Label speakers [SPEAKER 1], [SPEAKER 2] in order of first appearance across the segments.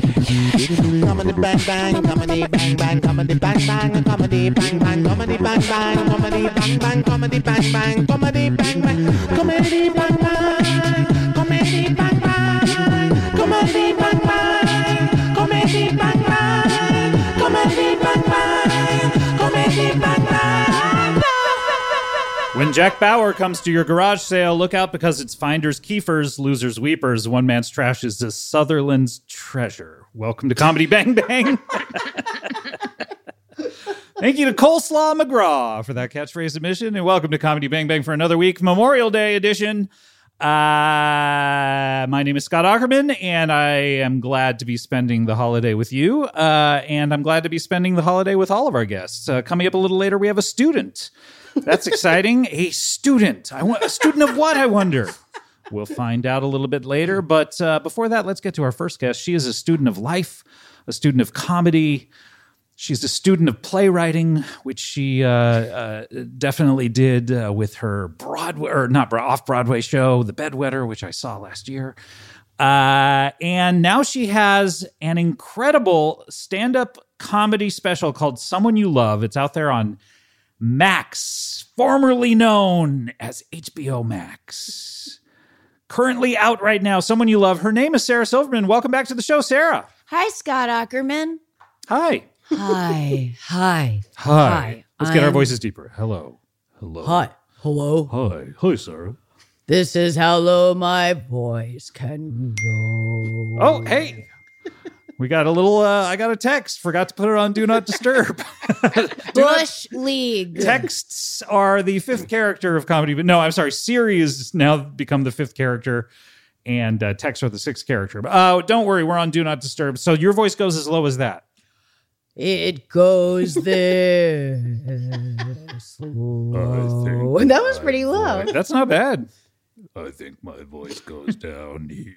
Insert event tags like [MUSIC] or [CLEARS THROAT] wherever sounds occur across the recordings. [SPEAKER 1] Comedy bang bang, comedy bang bang, comedy bang bang, comedy bang bang, comedy bang bang, comedy bang bang, comedy bang bang, comedy bang bang, comedy bang bang, comedy bang bang, comedy bang bang, comedy bang bang, comedy bang bang, comedy bang bang.
[SPEAKER 2] When Jack Bauer comes to your garage sale, look out because it's finders keepers, losers weepers. One man's trash is a Sutherland's treasure. Welcome to Comedy Bang Bang. Thank you to Coleslaw McGraw for that catchphrase submission, and welcome to Comedy Bang Bang for another week, Memorial Day edition. Uh, my name is Scott Ackerman, and I am glad to be spending the holiday with you. Uh, and I'm glad to be spending the holiday with all of our guests. Uh, coming up a little later, we have a student. That's exciting. a student. I want a student of what? I wonder. We'll find out a little bit later. But uh, before that, let's get to our first guest. She is a student of life, a student of comedy. She's a student of playwriting, which she uh, uh, definitely did uh, with her Broadway, or not Broad- off Broadway show, The Bedwetter, which I saw last year. Uh, and now she has an incredible stand up comedy special called Someone You Love. It's out there on Max, formerly known as HBO Max. Currently out right now, someone you love. Her name is Sarah Silverman. Welcome back to the show, Sarah.
[SPEAKER 3] Hi, Scott Ackerman.
[SPEAKER 2] Hi.
[SPEAKER 3] Hi. Hi. Hi,
[SPEAKER 2] Let's get our
[SPEAKER 3] I'm-
[SPEAKER 2] voices deeper. Hello. Hello.
[SPEAKER 3] Hello.
[SPEAKER 2] Hi. Hi, Sarah.
[SPEAKER 3] This is how low my voice can go.
[SPEAKER 2] Oh, hey. We got a little, uh, I got a text. Forgot to put it on Do Not [LAUGHS] Disturb. Do not-
[SPEAKER 3] Bush [LAUGHS] League.
[SPEAKER 2] [LAUGHS] texts are the fifth character of comedy, but no, I'm sorry. Siri has now become the fifth character, and uh, texts are the sixth character. But uh, don't worry, we're on Do Not Disturb. So your voice goes as low as that.
[SPEAKER 3] It goes there.
[SPEAKER 4] Oh,
[SPEAKER 3] slow. And that was pretty low.
[SPEAKER 2] That's not bad.
[SPEAKER 4] I think my voice goes down
[SPEAKER 5] [LAUGHS]
[SPEAKER 4] here.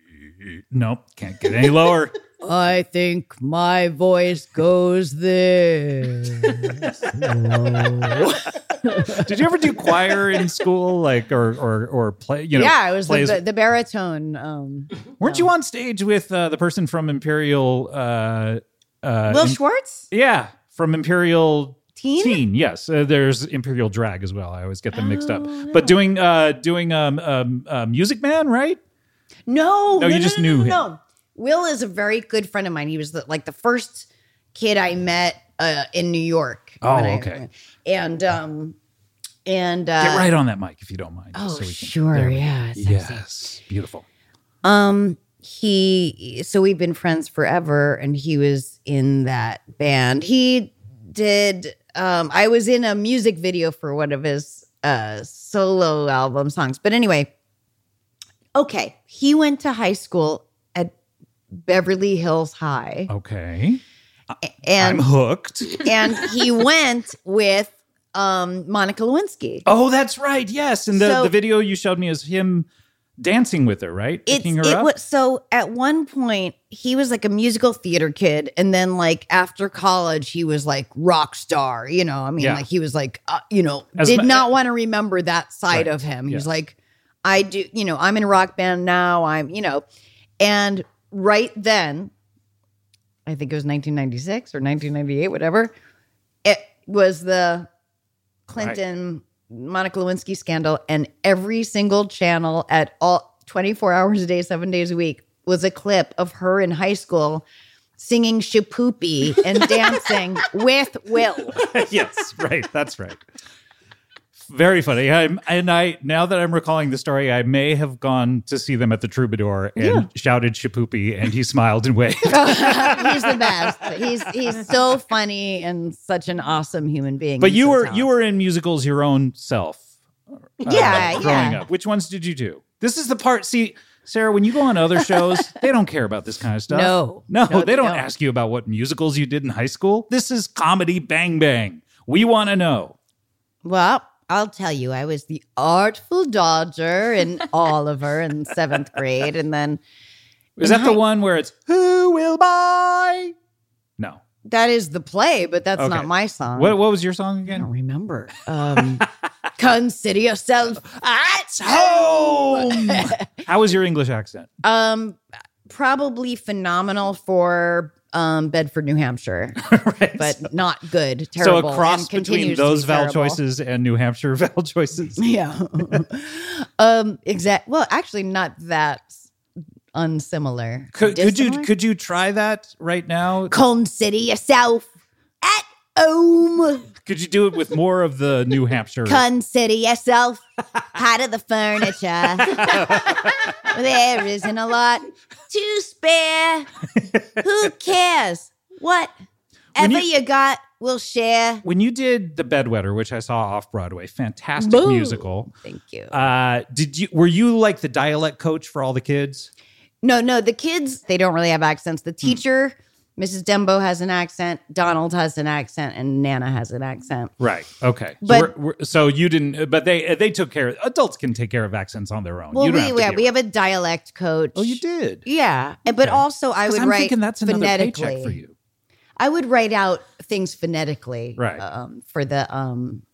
[SPEAKER 2] Nope, can't get any lower.
[SPEAKER 3] I think my voice goes
[SPEAKER 2] [LAUGHS]
[SPEAKER 3] there. slow.
[SPEAKER 2] Did you ever do choir in school, like or or or play? You know,
[SPEAKER 3] yeah, it was
[SPEAKER 2] plays?
[SPEAKER 3] the, the baritone. Um,
[SPEAKER 2] Weren't you on stage with uh, the person from Imperial? Uh, uh,
[SPEAKER 3] Will
[SPEAKER 2] Im-
[SPEAKER 3] Schwartz?
[SPEAKER 2] yeah, from Imperial
[SPEAKER 3] Teen?
[SPEAKER 2] Teen, yes. Uh, there's Imperial Drag as well. I always get them mixed up.
[SPEAKER 3] Oh,
[SPEAKER 2] But doing uh doing um, um uh, Music Man, right?
[SPEAKER 3] No,
[SPEAKER 2] No, you just knew
[SPEAKER 3] no,
[SPEAKER 2] him.
[SPEAKER 3] No, Will is a very good friend of mine. He was the, like the first kid I met uh, in New York.
[SPEAKER 2] Oh,
[SPEAKER 3] when I-
[SPEAKER 2] okay.
[SPEAKER 3] and um, and uh,
[SPEAKER 2] Get right on that mic if you don't mind.
[SPEAKER 3] Oh,
[SPEAKER 2] just so we can- there
[SPEAKER 3] sure,
[SPEAKER 2] we go.
[SPEAKER 3] yeah.
[SPEAKER 2] Yes, beautiful.
[SPEAKER 3] Um, he so we've been friends forever, and he was in that band. He did. Um, I was in a music video for one of his uh solo album songs, but anyway, okay. He went to high school at Beverly Hills High,
[SPEAKER 2] Okay, I'm
[SPEAKER 3] and
[SPEAKER 2] hooked.
[SPEAKER 3] and he went with um Monica Lewinsky.
[SPEAKER 2] Oh, that's right. Yes, and the,
[SPEAKER 3] So-
[SPEAKER 2] the video you showed me is him dancing with her, right? Picking her
[SPEAKER 3] it
[SPEAKER 2] up.
[SPEAKER 3] was so at one point he was like a musical theater kid and then like after college he was like rock star you know i mean
[SPEAKER 2] Yeah.
[SPEAKER 3] like he was like uh, you know
[SPEAKER 2] As
[SPEAKER 3] did
[SPEAKER 2] mu-
[SPEAKER 3] not want to remember that side
[SPEAKER 2] Right.
[SPEAKER 3] of him he was
[SPEAKER 2] Yeah.
[SPEAKER 3] like i do you know i'm in a rock band now i'm you know and right then i think it was 1996 or 1998 whatever it was the Clinton Monica Lewinsky scandal, and every single channel at all 24 [LAUGHS] hours a day, seven days a week was a clip of her in high school singing Shapoopy
[SPEAKER 2] [LAUGHS]
[SPEAKER 3] and dancing with Will. [LAUGHS]
[SPEAKER 2] yes, right. That's right. Very funny. I'm, and I now that I'm recalling the story, I may have gone to see them at the Troubadour and shouted "Shapoopy," and he smiled and waved.
[SPEAKER 3] he's the best. He's he's so funny and such an awesome human being.
[SPEAKER 2] but
[SPEAKER 3] He's
[SPEAKER 2] you
[SPEAKER 3] so
[SPEAKER 2] were
[SPEAKER 3] talented.
[SPEAKER 2] you were in musicals your own self. uh,
[SPEAKER 3] Yeah,
[SPEAKER 2] growing
[SPEAKER 3] yeah.
[SPEAKER 2] up. Which ones did you do? This is the part. See, Sarah, when you go
[SPEAKER 3] [LAUGHS]
[SPEAKER 2] on other shows, they don't care about this kind of stuff.
[SPEAKER 3] No.
[SPEAKER 2] no,
[SPEAKER 3] No,
[SPEAKER 2] they
[SPEAKER 3] they
[SPEAKER 2] don't
[SPEAKER 3] don't.
[SPEAKER 2] ask you about what musicals you did in high school. This is comedy, bang bang. We want to know.
[SPEAKER 3] well. I'll tell you, I was the artful dodger in Oliver in seventh grade, and then
[SPEAKER 2] Is that the one where it's who will buy? No.
[SPEAKER 3] that is the play, but that's
[SPEAKER 2] Okay.
[SPEAKER 3] not my song.
[SPEAKER 2] What what was your song
[SPEAKER 3] I don't
[SPEAKER 2] again?
[SPEAKER 3] remember.
[SPEAKER 2] [LAUGHS]
[SPEAKER 3] Um, consider yourself at [LAUGHS] home.
[SPEAKER 2] How was your English accent?
[SPEAKER 3] um, probably phenomenal for um, Bedford, New
[SPEAKER 2] [LAUGHS]
[SPEAKER 3] Hampshire,
[SPEAKER 2] Right.
[SPEAKER 3] but not good.
[SPEAKER 2] so
[SPEAKER 3] Terrible.
[SPEAKER 2] a cross
[SPEAKER 3] and continues
[SPEAKER 2] between
[SPEAKER 3] to be
[SPEAKER 2] those vowel
[SPEAKER 3] terrible.
[SPEAKER 2] choices and New Hampshire [LAUGHS] vowel choices.
[SPEAKER 3] Yeah. [LAUGHS] um. Exact. Well, actually, not that unsimilar.
[SPEAKER 2] Could, could you
[SPEAKER 3] Dissimilar?
[SPEAKER 2] could you try that right now?
[SPEAKER 3] consider yourself at home?
[SPEAKER 2] Could you do it with more of the
[SPEAKER 3] [LAUGHS]
[SPEAKER 2] New Hampshire?
[SPEAKER 3] Consider
[SPEAKER 2] [LAUGHS]
[SPEAKER 3] yourself out of the furniture. there isn't a lot to
[SPEAKER 2] [LAUGHS]
[SPEAKER 3] spare. Who cares? Whatever
[SPEAKER 2] When you-
[SPEAKER 3] you got, we'll share.
[SPEAKER 2] When you did the Bedwetter, which I saw off Broadway, fantastic
[SPEAKER 3] Boo.
[SPEAKER 2] musical.
[SPEAKER 3] Thank you.
[SPEAKER 2] Uh, did you were you like the dialect coach for all the kids?
[SPEAKER 3] No, no, the kids, they don't really have accents. The
[SPEAKER 2] Hmm.
[SPEAKER 3] teacher, Mrs. Dembo has an accent, Donald has an accent, and Nana has an accent.
[SPEAKER 2] Right. Okay. so,
[SPEAKER 3] But-
[SPEAKER 2] we're- we're- so you didn't, but they they took care. Adults can take care of accents on their own.
[SPEAKER 3] Well,
[SPEAKER 2] you don't
[SPEAKER 3] we,
[SPEAKER 2] have
[SPEAKER 3] we,
[SPEAKER 2] to
[SPEAKER 3] have,
[SPEAKER 2] be
[SPEAKER 3] we
[SPEAKER 2] around.
[SPEAKER 3] have a dialect coach.
[SPEAKER 2] Oh, you did.
[SPEAKER 3] Yeah. And- But
[SPEAKER 2] Okay.
[SPEAKER 3] also, I
[SPEAKER 2] 'Cause
[SPEAKER 3] would
[SPEAKER 2] I'm
[SPEAKER 3] write
[SPEAKER 2] thinking that's another
[SPEAKER 3] phonetically.
[SPEAKER 2] paycheck for you.
[SPEAKER 3] I would write out things phonetically
[SPEAKER 2] Right.
[SPEAKER 3] um, for the um,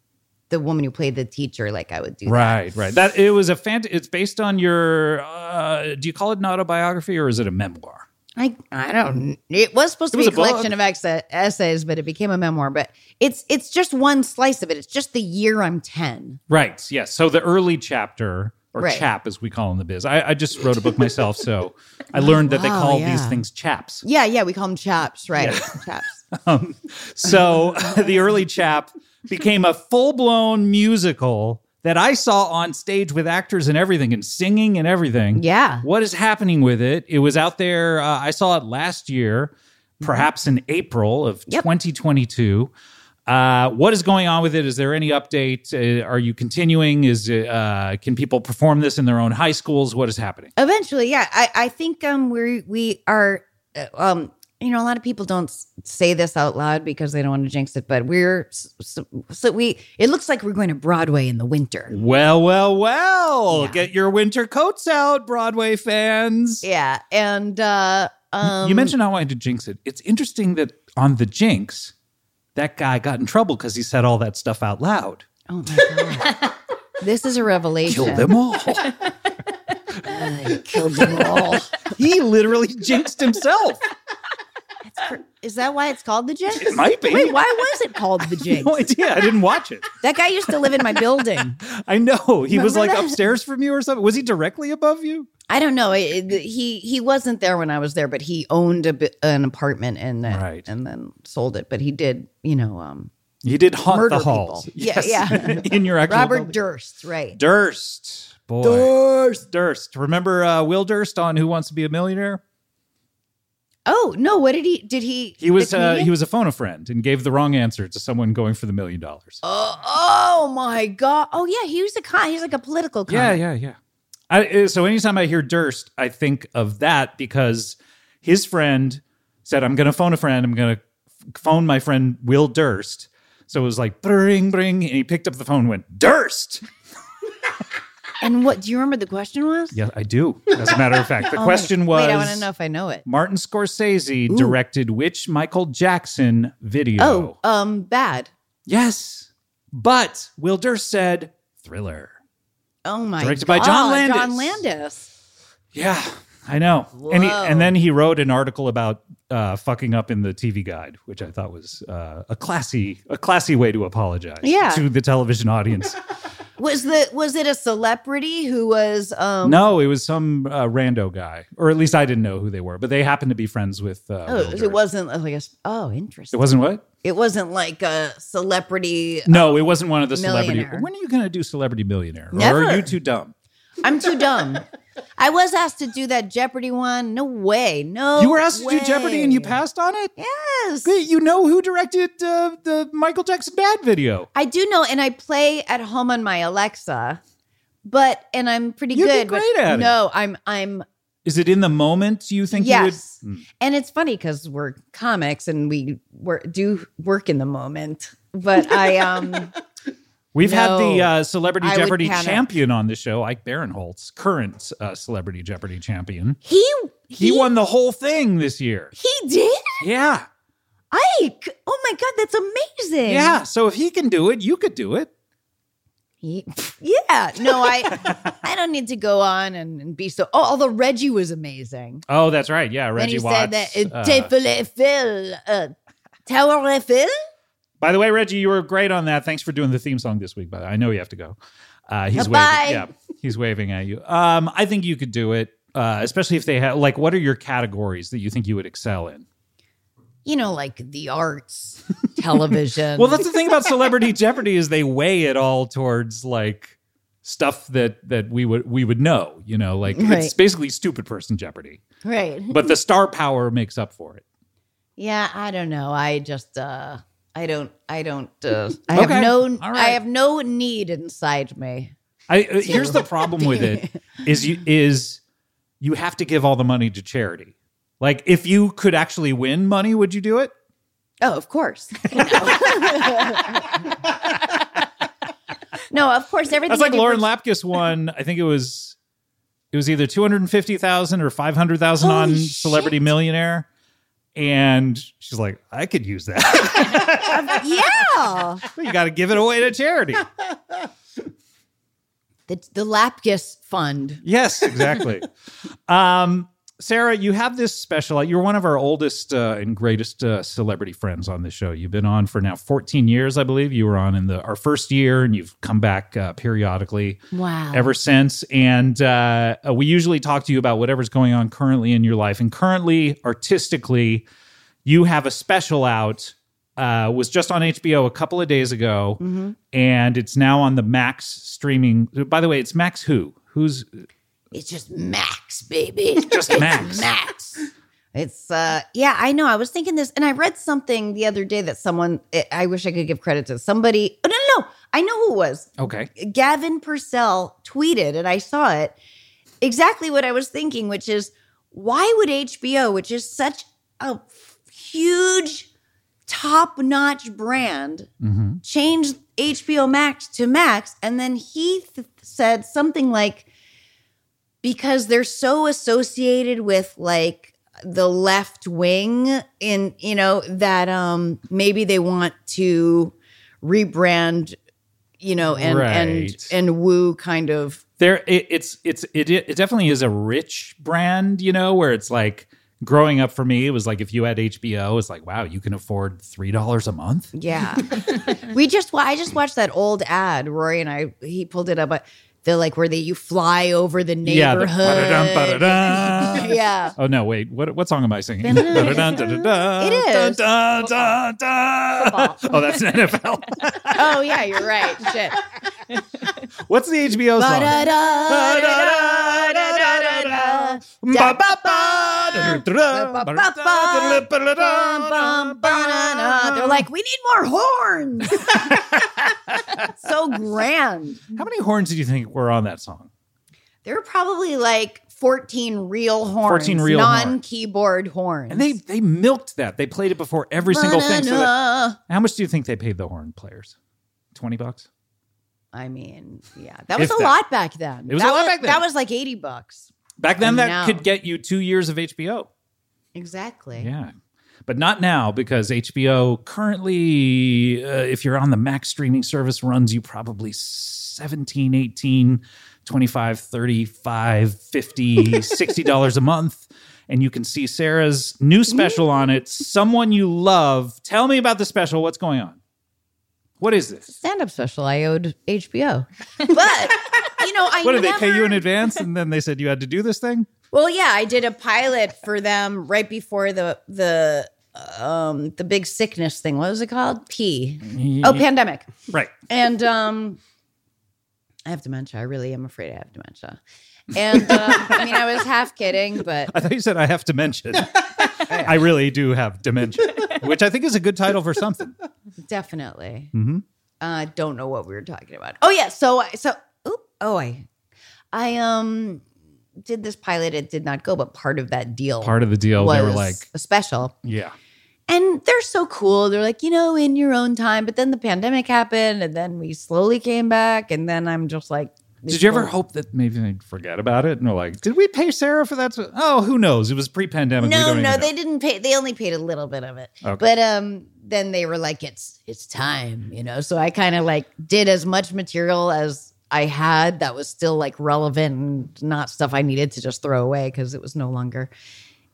[SPEAKER 3] the woman who played the teacher. Like I would do that.
[SPEAKER 2] Right, right. That it was a fant. It's based on your. Uh, do you call it an autobiography or is it a memoir?
[SPEAKER 3] I I don't. It was supposed
[SPEAKER 2] It
[SPEAKER 3] to
[SPEAKER 2] was
[SPEAKER 3] be a
[SPEAKER 2] a book.
[SPEAKER 3] collection of ex- essays, but it became a memoir. But it's it's just one slice of it. It's just the year I'm ten.
[SPEAKER 2] Right. Yes. So the early chapter or
[SPEAKER 3] Right.
[SPEAKER 2] chap, as we call in the biz. I, I just wrote a book myself, so I learned that they
[SPEAKER 3] wow,
[SPEAKER 2] call these
[SPEAKER 3] yeah.
[SPEAKER 2] things chaps. [LAUGHS]
[SPEAKER 3] Yeah, yeah. We call them chaps, right? [LAUGHS] Chaps.
[SPEAKER 2] Um, so [LAUGHS] the early chap became a full blown musical that I saw on stage with actors and everything and singing and everything.
[SPEAKER 3] Yeah.
[SPEAKER 2] What is happening with it? It was out there. Uh, I saw it last year, perhaps in April of
[SPEAKER 3] Yep.
[SPEAKER 2] 2022. Uh, what is going on with it? Is there any update? Uh, are you continuing? Is it, uh, can people perform this in their own high schools? What is happening?
[SPEAKER 3] Eventually, yeah. I, I think um we we are uh, um you know a lot of people don't s- say this out loud because they don't want to jinx it, but we're s- so, so we it looks like we're going to Broadway in the winter.
[SPEAKER 2] Well, well, well.
[SPEAKER 3] Yeah.
[SPEAKER 2] Get your winter coats out, Broadway fans.
[SPEAKER 3] Yeah, and uh um
[SPEAKER 2] you mentioned how I wanted to jinx it. It's interesting that on the jinx, that guy got in trouble because he said all that stuff out loud.
[SPEAKER 3] Oh my god. [LAUGHS] This is a revelation.
[SPEAKER 2] Kill them all. [LAUGHS]
[SPEAKER 3] I killed them all.
[SPEAKER 2] he literally jinxed himself.
[SPEAKER 3] Is that why it's called the Jinx?
[SPEAKER 2] It might be.
[SPEAKER 3] Wait, why was it called
[SPEAKER 2] [LAUGHS]
[SPEAKER 3] the Jinx?
[SPEAKER 2] [LAUGHS] No idea. I didn't watch it.
[SPEAKER 3] That guy used to live in my building.
[SPEAKER 2] [LAUGHS] I know he was
[SPEAKER 3] Remember
[SPEAKER 2] like
[SPEAKER 3] that?
[SPEAKER 2] upstairs from you or something. Was he directly above you?
[SPEAKER 3] I don't know. It- it- he he wasn't there when I was there, but he owned a, bi- an apartment and then,
[SPEAKER 2] Right.
[SPEAKER 3] and then sold it. But he did, you know, um,
[SPEAKER 2] He did haunt
[SPEAKER 3] Murder
[SPEAKER 2] the halls.
[SPEAKER 3] people. Yeah, yeah.
[SPEAKER 2] [LAUGHS] in your actual
[SPEAKER 3] Robert
[SPEAKER 2] building.
[SPEAKER 3] Durst, right?
[SPEAKER 2] Durst. Boy. Durst. Durst. Remember uh, Will Durst on Who Wants to Be a Millionaire?
[SPEAKER 3] Oh no, what did he? Did he?
[SPEAKER 2] He was
[SPEAKER 3] the
[SPEAKER 2] uh,
[SPEAKER 3] comedian?
[SPEAKER 2] he was a phone a friend and gave the wrong answer to someone going for the million dollars.
[SPEAKER 3] Oh, oh my god! Oh yeah, he was a con. He's like a political. Con.
[SPEAKER 2] Yeah, yeah, yeah. I, uh, so anytime I hear Durst, I think of that because his friend said, "I'm going to phone a friend. I'm going to phone my friend Will Durst." So it was like bring, bring, and he picked up the phone, and went Durst.
[SPEAKER 3] And what do you remember? The question was.
[SPEAKER 2] Yeah, I do. As a matter of fact,
[SPEAKER 3] [LAUGHS]
[SPEAKER 2] the
[SPEAKER 3] Oh my-
[SPEAKER 2] question was.
[SPEAKER 3] Wait, I want to know if I know it.
[SPEAKER 2] Martin Scorsese directed which Michael Jackson video?
[SPEAKER 3] Oh, um, bad.
[SPEAKER 2] yes. But Will Durst said Thriller.
[SPEAKER 3] Oh my.
[SPEAKER 2] Directed by
[SPEAKER 3] god.
[SPEAKER 2] John Landis.
[SPEAKER 3] John Landis.
[SPEAKER 2] Yeah, I know. And, he,
[SPEAKER 3] Whoa.
[SPEAKER 2] and then he wrote an article about uh, fucking up in the TV guide, which I thought was uh, a classy a classy way to apologize
[SPEAKER 3] Yeah.
[SPEAKER 2] to the
[SPEAKER 3] [LAUGHS]
[SPEAKER 2] television audience.
[SPEAKER 3] Was the was it a celebrity who was um?
[SPEAKER 2] no, it was some uh, rando guy, or at least I didn't know who they were, but they happened to be friends with. Uh,
[SPEAKER 3] Oh,
[SPEAKER 2] Will
[SPEAKER 3] it
[SPEAKER 2] Durst.
[SPEAKER 3] wasn't like a. s- Oh, interesting.
[SPEAKER 2] It wasn't what?
[SPEAKER 3] It wasn't like a celebrity.
[SPEAKER 2] No, it wasn't one of the celebrity.
[SPEAKER 3] Millionaire.
[SPEAKER 2] When are you going to do Celebrity Millionaire? Or are
[SPEAKER 3] Never.
[SPEAKER 2] you too dumb?
[SPEAKER 3] I'm too dumb. I was asked to do that Jeopardy one. No way. No.
[SPEAKER 2] you were asked to do Jeopardy and you
[SPEAKER 3] way.
[SPEAKER 2] passed on it?
[SPEAKER 3] Yes.
[SPEAKER 2] You know who directed uh, the Michael Jackson Bad video.
[SPEAKER 3] I do know, and I play at home on my Alexa, but and I'm pretty
[SPEAKER 2] You'd be
[SPEAKER 3] good. but
[SPEAKER 2] great at it.
[SPEAKER 3] No, I'm I'm
[SPEAKER 2] Is it in the moment you think you would?
[SPEAKER 3] yes. And it's funny because we're comics and we wor- do work in the moment. But I
[SPEAKER 2] [LAUGHS]
[SPEAKER 3] um
[SPEAKER 2] We've had the
[SPEAKER 3] No.
[SPEAKER 2] uh, Celebrity
[SPEAKER 3] I would
[SPEAKER 2] Jeopardy
[SPEAKER 3] panic.
[SPEAKER 2] champion on the show, Ike Barinholtz, current uh, Celebrity Jeopardy champion.
[SPEAKER 3] he
[SPEAKER 2] He, won the whole thing this year.
[SPEAKER 3] he did.
[SPEAKER 2] Yeah.
[SPEAKER 3] Ike. Oh my God, that's amazing.
[SPEAKER 2] Yeah. So if he can do it, you could do it.
[SPEAKER 3] Ye- Yeah. No,
[SPEAKER 2] [LAUGHS]
[SPEAKER 3] I I don't need to go on and, and be so. Oh, although Reggie was amazing.
[SPEAKER 2] Oh, that's right. Yeah.
[SPEAKER 3] When
[SPEAKER 2] Reggie
[SPEAKER 3] he
[SPEAKER 2] Watts.
[SPEAKER 3] said that
[SPEAKER 2] uh,
[SPEAKER 3] uh, Tafel Eiffel, uh, Tower Eiffel.
[SPEAKER 2] by the way, Reggie, you were great on that. Thanks for doing the theme song this week. By the way, I know you have to go. Uh, he's
[SPEAKER 3] Bye-bye.
[SPEAKER 2] waving. Yeah, he's waving at you. Um, I think you could do it, uh, especially if they have. Like, what are your categories that you think you would excel in?
[SPEAKER 3] You know, like the
[SPEAKER 2] [LAUGHS]
[SPEAKER 3] arts, television.
[SPEAKER 2] Well, that's the thing
[SPEAKER 3] [LAUGHS]
[SPEAKER 2] about Celebrity Jeopardy is they weigh it all towards like stuff that that we would we would know. You know, like it's
[SPEAKER 3] Right.
[SPEAKER 2] basically stupid person Jeopardy,
[SPEAKER 3] right.
[SPEAKER 2] but the star power makes up for it.
[SPEAKER 3] Yeah, I don't know. I just uh I don't I don't uh, I
[SPEAKER 2] Mm-hmm. Okay.
[SPEAKER 3] have no
[SPEAKER 2] All right.
[SPEAKER 3] I have no need inside me.
[SPEAKER 2] I uh, here's the problem
[SPEAKER 3] [LAUGHS]
[SPEAKER 2] with it is you is you have to give all the money to charity. Like if you could actually win money, would you do it?
[SPEAKER 3] Oh, of [LAUGHS] course. no, of course everything
[SPEAKER 2] That's like
[SPEAKER 3] I do
[SPEAKER 2] Lauren
[SPEAKER 3] for-
[SPEAKER 2] Lapkus won. I think it was it was either two hundred and fifty thousand or five hundred thousand on
[SPEAKER 3] Holy shit.
[SPEAKER 2] Celebrity Millionaire, and she's like, I could use that.
[SPEAKER 3] Yeah.
[SPEAKER 2] you got to give it away to charity.
[SPEAKER 3] [LAUGHS] The the Lapkus fund.
[SPEAKER 2] Yes, exactly. um, Sarah, you have this special. You're one of our oldest uh, and greatest uh, celebrity friends on the show. You've been on for now 14 years, I believe. You were on in the our first year, and you've come back uh, periodically
[SPEAKER 3] Wow.
[SPEAKER 2] ever since. And uh, uh, we usually talk to you about whatever's going on currently in your life. And currently, artistically, you have a special out. Uh, was just on HBO a couple of days ago, and it's now on the Max streaming. By the way, it's Max who? Who's
[SPEAKER 3] It's just Max, baby. It's
[SPEAKER 2] just Max.
[SPEAKER 3] [LAUGHS] Max. It's uh yeah, I know. I was thinking this and I read something the other day that someone I- I wish I could give credit to somebody. Oh, no, no, no. I know who it was.
[SPEAKER 2] Okay.
[SPEAKER 3] Gavin Purcell tweeted and I saw it. Exactly what I was thinking, which is why would HBO, which is such a huge top-notch brand, change HBO Max to Max and then he th- said something like because they're so associated with like the left wing in you know that um maybe they want to rebrand you know and
[SPEAKER 2] Right.
[SPEAKER 3] and and woo kind of
[SPEAKER 2] There, it, it's it's it, it definitely is a rich brand, you know, where it's like growing up for me, it was like if you had HBO, it's like wow, you can afford three dollars a month.
[SPEAKER 3] yeah we just wa- i just watched that old ad rory and i he pulled it up but they're like where they you fly over the
[SPEAKER 2] Yeah. the
[SPEAKER 3] neighborhood
[SPEAKER 2] ba-da-dum, ba-da-dum.
[SPEAKER 3] yeah
[SPEAKER 2] Oh no! Wait, what what song am I singing?
[SPEAKER 3] Ba-da-dum.
[SPEAKER 2] Ba-da-dum, da-da-dum,
[SPEAKER 3] It is.
[SPEAKER 2] dun, dun, dun, dun. Oh, that's an NFL.
[SPEAKER 3] oh yeah you're
[SPEAKER 2] [LAUGHS]
[SPEAKER 3] right shit
[SPEAKER 2] What's the HBO song?
[SPEAKER 3] They're
[SPEAKER 2] They're
[SPEAKER 3] like, we need more
[SPEAKER 2] [LAUGHS]
[SPEAKER 3] horns. so grand.
[SPEAKER 2] How many horns do you think were on that song?
[SPEAKER 3] There are probably like 14 real horns,
[SPEAKER 2] 14 real horns.
[SPEAKER 3] non keyboard horns.
[SPEAKER 2] And they they milked that. They played it before every single thing. So that, how much do you think they paid the horn players? Twenty bucks.
[SPEAKER 3] I mean, yeah, that was
[SPEAKER 2] If
[SPEAKER 3] a
[SPEAKER 2] that.
[SPEAKER 3] lot back then.
[SPEAKER 2] It was
[SPEAKER 3] that
[SPEAKER 2] a lot back then.
[SPEAKER 3] That was like 80 bucks.
[SPEAKER 2] Back then, that
[SPEAKER 3] No.
[SPEAKER 2] could get you two years of HBO.
[SPEAKER 3] Exactly.
[SPEAKER 2] Yeah, but not now because HBO currently, uh, if you're on the Max streaming service, runs you probably 17, 18, 25, 35, 50, 60 dollars a month. And you can see Sarah's new special on it, Someone You Love. Tell me about the special. What's going on? What is this?
[SPEAKER 3] Stand up special I owed
[SPEAKER 2] [LAUGHS]
[SPEAKER 3] HBO. But, you know, I
[SPEAKER 2] What did they
[SPEAKER 3] never-
[SPEAKER 2] pay you in advance, and then they said you had to do this thing?
[SPEAKER 3] Well, yeah, I did a pilot for them right before the the um the big sickness thing. What was it called? P. Oh, pandemic.
[SPEAKER 2] Right.
[SPEAKER 3] And um I have dementia. I really am afraid I have dementia. And um, I mean, I was half kidding, but
[SPEAKER 2] I thought you said I have dementia. I really do have dementia, which I think is a good title for something.
[SPEAKER 3] definitely.
[SPEAKER 2] Mm-hmm.
[SPEAKER 3] Uh, don't know what we were talking about. Oh yeah, so I so oop, oh I I um did this pilot. It did not go, but part of that deal
[SPEAKER 2] Part of the deal,
[SPEAKER 3] was
[SPEAKER 2] they were like,
[SPEAKER 3] a special.
[SPEAKER 2] yeah.
[SPEAKER 3] and they're so cool. They're like, you know, in your own time. But then the pandemic happened, and then we slowly came back, and then I'm just like,
[SPEAKER 2] Did you ever hope that maybe they'd forget about it and they're like, did we pay Sarah for that? Oh, who knows? It was pre-pandemic. we
[SPEAKER 3] No,
[SPEAKER 2] don't even
[SPEAKER 3] no,
[SPEAKER 2] know.
[SPEAKER 3] they didn't pay. They only paid a little bit of it.
[SPEAKER 2] Okay.
[SPEAKER 3] But um, then they were like, "It's it's time," you know. So I kind of like did as much material as I had that was still like relevant and not stuff I needed to just throw away because it was no longer.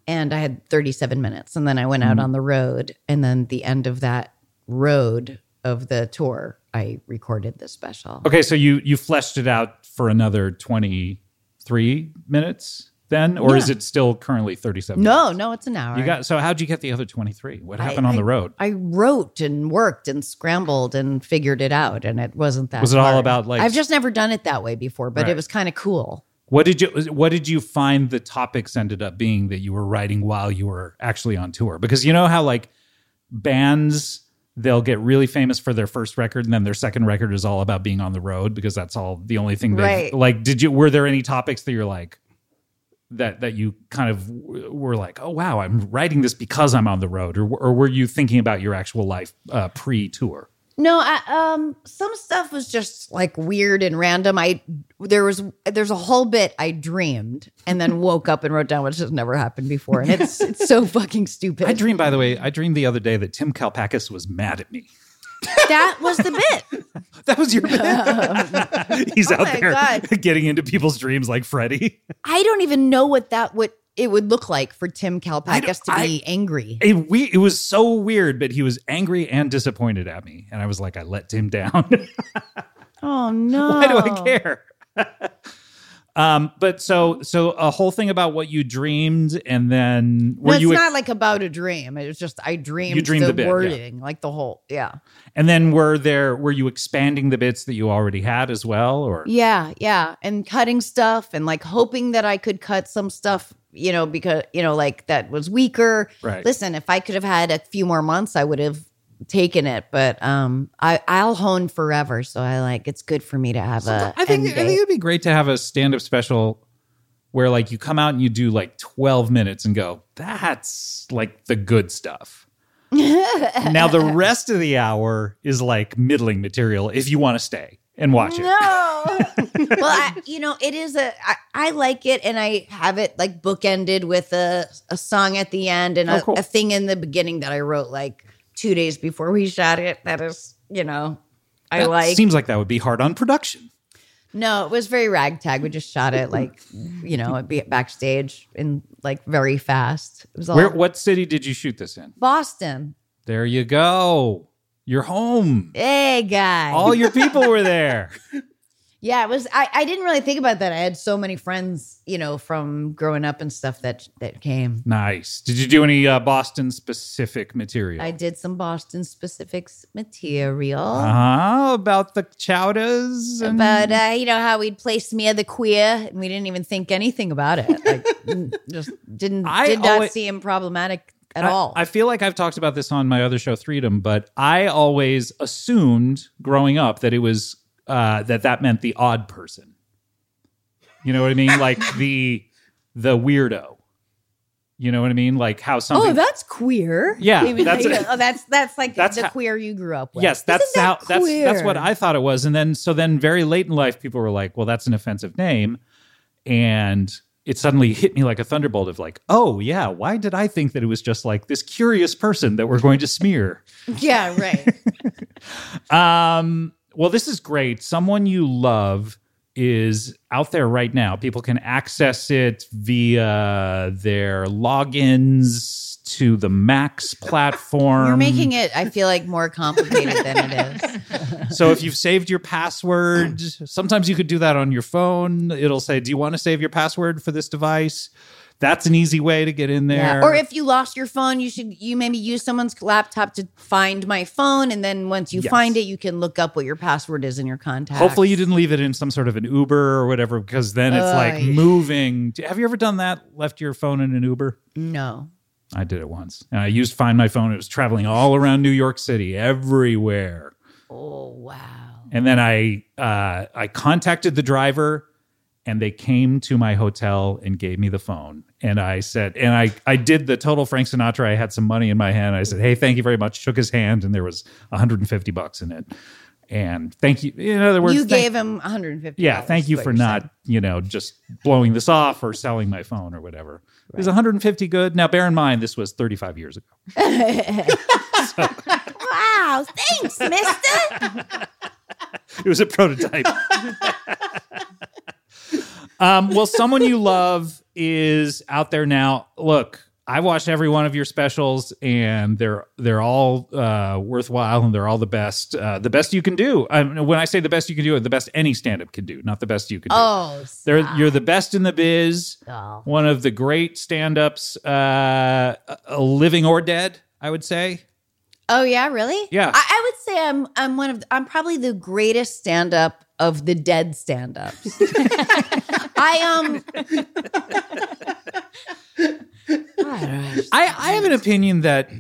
[SPEAKER 3] And I had 37 minutes, and then I went out
[SPEAKER 2] Mm-hmm.
[SPEAKER 3] on the road, and then the end of that road of the tour, I recorded the special.
[SPEAKER 2] Okay, so you you fleshed it out for another 23 minutes then or is it still currently 37?
[SPEAKER 3] No, no, it's an hour.
[SPEAKER 2] You got so how'd you get the other 23? What happened on
[SPEAKER 3] I-
[SPEAKER 2] the road?
[SPEAKER 3] I wrote and worked and scrambled and figured it out, and it wasn't that.
[SPEAKER 2] Was it all
[SPEAKER 3] hard.
[SPEAKER 2] about, like-
[SPEAKER 3] I've just never done it that way before, but it
[SPEAKER 2] Right.
[SPEAKER 3] was kind of cool.
[SPEAKER 2] What did you what did you find the topics ended up being that you were writing while you were actually on tour? Because you know how like bands they'll get really famous for their first record and then their second record is all about being on the road because that's all the only thing they
[SPEAKER 3] Right.
[SPEAKER 2] like did you were there any topics that you're like that that you kind of w- were like oh wow I'm writing this because I'm on the road or or were you thinking about your actual life uh, pre-tour?
[SPEAKER 3] No, I, um, some stuff was just like weird and random. I there was there's a whole bit I dreamed and [LAUGHS] then woke up and wrote down, which has never happened before, and it's it's [LAUGHS] so fucking stupid.
[SPEAKER 2] I dreamed by the way I dreamed the other day that Tim Kalpakis was mad at me.
[SPEAKER 3] that was the bit.
[SPEAKER 2] [LAUGHS]
[SPEAKER 3] [LAUGHS]
[SPEAKER 2] That was your [LAUGHS] He's out
[SPEAKER 3] Oh my
[SPEAKER 2] there
[SPEAKER 3] God.
[SPEAKER 2] [LAUGHS] getting into people's dreams like Freddy. [LAUGHS]
[SPEAKER 3] I don't even know what that would it would look like for Tim Kalpakis to be
[SPEAKER 2] [LAUGHS]
[SPEAKER 3] angry.
[SPEAKER 2] It, we, it was so weird, but he was angry and disappointed at me. And I was like, I let him down. [LAUGHS]
[SPEAKER 3] Oh no!
[SPEAKER 2] Why do I care? [LAUGHS] um, but so so a whole thing about what you dreamed and then were
[SPEAKER 3] no, it's
[SPEAKER 2] you
[SPEAKER 3] not like about a dream. It was just I dreamed,
[SPEAKER 2] You dreamed
[SPEAKER 3] the,
[SPEAKER 2] the bit, yeah.
[SPEAKER 3] wording, like the whole yeah.
[SPEAKER 2] and then were there were you expanding the bits that you already had as well or
[SPEAKER 3] Yeah, yeah. And cutting stuff and like hoping that I could cut some stuff, you know, because you know, like that was weaker.
[SPEAKER 2] Right.
[SPEAKER 3] Listen, if I could have had a few more months, I would have taken it. But um I, I'll hone forever. So I like it's good for me to have a
[SPEAKER 2] I think
[SPEAKER 3] end
[SPEAKER 2] I
[SPEAKER 3] date.
[SPEAKER 2] think it'd be great to have a stand-up special where like you come out and you do like 12 minutes and go, that's like the
[SPEAKER 3] [LAUGHS]
[SPEAKER 2] good stuff. now the rest of the hour is like middling material if you want to stay and watch it. [LAUGHS]
[SPEAKER 3] No. well, I, you know, it is a. I, I like it, and I have it like bookended with a a song at the end
[SPEAKER 2] Oh,
[SPEAKER 3] and a, a thing in the beginning that I wrote like two days before we shot it. That is, you know, I
[SPEAKER 2] That
[SPEAKER 3] like.
[SPEAKER 2] seems like that would be hard on production.
[SPEAKER 3] no, it was very ragtag. We just shot it like, you know, it'd be backstage and like very fast. It was all
[SPEAKER 2] Where what city did you shoot this in?
[SPEAKER 3] Boston.
[SPEAKER 2] There you go. Your home.
[SPEAKER 3] Hey, guy.
[SPEAKER 2] All your people
[SPEAKER 3] [LAUGHS]
[SPEAKER 2] were there.
[SPEAKER 3] Yeah, it was. I, I didn't really think about that. I had so many friends, you know, from growing up and stuff that that came.
[SPEAKER 2] Nice. Did you do any uh, Boston specific material?
[SPEAKER 3] I did some Boston specifics material.
[SPEAKER 2] uh-huh, about the chowdas and
[SPEAKER 3] About uh, you know how we'd place me the queer, and we didn't even think anything about it. Like,
[SPEAKER 2] [LAUGHS]
[SPEAKER 3] mm, just didn't
[SPEAKER 2] I
[SPEAKER 3] did not
[SPEAKER 2] always-
[SPEAKER 3] see him problematic at
[SPEAKER 2] I-
[SPEAKER 3] all.
[SPEAKER 2] I feel like I've talked about this on my other show, Freedom, but I always assumed growing up that it was uh, that that meant the odd person. You know what
[SPEAKER 3] [LAUGHS]
[SPEAKER 2] I mean? like the the weirdo. You know what I mean? Like how something.
[SPEAKER 3] oh, that's queer.
[SPEAKER 2] Yeah,
[SPEAKER 3] Maybe
[SPEAKER 2] that's
[SPEAKER 3] like,
[SPEAKER 2] it.
[SPEAKER 3] oh, that's that's like
[SPEAKER 2] That's
[SPEAKER 3] the
[SPEAKER 2] how-
[SPEAKER 3] queer you grew up with.
[SPEAKER 2] Yes, that's
[SPEAKER 3] Isn't
[SPEAKER 2] how
[SPEAKER 3] that
[SPEAKER 2] that's that's what
[SPEAKER 3] queer?
[SPEAKER 2] I thought it was. And then so then very late in life people were like, "Well, that's an offensive name." And it suddenly hit me like a thunderbolt of like, "Oh, yeah, why did I think that it was just like this curious person that we're going to smear?"
[SPEAKER 3] Yeah, right.
[SPEAKER 2] Um, well, this is great. Someone you love is out there right now. People can access it via their logins to the Max platform.
[SPEAKER 3] You're making it. I feel like more complicated than it is.
[SPEAKER 2] so if you've saved your password, sometimes you could do that on your phone. It'll say, "Do you want to save your password for this device?" That's an easy way to get in there.
[SPEAKER 3] Yeah. Or if you lost your phone, you should you maybe use someone's laptop to find my phone, and then once you
[SPEAKER 2] Yes.
[SPEAKER 3] find it, you can look up what your password is in your contact.
[SPEAKER 2] Hopefully you didn't leave it in some sort of an Uber or whatever, because then it's
[SPEAKER 3] Oh,
[SPEAKER 2] like
[SPEAKER 3] yeah.
[SPEAKER 2] moving. Have you ever done that? Left your phone in an Uber?
[SPEAKER 3] no.
[SPEAKER 2] I did it once. And I used Find My Phone. It was traveling all around New York City, everywhere.
[SPEAKER 3] Oh wow.
[SPEAKER 2] And then I uh, I contacted the driver and they came to my hotel and gave me the phone. And I said, and I I did the total Frank Sinatra. I had some money in my hand. I said, hey, thank you very much. Shook his hand and there was 150 bucks in it. And thank you. In other words,
[SPEAKER 3] you
[SPEAKER 2] thank-
[SPEAKER 3] gave him 150.
[SPEAKER 2] yeah, thank
[SPEAKER 3] is
[SPEAKER 2] you
[SPEAKER 3] what
[SPEAKER 2] for
[SPEAKER 3] you're
[SPEAKER 2] not,
[SPEAKER 3] saying.
[SPEAKER 2] you know, just blowing this off or selling my phone or whatever. Is 150 good? Now, bear in mind, this was 35 years ago.
[SPEAKER 3] Wow, thanks, Mister.
[SPEAKER 2] It was a prototype. [LAUGHS] um, well, someone you love is out there now. Look, I watched every one of your specials, and they're they're all uh, worthwhile, and they're all the best, uh, the best you can do. I mean, when I say the best you can do, the best any stand up can do, not the best you can do.
[SPEAKER 3] Oh,
[SPEAKER 2] They're, you're the best in the biz.
[SPEAKER 3] Oh.
[SPEAKER 2] One of the great stand-ups, uh, uh, living or dead, I would say.
[SPEAKER 3] oh yeah, really?
[SPEAKER 2] Yeah.
[SPEAKER 3] I, I would say I'm I'm one of the, I'm probably the greatest stand up of the dead stand ups. [LAUGHS] I um.
[SPEAKER 2] I, I have an opinion that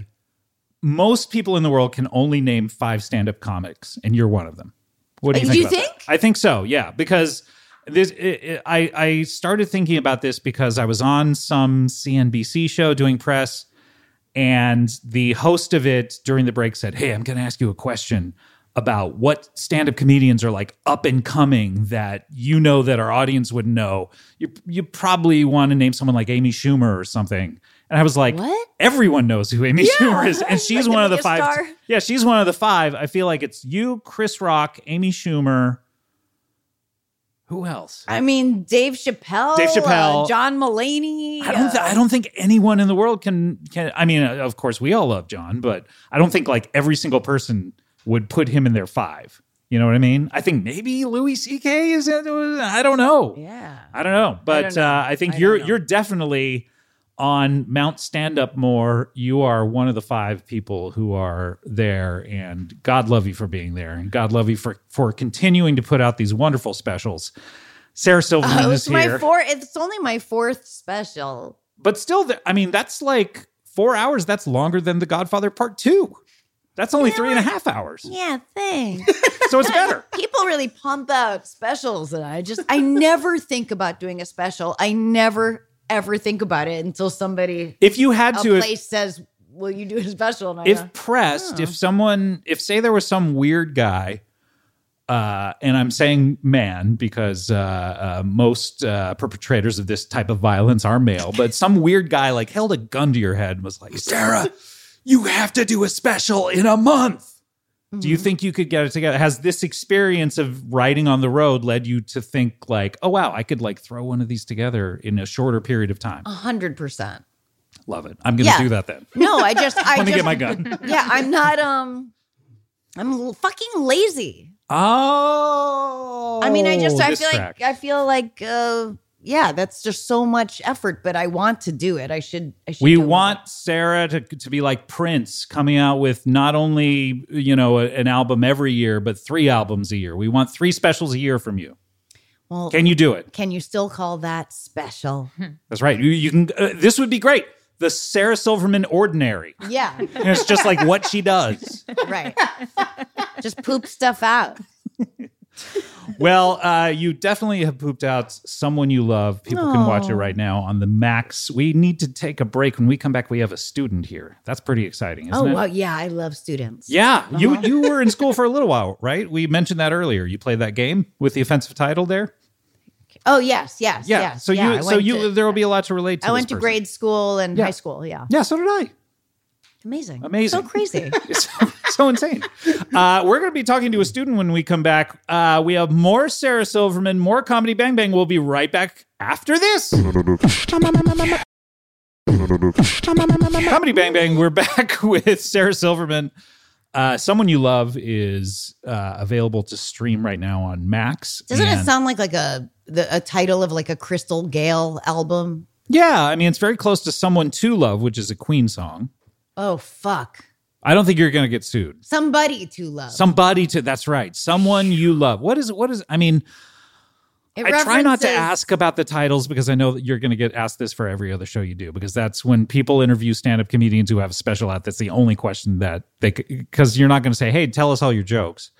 [SPEAKER 2] most people in the world can only name five stand-up comics, and you're one of them. What do you
[SPEAKER 3] Uh,
[SPEAKER 2] think?
[SPEAKER 3] do you
[SPEAKER 2] about that?
[SPEAKER 3] think?
[SPEAKER 2] I think so. Yeah, because this i I I started thinking about this because I was on some CNBC show doing press, and the host of it during the break said, "Hey, I'm going to ask you a question." About what stand up comedians are like up and coming that you know that our audience would know. You, you probably want to name someone like Amy Schumer or something. And I was like,
[SPEAKER 3] What?
[SPEAKER 2] Everyone knows who Amy Schumer is. And she's
[SPEAKER 3] Like the
[SPEAKER 2] one of the
[SPEAKER 3] biggest
[SPEAKER 2] five.
[SPEAKER 3] star.
[SPEAKER 2] Yeah, she's one of the five. I feel like it's you, Chris Rock, Amy Schumer. Who else?
[SPEAKER 3] I mean, Dave Chappelle,
[SPEAKER 2] Dave Chappelle.
[SPEAKER 3] uh, John Mulaney.
[SPEAKER 2] I don't. Th-
[SPEAKER 3] uh,
[SPEAKER 2] I don't think anyone in the world can. Can I mean? uh, Of course, we all love John, but I don't think like every single person would put him in their five. You know what I mean? I think maybe Louis C.K. is. in- uh, I don't know.
[SPEAKER 3] yeah.
[SPEAKER 2] I don't know, but
[SPEAKER 3] know.
[SPEAKER 2] Uh, I
[SPEAKER 3] I
[SPEAKER 2] think
[SPEAKER 3] don't
[SPEAKER 2] you're
[SPEAKER 3] know.
[SPEAKER 2] you're definitely on Mount Stand Up More. You are one of the five people who are there, and God love you for being there, and God love you for for continuing to put out these wonderful specials. Sarah Silverman
[SPEAKER 3] Oh,
[SPEAKER 2] is
[SPEAKER 3] it's my
[SPEAKER 2] here,
[SPEAKER 3] four. It's only my fourth special.
[SPEAKER 2] but still, th- I mean, that's like four hours. That's longer than The Godfather Part Two. That's only three and a
[SPEAKER 3] [LAUGHS]
[SPEAKER 2] half hours,
[SPEAKER 3] Yeah, thanks.
[SPEAKER 2] [LAUGHS] so it's better.
[SPEAKER 3] people really pump out specials and i just i never think about doing a special i never ever think about it until somebody
[SPEAKER 2] If you had
[SPEAKER 3] a
[SPEAKER 2] to, if-
[SPEAKER 3] place says will you do a special and I
[SPEAKER 2] if
[SPEAKER 3] go,
[SPEAKER 2] pressed, if someone, if say there was some weird guy, uh, and I'm saying man because uh, uh, most uh, perpetrators of this type of violence are male,
[SPEAKER 3] [LAUGHS]
[SPEAKER 2] but some weird guy like held a gun to your head and was like, Sarah, you have to do a special in a month. Do
[SPEAKER 3] Mm-hmm.
[SPEAKER 2] you think you could get it together? Has this experience of riding on the road led you to think like, oh wow, I could like throw one of these together in a shorter period of time?
[SPEAKER 3] 100%
[SPEAKER 2] Love it. I'm going to
[SPEAKER 3] Yeah.
[SPEAKER 2] do that then. [LAUGHS]
[SPEAKER 3] no i just i
[SPEAKER 2] Let me
[SPEAKER 3] just,
[SPEAKER 2] get
[SPEAKER 3] [LAUGHS]
[SPEAKER 2] my gun.
[SPEAKER 3] yeah i'm not um i'm l- fucking lazy
[SPEAKER 2] Oh,
[SPEAKER 3] i mean i just i
[SPEAKER 2] this
[SPEAKER 3] feel
[SPEAKER 2] track.
[SPEAKER 3] like i feel like uh yeah that's just so much effort but i want to do it i should i should
[SPEAKER 2] we
[SPEAKER 3] do it.
[SPEAKER 2] want Sarah to, to be like Prince, coming out with not only you know a- an album every year, but three albums a year. We want three specials a year from you.
[SPEAKER 3] well can,
[SPEAKER 2] Can you do it?
[SPEAKER 3] you still call that
[SPEAKER 2] [LAUGHS]
[SPEAKER 3] special
[SPEAKER 2] That's right. You, you can. Uh, this would be great. The Sarah Silverman Ordinary.
[SPEAKER 3] yeah
[SPEAKER 2] And it's just like what she does.
[SPEAKER 3] [LAUGHS] Right. Just poop stuff out.
[SPEAKER 2] Well, uh, you definitely have pooped out someone you love. People can watch it
[SPEAKER 3] Oh.
[SPEAKER 2] right now on the Max. We need to take a break. When we come back, we have a student here. That's pretty exciting, isn't
[SPEAKER 3] oh,
[SPEAKER 2] it?
[SPEAKER 3] well, yeah, I love students.
[SPEAKER 2] Yeah, you you were in school for a little while, right? We mentioned that earlier. You played that game with the offensive title there.
[SPEAKER 3] Oh, yes, yes,
[SPEAKER 2] Yeah.
[SPEAKER 3] yes.
[SPEAKER 2] so you
[SPEAKER 3] yeah, I
[SPEAKER 2] so
[SPEAKER 3] went
[SPEAKER 2] you
[SPEAKER 3] to-
[SPEAKER 2] there will be a lot to relate to.
[SPEAKER 3] I
[SPEAKER 2] this
[SPEAKER 3] went to
[SPEAKER 2] person.
[SPEAKER 3] grade school and
[SPEAKER 2] Yeah.
[SPEAKER 3] high school. Yeah.
[SPEAKER 2] Yeah, so did I.
[SPEAKER 3] Amazing.
[SPEAKER 2] Amazing.
[SPEAKER 3] So [LAUGHS] crazy.
[SPEAKER 2] [LAUGHS] It's so insane. Uh, we're going to be talking to a student when we come back. Uh, we have more Sarah Silverman, more comedy Bang Bang. We'll be right back after this. Comedy Bang Bang, we're back [LAUGHS] with Sarah Silverman. Uh, Someone You Love is uh, available to stream right now on Max.
[SPEAKER 3] Doesn't it
[SPEAKER 2] and-
[SPEAKER 3] sound like like a the, a title of like a Crystal Gale album?
[SPEAKER 2] Yeah, I mean, it's very close to Someone to Love, which is a Queen song.
[SPEAKER 3] Oh fuck.
[SPEAKER 2] I don't think you're going to get sued.
[SPEAKER 3] Somebody to love.
[SPEAKER 2] Somebody to, that's right. Someone you love. What is, what is, I mean,
[SPEAKER 3] It
[SPEAKER 2] I try not
[SPEAKER 3] references-
[SPEAKER 2] to ask about the titles because I know that you're going to get asked this for every other show you do because that's when people interview stand-up comedians who have a special out. That's the only question that they because you're not going to say, "Hey, tell us all your jokes."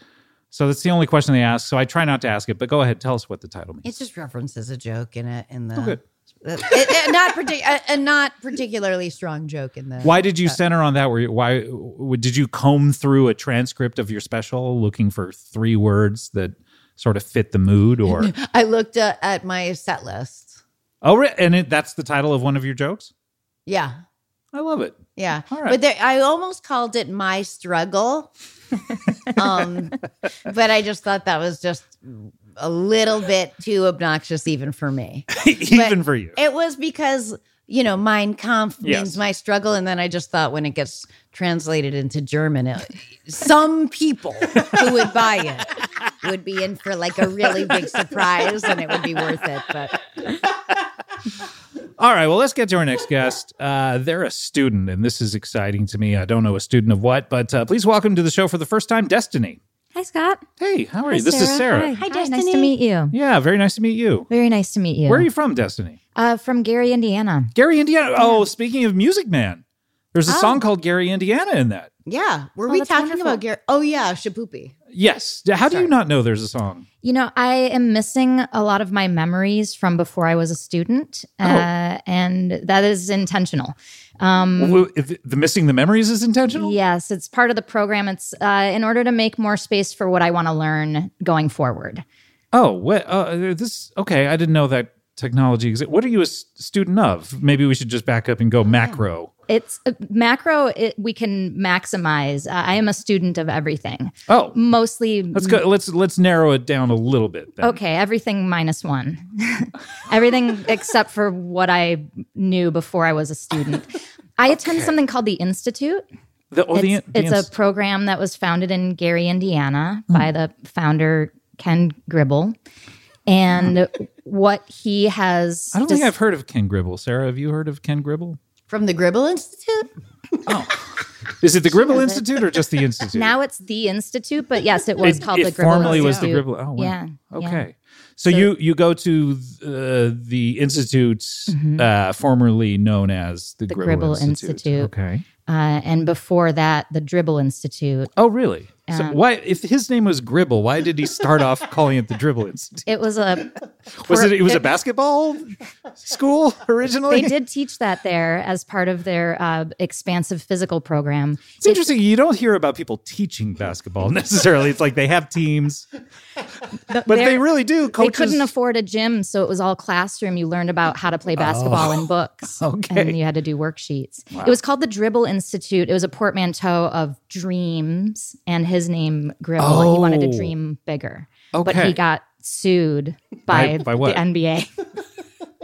[SPEAKER 2] So that's the only question they ask. So I try not to ask it, but go ahead, tell us what the title means.
[SPEAKER 3] It just references a joke in it in the
[SPEAKER 2] good.
[SPEAKER 3] [LAUGHS] Uh, and- and not partic- uh, and not particularly strong joke in the
[SPEAKER 2] Why did you center on that? Were you, why w- did you comb through a transcript of your special looking for three words that sort of fit the mood? Or
[SPEAKER 3] I looked uh, at my set list.
[SPEAKER 2] oh, re- and it, that's the title of one of your jokes.
[SPEAKER 3] Yeah.
[SPEAKER 2] I love it. [LAUGHS]
[SPEAKER 3] Yeah.
[SPEAKER 2] All right.
[SPEAKER 3] But there, I almost called it my
[SPEAKER 2] [LAUGHS]
[SPEAKER 3] struggle. um, but I just thought that was just a little bit too obnoxious even for me.
[SPEAKER 2] [LAUGHS] Even for you,
[SPEAKER 3] It was because, you know, mein Kampf means
[SPEAKER 2] Yes.
[SPEAKER 3] my struggle. And then I just thought when it gets translated into German, it, some people who would buy it would be in for like a really big surprise and it would be worth it. But
[SPEAKER 2] All right, well, let's get to our next guest. Uh, they're a student, and this is exciting to me. I don't know a student of what, but uh, please welcome to the show for the first time, Destiny.
[SPEAKER 6] Hi, Scott.
[SPEAKER 2] Hey, how are you? This is Sarah.
[SPEAKER 6] Hi, Hi, Nice to
[SPEAKER 3] Destiny.
[SPEAKER 6] meet you.
[SPEAKER 2] Yeah, very nice to meet you.
[SPEAKER 6] Very nice to meet you.
[SPEAKER 2] Where are you from, Destiny?
[SPEAKER 6] Uh, from Gary, Indiana.
[SPEAKER 2] Gary, Indiana. Oh, speaking of Music Man, there's a
[SPEAKER 3] Oh.
[SPEAKER 2] song called Gary, Indiana in that.
[SPEAKER 3] yeah, were
[SPEAKER 6] Oh,
[SPEAKER 3] we
[SPEAKER 6] that's
[SPEAKER 3] talking
[SPEAKER 6] wonderful.
[SPEAKER 3] about Gary? Oh, yeah, Shapoopy.
[SPEAKER 2] Yes. How do
[SPEAKER 3] Sorry.
[SPEAKER 2] you not know there's a song?
[SPEAKER 6] You know, I am missing a lot of my memories from before I was a student,
[SPEAKER 3] Oh.
[SPEAKER 6] uh, and that is intentional. Um,
[SPEAKER 2] Well, if the missing the memories is intentional?
[SPEAKER 6] yes, it's part of the program. It's uh, in order to make more space for what I want to learn going forward.
[SPEAKER 2] Oh, what? Uh, this okay. I didn't know that technology existed. What are you a s- student of? Maybe we should just back up and go macro.
[SPEAKER 6] It's uh, macro. It, we can maximize. Uh, I am a student of everything,
[SPEAKER 2] Oh,
[SPEAKER 6] mostly.
[SPEAKER 2] Let's go. Let's let's narrow it down a little bit. Then.
[SPEAKER 6] Okay, everything minus one. [LAUGHS] everything except for what I knew before I was a student. I attend something called the Institute.
[SPEAKER 2] The, oh,
[SPEAKER 6] It's,
[SPEAKER 2] the, the
[SPEAKER 6] it's
[SPEAKER 2] ins- Hmm.
[SPEAKER 6] a program that was founded in Gary, Indiana by the founder, Ken Gribble. And what he has.
[SPEAKER 2] I don't
[SPEAKER 6] dis-
[SPEAKER 2] think I've heard of Ken Gribble. Sarah, have you heard of Ken Gribble?
[SPEAKER 3] From the Gribble Institute?
[SPEAKER 2] Is it the Gribble Institute
[SPEAKER 6] [LAUGHS]
[SPEAKER 2] or just the Institute?
[SPEAKER 6] Now it's the Institute, but yes, it was
[SPEAKER 2] it,
[SPEAKER 6] called
[SPEAKER 2] it
[SPEAKER 6] the Gribble
[SPEAKER 2] formerly was the
[SPEAKER 6] Institute.
[SPEAKER 2] Gribble. Oh, wow.
[SPEAKER 6] Yeah. yeah.
[SPEAKER 2] Okay. So, you you go to uh, the institute uh, formerly known as the,
[SPEAKER 6] Mm-hmm. The
[SPEAKER 2] Gribble,
[SPEAKER 6] Gribble
[SPEAKER 2] Institute.
[SPEAKER 6] Institute.
[SPEAKER 2] Okay.
[SPEAKER 6] Uh, and before that, the Dribble Institute.
[SPEAKER 2] Oh, really? So
[SPEAKER 6] Um,
[SPEAKER 2] why if his name was Gribble, why did he start off calling it the Dribble Institute?
[SPEAKER 6] It was
[SPEAKER 2] [LAUGHS]
[SPEAKER 6] a
[SPEAKER 2] Was it it was a basketball school originally?
[SPEAKER 6] they did teach that there as part of their uh, expansive physical program.
[SPEAKER 2] It's interesting. You don't hear about people teaching basketball [LAUGHS] necessarily. It's like they have teams, but they
[SPEAKER 6] they're-
[SPEAKER 2] really do.
[SPEAKER 6] They
[SPEAKER 2] Coaches,
[SPEAKER 6] couldn't afford a gym, so it was all classroom. You learned about how to play basketball in books.
[SPEAKER 2] Oh. [LAUGHS] Okay.
[SPEAKER 6] And you had to do worksheets. It was called the Dribble Institute. It was a portmanteau of dreams and his name, Gribble. and He wanted
[SPEAKER 2] Oh.
[SPEAKER 6] to dream bigger. But
[SPEAKER 2] Okay.
[SPEAKER 6] he got sued by,
[SPEAKER 2] By- by what?
[SPEAKER 6] the
[SPEAKER 2] [LAUGHS]
[SPEAKER 6] NBA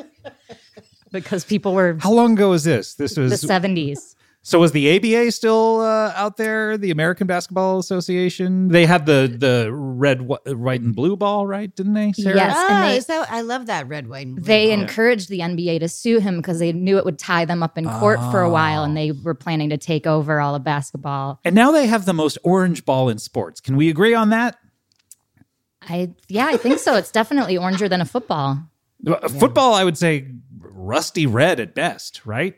[SPEAKER 6] [LAUGHS] because people were
[SPEAKER 2] How long ago was this? This
[SPEAKER 6] the
[SPEAKER 2] was
[SPEAKER 6] 70s.
[SPEAKER 2] so. Was the ABA still uh, out there? The American Basketball Association. They had the the red, wh- white, and blue ball, right? Didn't they? Sarah?
[SPEAKER 6] Yes, and
[SPEAKER 3] Ah,
[SPEAKER 6] they-
[SPEAKER 3] is that, I love that red, white, and blue.
[SPEAKER 6] they encouraged the NBA to sue him because they knew it would tie them up in court for a while, and they
[SPEAKER 2] Ah.
[SPEAKER 6] were planning to take over all of basketball.
[SPEAKER 2] And now they have the most orange ball in sports. Can we agree on that?
[SPEAKER 6] I yeah, I think so. It's definitely oranger than a football.
[SPEAKER 2] Football, I would say, rusty red at best, right?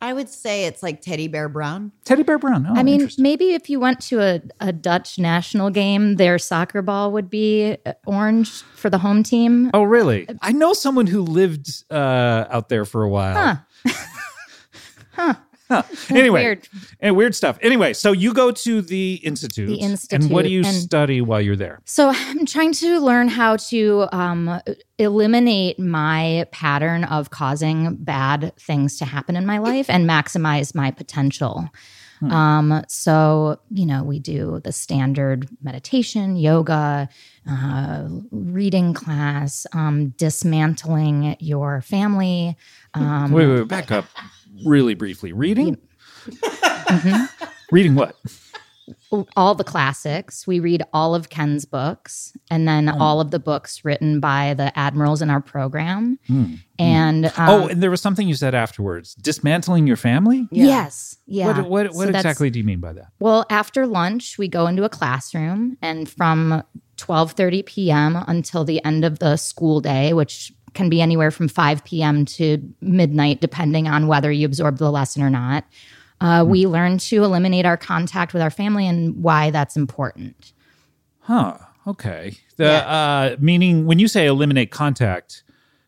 [SPEAKER 3] I would say it's like teddy bear brown.
[SPEAKER 2] Teddy bear brown. Oh,
[SPEAKER 6] I mean,
[SPEAKER 2] interesting.
[SPEAKER 6] maybe if you went to a, a Dutch national game, their soccer ball would be uh, orange for the home team.
[SPEAKER 2] Oh, really? I know someone who lived uh, out there for a while. [LAUGHS] Huh. Anyway,
[SPEAKER 6] Weird.
[SPEAKER 2] and weird stuff. Anyway, so you go to the institute.
[SPEAKER 6] The
[SPEAKER 2] And what do you
[SPEAKER 6] institute, and-
[SPEAKER 2] study while you're there?
[SPEAKER 6] So [LAUGHS] I'm trying to learn how to um, eliminate my pattern of causing bad things to happen in my life and maximize my potential. Um, so you know, we do the standard meditation, yoga, uh, reading class, um, dismantling your family. Um,
[SPEAKER 2] Wait, wait, wait, back up really briefly. Reading? Mm-hmm. [LAUGHS] Reading what?
[SPEAKER 6] all the classics. We read all of Ken's books and then all of the books written by the admirals in our program. And um,
[SPEAKER 2] oh, and there was something you said afterwards dismantling your family?
[SPEAKER 6] yes, yeah.
[SPEAKER 2] What, what,
[SPEAKER 6] So
[SPEAKER 2] what
[SPEAKER 6] that's-
[SPEAKER 2] exactly do you mean by that?
[SPEAKER 6] Well, after lunch, we go into a classroom, and from twelve thirty p.m. until the end of the school day, which can be anywhere from five p.m. to midnight, depending on whether you absorb the lesson or not. Uh,
[SPEAKER 2] Hmm.
[SPEAKER 6] We learn to eliminate our contact with our family and why that's important.
[SPEAKER 2] Oh, Huh. Okay. The uh, meaning when you say eliminate contact,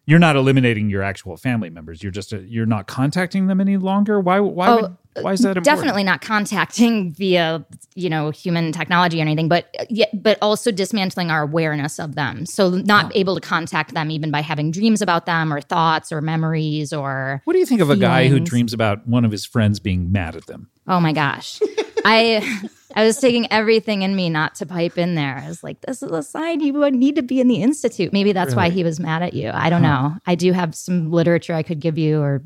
[SPEAKER 2] you're not eliminating your actual family members. You're just uh, you're not contacting them any longer. Why? Why?
[SPEAKER 6] Oh,
[SPEAKER 2] would, why is that important?
[SPEAKER 6] Definitely not contacting [LAUGHS] via you know human technology or anything, but yeah, but also dismantling our awareness of them. So not able to contact them even by having dreams about them or thoughts or memories or
[SPEAKER 2] What do you think of a guy who
[SPEAKER 6] Feelings.
[SPEAKER 2] dreams about one of his friends being mad at them?
[SPEAKER 6] oh my gosh, I. I was taking everything in me not to pipe in there. I was like, this is a sign you would need to be in the institute. Maybe that's why he was mad at you. I don't know. I do have some literature I could give you or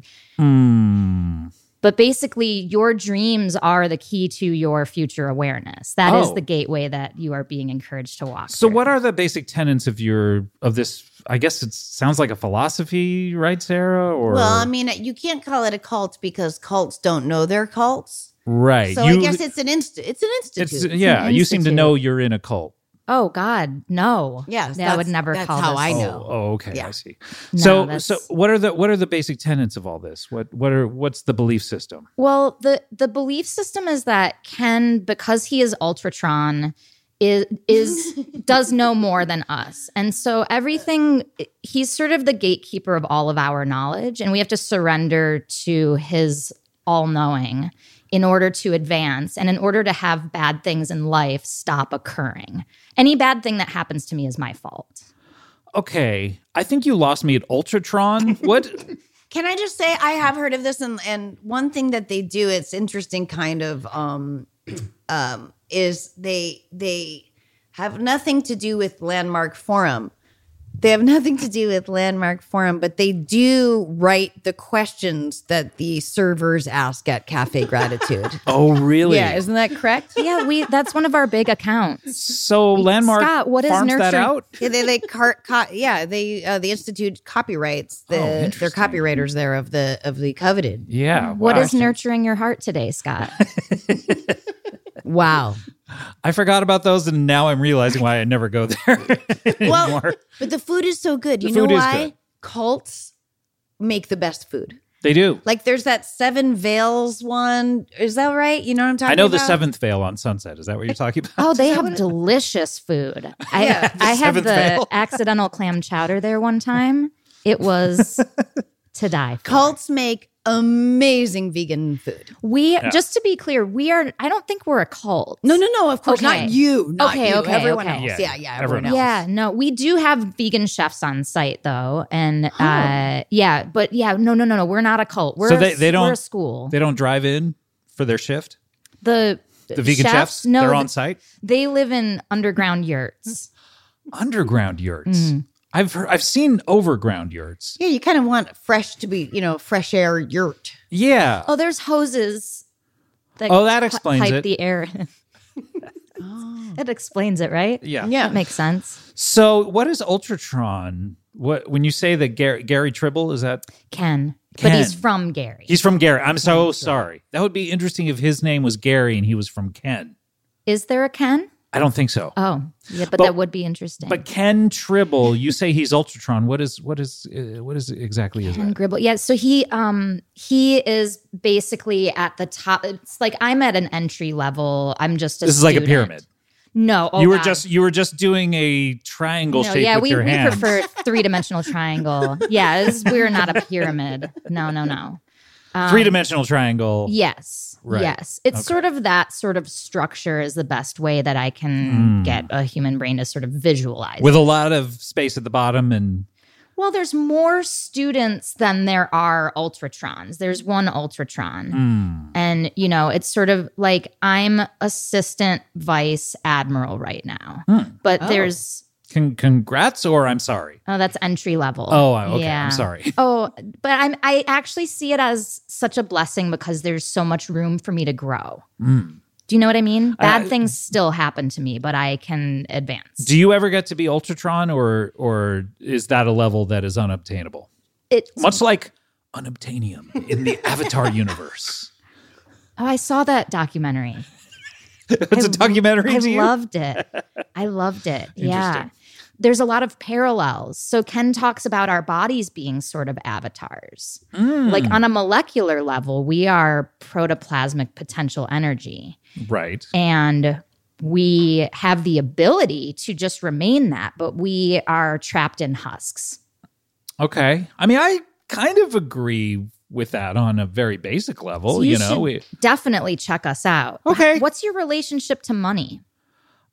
[SPEAKER 6] But basically, your dreams are the key to your future awareness. That is
[SPEAKER 2] Oh.
[SPEAKER 6] the gateway that you are being encouraged to walk.
[SPEAKER 2] So,
[SPEAKER 6] through.
[SPEAKER 2] what are the basic tenets of your of this? I guess it sounds like a philosophy, right, Sarah? Or
[SPEAKER 3] Well, I mean, you can't call it a cult because cults don't know they're cults.
[SPEAKER 2] right?
[SPEAKER 3] So I
[SPEAKER 2] You-
[SPEAKER 3] guess it's an inst- it's an institute.
[SPEAKER 2] it's yeah.
[SPEAKER 6] an
[SPEAKER 2] You seem to
[SPEAKER 6] institute.
[SPEAKER 2] know you're in a cult.
[SPEAKER 6] Oh God, no.
[SPEAKER 3] Yes,
[SPEAKER 6] I would
[SPEAKER 3] that's-
[SPEAKER 6] never
[SPEAKER 3] that's
[SPEAKER 6] call
[SPEAKER 3] how
[SPEAKER 6] this-
[SPEAKER 3] I know.
[SPEAKER 2] Oh, oh, okay,
[SPEAKER 3] Yeah.
[SPEAKER 2] I see.
[SPEAKER 6] No,
[SPEAKER 2] so,
[SPEAKER 6] that's-
[SPEAKER 2] so what are the what are the basic tenets of all this? What what are what's the belief system?
[SPEAKER 6] Well, the the belief system is that Ken, because he is Ultratron, is is does know more than us, and so everything he's sort of the gatekeeper of all of our knowledge, and we have to surrender to his all knowing in order to advance and in order to have bad things in life stop occurring. Any bad thing that happens to me is my fault.
[SPEAKER 2] Okay, I think you lost me at Ultratron. what?
[SPEAKER 3] Can I just say I have heard of this and and one thing that they do it's interesting kind of um [CLEARS THROAT] um is they they have nothing to do with landmark forum. They have nothing to do with landmark forum, but they do write the questions that the servers ask at Cafe Gratitude.
[SPEAKER 2] Oh, really?
[SPEAKER 3] yeah, isn't that correct?
[SPEAKER 6] Yeah, we that's one of our big accounts.
[SPEAKER 2] so landmark
[SPEAKER 6] Scott, what is
[SPEAKER 2] farms that
[SPEAKER 6] nurturing-
[SPEAKER 2] out?
[SPEAKER 3] yeah, they like car, co- yeah, they uh, the institute copyrights the they're copywriters there of the of the coveted.
[SPEAKER 2] Yeah.
[SPEAKER 6] What
[SPEAKER 2] wow.
[SPEAKER 6] is nurturing your heart today, Scott?
[SPEAKER 3] Wow.
[SPEAKER 2] I forgot about those, and now I'm realizing why I never go there [LAUGHS] anymore.
[SPEAKER 3] But the food is so good.
[SPEAKER 2] The
[SPEAKER 3] you know
[SPEAKER 2] food is
[SPEAKER 3] why?
[SPEAKER 2] good.
[SPEAKER 3] Cults make the best food.
[SPEAKER 2] they do.
[SPEAKER 3] Like there's that Seven Veils one. Is that right? You know what I'm talking
[SPEAKER 2] I
[SPEAKER 3] about?
[SPEAKER 2] know the seventh veil on Sunset. Is that what you're talking about?
[SPEAKER 6] Oh, they have delicious food. I,
[SPEAKER 3] Yeah.
[SPEAKER 6] [LAUGHS] I had the
[SPEAKER 2] Seventh Veil.
[SPEAKER 6] accidental clam chowder there one time. It [LAUGHS] was to die. For.
[SPEAKER 3] Cults make amazing vegan food.
[SPEAKER 6] We just to be clear, we are. I don't think we're a cult.
[SPEAKER 3] No, no, no. Of course,
[SPEAKER 6] Okay.
[SPEAKER 3] not you. Not
[SPEAKER 6] Okay,
[SPEAKER 3] you.
[SPEAKER 6] okay,
[SPEAKER 3] everyone
[SPEAKER 6] okay.
[SPEAKER 3] else. Yeah,
[SPEAKER 2] Yeah,
[SPEAKER 3] yeah,
[SPEAKER 2] everyone
[SPEAKER 3] everyone,
[SPEAKER 6] Yeah,
[SPEAKER 3] else.
[SPEAKER 6] no, we do have vegan chefs on site though, and uh, yeah, but yeah, no, no, no, no, we're not a cult. We're
[SPEAKER 2] So
[SPEAKER 6] a-
[SPEAKER 2] they- they
[SPEAKER 6] we're a
[SPEAKER 2] don't-
[SPEAKER 6] school.
[SPEAKER 2] They don't drive in for their shift.
[SPEAKER 6] The
[SPEAKER 2] The vegan chefs,
[SPEAKER 6] no,
[SPEAKER 2] they're on site.
[SPEAKER 6] they live in underground yurts.
[SPEAKER 2] Underground yurts. I've heard, I've seen overground yurts.
[SPEAKER 3] Yeah, you kind of want fresh to be, you know, fresh air yurt.
[SPEAKER 2] Yeah.
[SPEAKER 6] Oh, there's hoses. That
[SPEAKER 2] Oh, that
[SPEAKER 6] pi-
[SPEAKER 2] explains
[SPEAKER 6] pipe
[SPEAKER 2] it.
[SPEAKER 6] The air. That explains [LAUGHS] it, right?
[SPEAKER 2] Yeah.
[SPEAKER 3] Yeah.
[SPEAKER 6] That makes sense.
[SPEAKER 2] So what is Ultratron? What when you say that Gary, Gary Tribble is that
[SPEAKER 6] Ken, but
[SPEAKER 2] Ken.
[SPEAKER 6] he's from Gary.
[SPEAKER 2] he's from Gary? I'm so sorry. That would be interesting if his name was Gary and he was from Ken.
[SPEAKER 6] Is there a Ken?
[SPEAKER 2] I don't think so.
[SPEAKER 6] Oh, yeah, but,
[SPEAKER 2] But-
[SPEAKER 6] that would be interesting.
[SPEAKER 2] But Ken Tribble, you say he's Ultratron. What is what is uh, what is exactly is
[SPEAKER 6] Ken
[SPEAKER 2] that?
[SPEAKER 6] Gribble. Yeah, so he um he is basically at the top. It's like I'm at an entry level. I'm just a
[SPEAKER 2] This is like a
[SPEAKER 6] student.
[SPEAKER 2] pyramid.
[SPEAKER 6] No, oh
[SPEAKER 2] you were
[SPEAKER 6] God.
[SPEAKER 2] just you were just doing a triangle shape
[SPEAKER 6] yeah,
[SPEAKER 2] with
[SPEAKER 6] we,
[SPEAKER 2] your
[SPEAKER 6] we
[SPEAKER 2] hand.
[SPEAKER 6] prefer
[SPEAKER 2] [LAUGHS]
[SPEAKER 6] three dimensional triangle. Yeah, this- we're not a pyramid. No, no, no. Um,
[SPEAKER 2] Three dimensional triangle.
[SPEAKER 6] Yes.
[SPEAKER 2] Right.
[SPEAKER 6] Yes. It's sort of that sort of structure is the best way that I can get a human brain to sort of visualize.
[SPEAKER 2] Hmm. With a lot of space at the bottom and
[SPEAKER 6] well, there's more students than there are Ultratrons. There's one Ultratron.
[SPEAKER 2] Hmm.
[SPEAKER 6] And, you know, it's sort of like I'm assistant vice admiral right now.
[SPEAKER 2] Hmm.
[SPEAKER 6] But there's,
[SPEAKER 2] con- congrats or I'm sorry.
[SPEAKER 6] oh, that's entry level.
[SPEAKER 2] Oh, I- okay.
[SPEAKER 6] Yeah.
[SPEAKER 2] I'm sorry.
[SPEAKER 6] Oh, but I'm, I actually see it as such a blessing because there's so much room for me to grow. Do you know what I mean? Bad things still happen to me, but I can advance.
[SPEAKER 2] Do you ever get to be Ultratron or or is that a level that is unobtainable?
[SPEAKER 6] It, oh,
[SPEAKER 2] Much like unobtainium in the [LAUGHS] Avatar universe.
[SPEAKER 6] oh, I saw that documentary.
[SPEAKER 2] It's a
[SPEAKER 6] I-
[SPEAKER 2] documentary
[SPEAKER 6] I
[SPEAKER 2] to you?
[SPEAKER 6] loved it. I loved it. yeah. There's a lot of parallels. So Ken talks about our bodies being sort of avatars. Like on a molecular level, we are protoplasmic potential energy.
[SPEAKER 2] right.
[SPEAKER 6] and we have the ability to just remain that, but we are trapped in husks.
[SPEAKER 2] Okay. I mean, I kind of agree with that on a very basic level.
[SPEAKER 6] So
[SPEAKER 2] you,
[SPEAKER 6] you
[SPEAKER 2] know,
[SPEAKER 6] should-
[SPEAKER 2] we,
[SPEAKER 6] Definitely check us out.
[SPEAKER 2] Okay.
[SPEAKER 6] What's your relationship to money?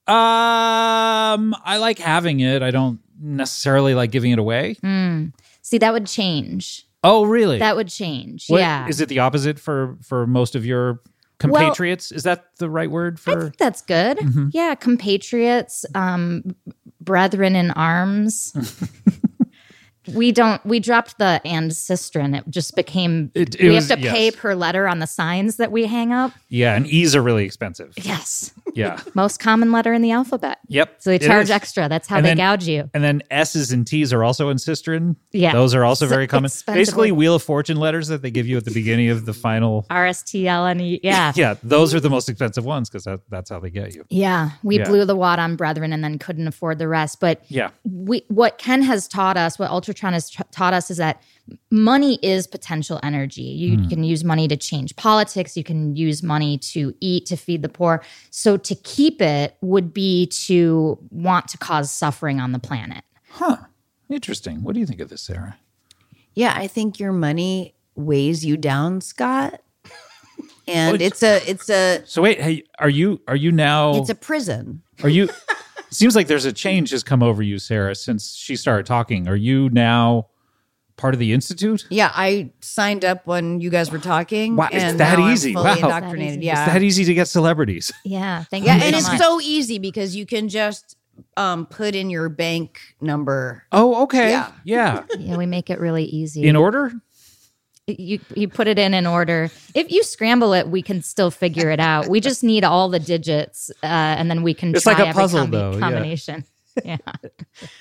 [SPEAKER 2] um, I like having it. I don't necessarily like giving it away.
[SPEAKER 6] Mm. See, that would change.
[SPEAKER 2] Oh, really?
[SPEAKER 6] That would change.
[SPEAKER 2] What-
[SPEAKER 6] yeah.
[SPEAKER 2] Is it the opposite for for most of your compatriots? is that the right word
[SPEAKER 6] I
[SPEAKER 2] for?
[SPEAKER 6] think that's good.
[SPEAKER 2] Mm-hmm.
[SPEAKER 6] Yeah, compatriots, um, brethren in
[SPEAKER 2] [LAUGHS]
[SPEAKER 6] arms. we don't. We dropped the and cistern. It just became.
[SPEAKER 2] It- it
[SPEAKER 6] we
[SPEAKER 2] was-
[SPEAKER 6] have to pay
[SPEAKER 2] yes.
[SPEAKER 6] per letter on the signs that we hang up.
[SPEAKER 2] yeah, and E's are really expensive.
[SPEAKER 6] Yes, [LAUGHS]
[SPEAKER 2] Yeah.
[SPEAKER 6] most common letter in the alphabet.
[SPEAKER 2] yep.
[SPEAKER 6] So they
[SPEAKER 2] it
[SPEAKER 6] charge
[SPEAKER 2] is.
[SPEAKER 6] extra. That's how
[SPEAKER 2] And
[SPEAKER 6] they
[SPEAKER 2] then-
[SPEAKER 6] gouge you.
[SPEAKER 2] And then S's and T's are also in cistern.
[SPEAKER 6] Yeah.
[SPEAKER 2] Those are also
[SPEAKER 6] So
[SPEAKER 2] very common.
[SPEAKER 6] expensive.
[SPEAKER 2] Basically, Wheel of Fortune letters that they give you at the beginning of the final.
[SPEAKER 6] R S T L N E. Yeah.
[SPEAKER 2] [LAUGHS] Yeah, those are the most expensive ones because that, that's how they get you.
[SPEAKER 6] Yeah, we
[SPEAKER 2] Yeah.
[SPEAKER 6] blew the wad on brethren and then couldn't afford the rest. But
[SPEAKER 2] Yeah.
[SPEAKER 6] we, what Ken has taught us, what Ultratron has tra- taught us, is that money is potential energy. You
[SPEAKER 2] Hmm.
[SPEAKER 6] can use money to change politics. You can use money to eat, to feed the poor. So to keep it would be to want to cause suffering on the planet.
[SPEAKER 2] Interesting. What do you think of this, Sarah?
[SPEAKER 3] Yeah, I think your money weighs you down, Scott. [LAUGHS] And it's a it's a
[SPEAKER 2] So wait, hey, are you are you now
[SPEAKER 3] it's a prison.
[SPEAKER 2] are you seems like there's a change has come over you, Sarah, since she started talking. Are you now part of the institute?
[SPEAKER 3] Yeah, I signed up when you guys were talking.
[SPEAKER 2] Wow, it's
[SPEAKER 3] and
[SPEAKER 2] that
[SPEAKER 3] now I'm
[SPEAKER 2] easy.
[SPEAKER 3] fully
[SPEAKER 2] Wow.
[SPEAKER 3] indoctrinated.
[SPEAKER 6] That easy.
[SPEAKER 3] Yeah,
[SPEAKER 2] It's that easy to get celebrities.
[SPEAKER 6] Yeah, thank
[SPEAKER 3] yeah,
[SPEAKER 6] you.
[SPEAKER 3] and
[SPEAKER 6] so
[SPEAKER 3] it's
[SPEAKER 6] much.
[SPEAKER 3] so easy because you can just um, put in your bank number.
[SPEAKER 2] Oh, okay. Yeah.
[SPEAKER 3] Yeah.
[SPEAKER 6] [LAUGHS] yeah, we make it really easy.
[SPEAKER 2] In order?
[SPEAKER 6] you you put it in an order. If you scramble it, we can still figure it out. We just need all the digits, uh, and then we can
[SPEAKER 2] It's
[SPEAKER 6] try
[SPEAKER 2] like a
[SPEAKER 6] every
[SPEAKER 2] puzzle,
[SPEAKER 6] combi-
[SPEAKER 2] though, yeah.
[SPEAKER 6] combination. Yeah.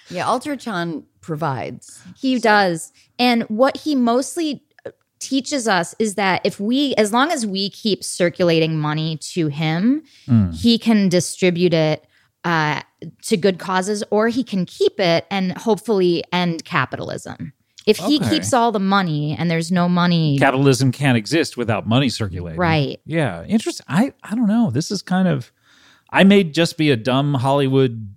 [SPEAKER 3] Yeah, Alterchan provides.
[SPEAKER 6] he does. And what he mostly uh, teaches us is that if we, as long as we keep circulating money to him,
[SPEAKER 2] Hmm.
[SPEAKER 6] he can distribute it uh, to good causes, or he can keep it and hopefully end capitalism. If he
[SPEAKER 2] Okay.
[SPEAKER 6] keeps all the money and there's no money,
[SPEAKER 2] Capitalism can't exist without money circulating.
[SPEAKER 6] right?
[SPEAKER 2] Yeah. Interesting. I I don't know. This is kind of I may just be a dumb Hollywood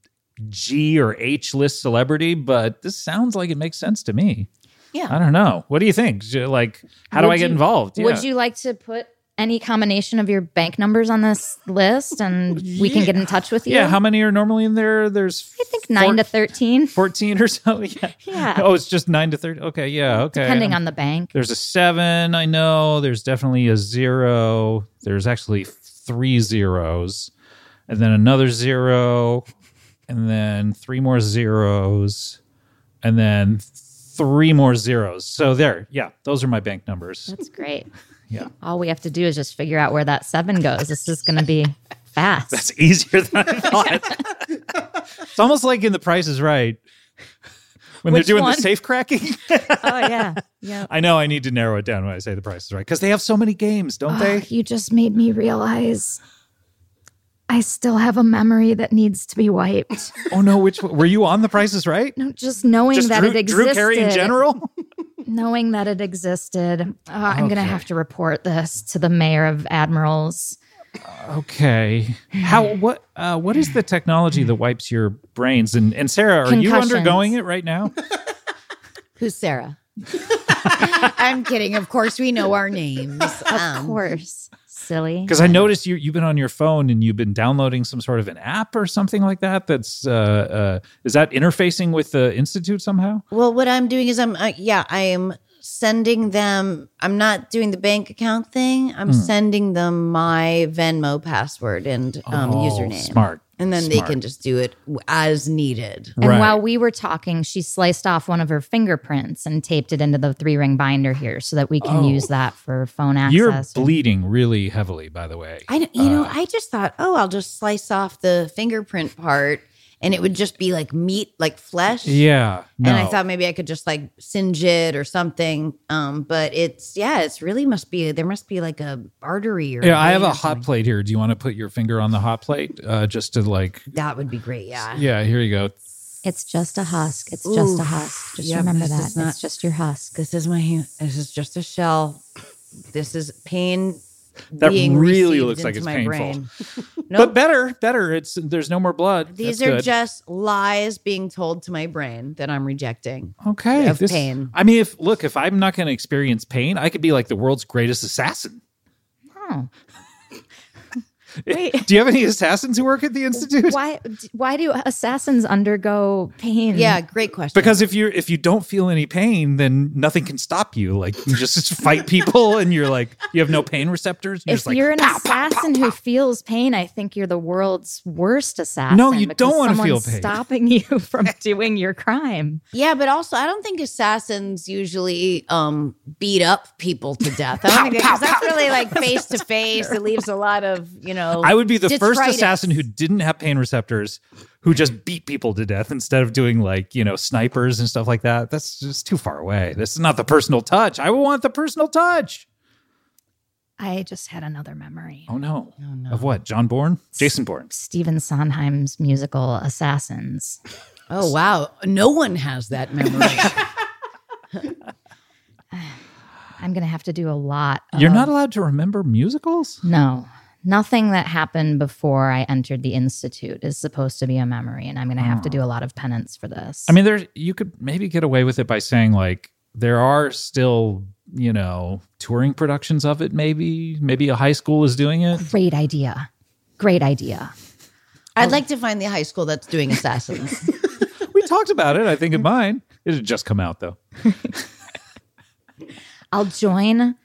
[SPEAKER 2] G or H list celebrity, but this sounds like it makes sense to me.
[SPEAKER 3] Yeah.
[SPEAKER 2] I don't know. What do you think? J- Like, how do
[SPEAKER 6] Would
[SPEAKER 2] I get
[SPEAKER 6] you-
[SPEAKER 2] involved? Yeah.
[SPEAKER 6] Would you like to put any combination of your bank numbers on this list and we can get in touch with you?
[SPEAKER 2] Yeah. How many are normally in there? There's
[SPEAKER 6] I think 9 to 13,
[SPEAKER 2] 14 or so. [LAUGHS] Yeah.
[SPEAKER 6] Yeah.
[SPEAKER 2] Oh, it's just nine to 30. Okay. Yeah. Okay.
[SPEAKER 6] depending on the bank.
[SPEAKER 2] There's a seven, I know. There's definitely a zero. There's actually three zeros, and then another zero, and then three more zeros, and then three more zeros. So there, yeah, those are my bank numbers.
[SPEAKER 6] That's great.
[SPEAKER 2] Yeah.
[SPEAKER 6] All we have to do is just figure out where that 7 goes. This is going to be fast.
[SPEAKER 2] It's easier than I thought.
[SPEAKER 6] [LAUGHS]
[SPEAKER 2] it's almost like in The Price is Right when
[SPEAKER 6] Which
[SPEAKER 2] they're doing
[SPEAKER 6] one?
[SPEAKER 2] the safe cracking.
[SPEAKER 6] oh yeah. Yeah.
[SPEAKER 2] [LAUGHS] I know I need to narrow it down when I say The Price is Right because they have so many games,
[SPEAKER 6] Oh.
[SPEAKER 2] don't they?
[SPEAKER 6] you just made me realize I still have a memory that needs to be wiped. [LAUGHS]
[SPEAKER 2] Oh no, which one? were you on The Price is Right?
[SPEAKER 6] No, just knowing
[SPEAKER 2] Just
[SPEAKER 6] that
[SPEAKER 2] Drew,
[SPEAKER 6] it existed.
[SPEAKER 2] Drew Carey in general.
[SPEAKER 3] [LAUGHS]
[SPEAKER 6] knowing that it existed, uh, I'm going to
[SPEAKER 2] Okay.
[SPEAKER 6] have to report this to the mayor of Admirals.
[SPEAKER 2] Okay. How what uh what is the technology that wipes your brains and and Sarah, are you
[SPEAKER 6] Concussions.
[SPEAKER 2] undergoing it right
[SPEAKER 3] [LAUGHS]
[SPEAKER 2] now?
[SPEAKER 3] Who's Sarah? [LAUGHS] I'm kidding. Of course, we know our names. Um, Of
[SPEAKER 6] Mm-hmm. course, silly.
[SPEAKER 2] Cuz I noticed you you've been on your phone and you've been downloading some sort of an app or something like that that's uh uh is that interfacing with the institute somehow?
[SPEAKER 3] Well, what I'm doing is I'm uh, yeah, I am sending them. I'm not doing the bank account thing.
[SPEAKER 2] Hmm.
[SPEAKER 3] I'm sending them my Venmo password and um,
[SPEAKER 2] Oh,
[SPEAKER 3] username.
[SPEAKER 2] smart,
[SPEAKER 3] And then
[SPEAKER 2] smart.
[SPEAKER 3] they can just do it w- as needed.
[SPEAKER 6] And
[SPEAKER 2] Right.
[SPEAKER 6] while we were talking, she sliced off one of her fingerprints and taped it into the three ring binder here so that we can
[SPEAKER 2] Oh.
[SPEAKER 6] use that for phone access.
[SPEAKER 2] You're bleeding really heavily by the way.
[SPEAKER 3] I don't- you
[SPEAKER 2] Uh.
[SPEAKER 3] know, I just thought, oh, I'll just slice off the fingerprint part, and it would just be like meat, like flesh.
[SPEAKER 2] yeah. No.
[SPEAKER 3] And I thought maybe I could just like singe it or something. Um, but it's yeah, it's really must be there must be like a artery or
[SPEAKER 2] yeah, I have
[SPEAKER 3] vein
[SPEAKER 2] a
[SPEAKER 3] or something.
[SPEAKER 2] hot plate here. Do you want to put your finger on the hot plate uh just to like
[SPEAKER 3] That would be great. Yeah.
[SPEAKER 2] Yeah, here you go.
[SPEAKER 6] it's just a husk. It's just a
[SPEAKER 3] Oof.
[SPEAKER 6] husk. Just
[SPEAKER 3] Yep,
[SPEAKER 6] remember
[SPEAKER 3] this
[SPEAKER 6] that.
[SPEAKER 3] is not-
[SPEAKER 6] it's just your husk.
[SPEAKER 3] This is my hand. This is just a shell. This is pain
[SPEAKER 2] That
[SPEAKER 3] being
[SPEAKER 2] really
[SPEAKER 3] received
[SPEAKER 2] looks like
[SPEAKER 3] into
[SPEAKER 2] it's
[SPEAKER 3] my
[SPEAKER 2] painful.
[SPEAKER 3] brain.
[SPEAKER 2] But better, better. It's there's no more blood.
[SPEAKER 3] These
[SPEAKER 2] That's
[SPEAKER 3] are
[SPEAKER 2] good.
[SPEAKER 3] just lies being told to my brain that I'm rejecting.
[SPEAKER 2] okay.
[SPEAKER 3] of pain.
[SPEAKER 2] I mean, if look, if I'm not going to experience pain, I could be like the world's greatest assassin. [LAUGHS]
[SPEAKER 6] Oh.
[SPEAKER 2] Wait. Do you have any assassins who work at the
[SPEAKER 6] [LAUGHS]
[SPEAKER 2] institute?
[SPEAKER 6] Why why do assassins undergo pain?
[SPEAKER 3] Yeah, great question.
[SPEAKER 2] Because if you if you don't feel any pain, then nothing can stop you. Like you just [LAUGHS] fight people, and you're like you have no pain receptors. You're
[SPEAKER 6] If
[SPEAKER 2] just like,
[SPEAKER 6] you're an assassin who feels pain, I think you're the world's worst assassin.
[SPEAKER 2] you
[SPEAKER 6] because
[SPEAKER 2] don't wanna feel
[SPEAKER 6] someone's
[SPEAKER 2] pain.
[SPEAKER 6] Stopping [LAUGHS] you from doing your crime.
[SPEAKER 3] yeah, but also I don't think assassins usually um, beat up people to death. I don't think because that's really like face to face. It leaves a lot of you know.
[SPEAKER 2] I would be the first
[SPEAKER 3] detritus.
[SPEAKER 2] assassin who didn't have pain receptors, who just beat people to death instead of doing like you know snipers and stuff like that. That's just too far away. This is not the personal touch. I want the personal touch.
[SPEAKER 6] I just had another memory.
[SPEAKER 2] Oh no! Of what? John Bourne? Jason Bourne?
[SPEAKER 6] Stephen Sondheim's musical Assassins.
[SPEAKER 3] Oh wow, no one has that memory. [LAUGHS]
[SPEAKER 6] I'm going to have to do a lot. Of,
[SPEAKER 2] You're not allowed to remember musicals.
[SPEAKER 6] No, nothing that happened before I entered the institute is supposed to be a memory, and I'm going to have to do a lot of penance for this.
[SPEAKER 2] Oh. I mean, there you could maybe get away with it by saying like there are still you know touring productions of it. Maybe maybe a high school is doing it.
[SPEAKER 6] great idea. Great idea.
[SPEAKER 3] I'd like to find the high school that's doing assassins.
[SPEAKER 2] [LAUGHS] We talked about it. I think in mine. It had just come out though.
[SPEAKER 6] I'll join.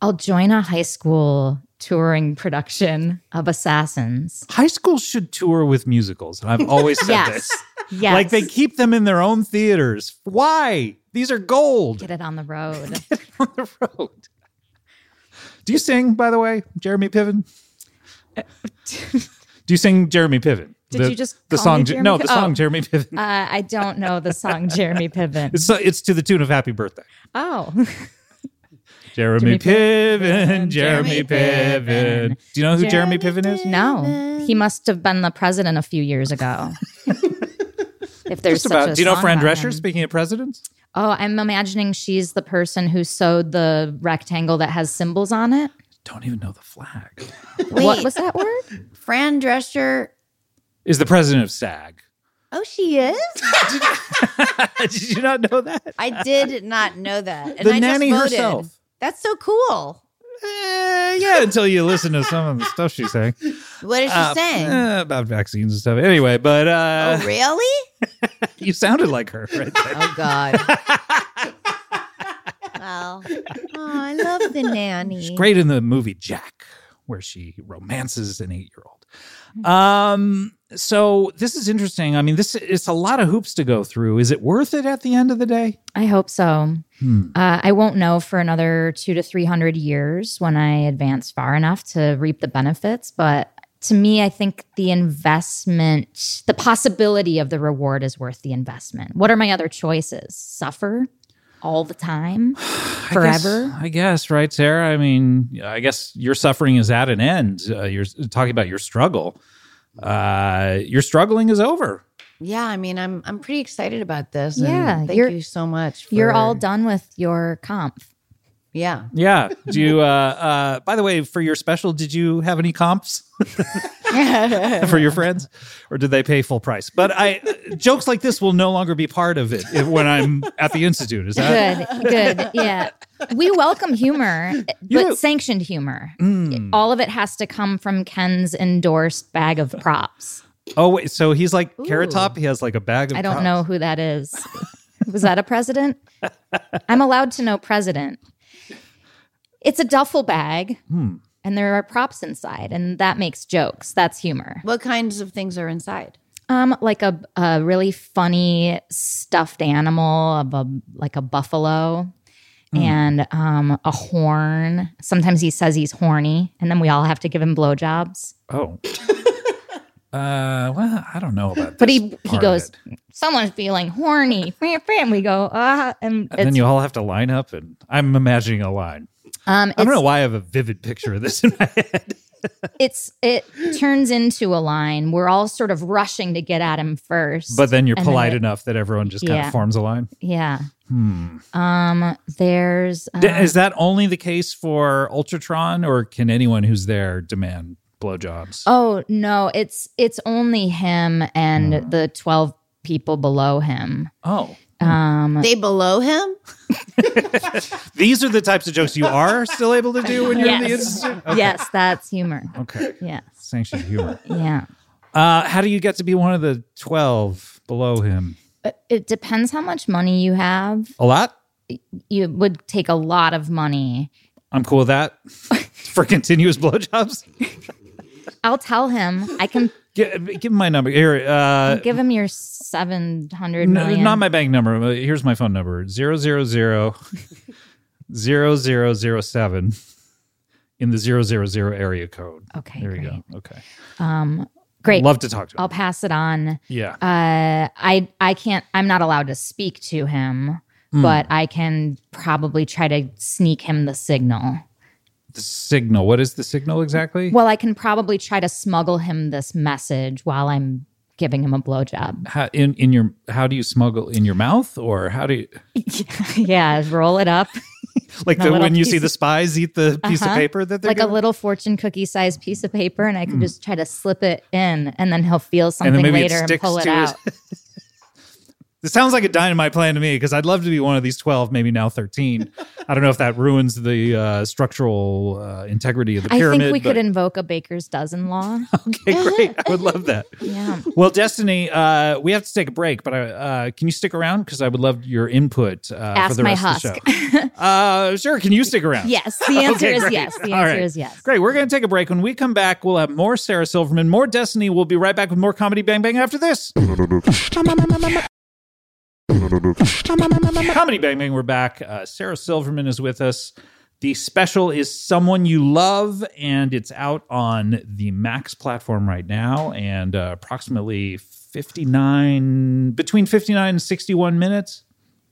[SPEAKER 6] I'll join a high school touring production of Assassins.
[SPEAKER 2] high schools should tour with musicals. And I've always
[SPEAKER 6] [LAUGHS]
[SPEAKER 2] said
[SPEAKER 6] Yes.
[SPEAKER 2] this.
[SPEAKER 6] Yes.
[SPEAKER 2] Like they keep them in their own theaters. Why? These are gold
[SPEAKER 6] get it on the road. Uh,
[SPEAKER 2] on the road. Do you sing, by the way, Jeremy [LAUGHS] Piven? Do you sing Jeremy Piven?
[SPEAKER 6] Did
[SPEAKER 2] The-
[SPEAKER 6] you just
[SPEAKER 2] the
[SPEAKER 6] call
[SPEAKER 2] song?
[SPEAKER 6] me
[SPEAKER 2] Je-
[SPEAKER 6] Jeremy
[SPEAKER 2] no,
[SPEAKER 6] Piven?
[SPEAKER 2] the song
[SPEAKER 6] Oh.
[SPEAKER 2] Jeremy Piven.
[SPEAKER 6] Uh, I don't know the song Jeremy
[SPEAKER 2] [LAUGHS]
[SPEAKER 6] Piven.
[SPEAKER 2] It's, it's to the tune of Happy Birthday.
[SPEAKER 6] Oh, Jeremy
[SPEAKER 2] Jeremy, Piven,
[SPEAKER 6] Piven,
[SPEAKER 2] Jeremy
[SPEAKER 6] Jeremy
[SPEAKER 2] Piven.
[SPEAKER 6] Piven.
[SPEAKER 2] Do you know who Jeremy, Piven is?
[SPEAKER 6] no. He must have been the president a few years ago. [LAUGHS] if there's
[SPEAKER 2] Just
[SPEAKER 6] such
[SPEAKER 2] about.
[SPEAKER 6] a
[SPEAKER 2] Do you know
[SPEAKER 6] song
[SPEAKER 2] Fran
[SPEAKER 6] about
[SPEAKER 2] Drescher?
[SPEAKER 6] him.
[SPEAKER 2] Speaking of presidents,
[SPEAKER 6] Oh, I'm imagining she's the person who sewed the rectangle that has symbols on it.
[SPEAKER 2] don't even know the flag.
[SPEAKER 6] What was that word?
[SPEAKER 3] [LAUGHS] Fran Drescher.
[SPEAKER 2] Is the president of SAG? [LAUGHS]
[SPEAKER 3] Oh, she is.
[SPEAKER 2] Did you not know that?
[SPEAKER 3] I did not know that. And
[SPEAKER 2] The
[SPEAKER 3] I
[SPEAKER 2] nanny
[SPEAKER 3] just voted.
[SPEAKER 2] herself.
[SPEAKER 3] That's so cool.
[SPEAKER 2] Eh, yeah, until you listen to some of the stuff she's saying
[SPEAKER 3] What is she
[SPEAKER 2] Uh,
[SPEAKER 3] saying?
[SPEAKER 2] eh, about vaccines and stuff. Anyway, but uh,
[SPEAKER 3] oh, really?
[SPEAKER 2] you sounded like her. Right there.
[SPEAKER 3] Oh
[SPEAKER 2] [LAUGHS]
[SPEAKER 3] God. well, oh, I love the nanny.
[SPEAKER 2] Great in the movie Jack, where she romances an eight-year-old. Um, so this is interesting. I mean, this it's a lot of hoops to go through. Is it worth it at the end of the day?
[SPEAKER 6] I hope so.
[SPEAKER 2] Hmm.
[SPEAKER 6] Uh, I won't know for another two to 300 years when I advance far enough to reap the benefits. But to me, I think the investment, the possibility of the reward is worth the investment. What are my other choices? Suffer all the
[SPEAKER 2] [SIGHS]
[SPEAKER 6] time, forever?
[SPEAKER 2] I guess, I guess, right, Sarah? I mean, I guess your suffering is at an end. Uh, you're s- talking about your struggle. Uh, your struggling is over.
[SPEAKER 3] Yeah, I mean, I'm I'm pretty excited about this.
[SPEAKER 6] Yeah,
[SPEAKER 3] Yeah, thank
[SPEAKER 6] you're-
[SPEAKER 3] you so much. For,
[SPEAKER 6] You're all done with your comp.
[SPEAKER 3] Yeah,
[SPEAKER 2] [LAUGHS] Yeah. Do you, uh, uh, by the way, for your special, did you have any comps for your friends or did they pay full price? But I, jokes like this will no longer be part of it if- when I'm at the Institute. Is [LAUGHS] that?
[SPEAKER 6] Good, good. Yeah. We welcome humor,
[SPEAKER 2] You- Hmm.
[SPEAKER 6] but sanctioned humor. All of it has to come from Ken's endorsed bag of props.
[SPEAKER 2] Oh, wait. So he's like Carrot
[SPEAKER 3] Ooh.
[SPEAKER 2] Top. He has like a bag of
[SPEAKER 6] I don't
[SPEAKER 2] props.
[SPEAKER 6] know who that is. Was that a president? I'm allowed to know president. It's a duffel bag,
[SPEAKER 2] Hmm.
[SPEAKER 6] and there are props inside, and that makes jokes. That's humor.
[SPEAKER 3] what kinds of things are inside?
[SPEAKER 6] Um, like a, a really funny stuffed animal of a like a buffalo
[SPEAKER 2] Hmm.
[SPEAKER 6] and um a horn. Sometimes he says he's horny, and then we all have to give him blowjobs.
[SPEAKER 2] Oh. Uh, well, I don't know about
[SPEAKER 6] But
[SPEAKER 2] this
[SPEAKER 6] he
[SPEAKER 2] part
[SPEAKER 6] he
[SPEAKER 2] of
[SPEAKER 6] goes,
[SPEAKER 2] it.
[SPEAKER 6] someone's feeling horny. [LAUGHS] and we go, ah, and,
[SPEAKER 2] And then
[SPEAKER 6] it's-
[SPEAKER 2] you all have to line up, and I'm imagining a line.
[SPEAKER 6] um,
[SPEAKER 2] I
[SPEAKER 6] it's-
[SPEAKER 2] don't know why I have a vivid picture of this in my head.
[SPEAKER 6] it's
[SPEAKER 2] [GASPS]
[SPEAKER 6] it turns into a line. We're all sort of rushing to get at him first.
[SPEAKER 2] But then you're
[SPEAKER 6] and
[SPEAKER 2] polite
[SPEAKER 6] it-
[SPEAKER 2] enough that everyone just kind
[SPEAKER 6] Yeah.
[SPEAKER 2] of forms a line.
[SPEAKER 6] yeah. Um. There's uh,
[SPEAKER 2] Hmm. D- Is that only the case for Ultratron, or can anyone who's there demand blowjobs?
[SPEAKER 6] Oh no, it's it's only him and
[SPEAKER 2] Hmm.
[SPEAKER 6] the twelve people below him.
[SPEAKER 2] oh,
[SPEAKER 6] Um,
[SPEAKER 7] They below him?
[SPEAKER 2] these are the types of jokes you
[SPEAKER 6] [LAUGHS]
[SPEAKER 2] are still able to do when you're in the
[SPEAKER 6] yes,
[SPEAKER 2] institute.
[SPEAKER 6] yes, that's humor.
[SPEAKER 2] Okay,
[SPEAKER 6] Yes,
[SPEAKER 2] sanctioned humor.
[SPEAKER 6] yeah.
[SPEAKER 2] Uh, how do you get to be one of the twelve below him?
[SPEAKER 6] It- It depends how much money you have.
[SPEAKER 2] A lot.
[SPEAKER 6] You would take a lot of money.
[SPEAKER 2] I'm cool
[SPEAKER 6] [LAUGHS]
[SPEAKER 2] with that. for continuous blowjobs,
[SPEAKER 6] I'll tell him. I
[SPEAKER 2] [LAUGHS]
[SPEAKER 6] can
[SPEAKER 2] give, give him my number here. Uh,
[SPEAKER 6] give him your seven hundred
[SPEAKER 2] n-
[SPEAKER 6] million.
[SPEAKER 2] not my bank number. but Here's my phone number: zero zero
[SPEAKER 6] [LAUGHS]
[SPEAKER 2] zero zero zero zero seven in the zero zero zero area code.
[SPEAKER 6] Okay,
[SPEAKER 2] there you
[SPEAKER 6] great.
[SPEAKER 2] go. Okay,
[SPEAKER 6] Great.
[SPEAKER 2] love to talk to him.
[SPEAKER 6] I'll pass it on.
[SPEAKER 2] yeah,
[SPEAKER 6] uh, I I can't. I'm not allowed to speak to him,
[SPEAKER 2] Hmm.
[SPEAKER 6] but I can probably try to sneak him the signal.
[SPEAKER 2] the signal. What is the signal exactly?
[SPEAKER 6] Well, I can probably try to smuggle him this message while I'm giving him a blowjob. [LAUGHS]
[SPEAKER 2] How, in in your how do you smuggle in your mouth or how do you
[SPEAKER 6] yeah, roll it
[SPEAKER 2] [LAUGHS]
[SPEAKER 6] up
[SPEAKER 2] like
[SPEAKER 6] A
[SPEAKER 2] the,
[SPEAKER 6] little
[SPEAKER 2] when you
[SPEAKER 6] piece
[SPEAKER 2] see
[SPEAKER 6] of-
[SPEAKER 2] the spies eat the piece
[SPEAKER 6] Uh-huh.
[SPEAKER 2] of paper that they're
[SPEAKER 6] like a
[SPEAKER 2] given?
[SPEAKER 6] little fortune cookie sized piece of paper, and I can just try to slip it in, and then he'll feel
[SPEAKER 2] Hmm. then
[SPEAKER 6] something
[SPEAKER 2] maybe it
[SPEAKER 6] later and
[SPEAKER 2] sticks
[SPEAKER 6] pull it
[SPEAKER 2] to his-
[SPEAKER 6] out.
[SPEAKER 2] This sounds like a dynamite plan to me because I'd love to be one of these 12, maybe now 13. I don't know if that ruins the uh, structural uh, integrity of the
[SPEAKER 6] I
[SPEAKER 2] [LAUGHS] pyramid.
[SPEAKER 6] think we
[SPEAKER 2] but-
[SPEAKER 6] could invoke a baker's dozen
[SPEAKER 2] [LAUGHS]
[SPEAKER 6] law.
[SPEAKER 2] okay, great. I would love that.
[SPEAKER 6] yeah.
[SPEAKER 2] Well, Destiny, uh, we have to take a break, but I, uh, can you stick around? Because I would love your input uh, for
[SPEAKER 6] Ask
[SPEAKER 2] the
[SPEAKER 6] my
[SPEAKER 2] rest of the show.
[SPEAKER 6] [LAUGHS]
[SPEAKER 2] uh, sure. Can you stick around?
[SPEAKER 6] Yes. The answer
[SPEAKER 2] Okay,
[SPEAKER 6] is
[SPEAKER 2] great.
[SPEAKER 6] yes. The
[SPEAKER 2] All
[SPEAKER 6] answer
[SPEAKER 2] right.
[SPEAKER 6] is yes.
[SPEAKER 2] Great. We're going to take a break. When we come back, we'll have more Sarah Silverman, more Destiny. We'll be right back with more Comedy Bang Bang after this. Comedy Bang Bang, we're back. Uh, Sarah Silverman is with us. The special is Someone You Love, and it's out on the Max platform right now, and uh, approximately 59, between 59 and 61 minutes.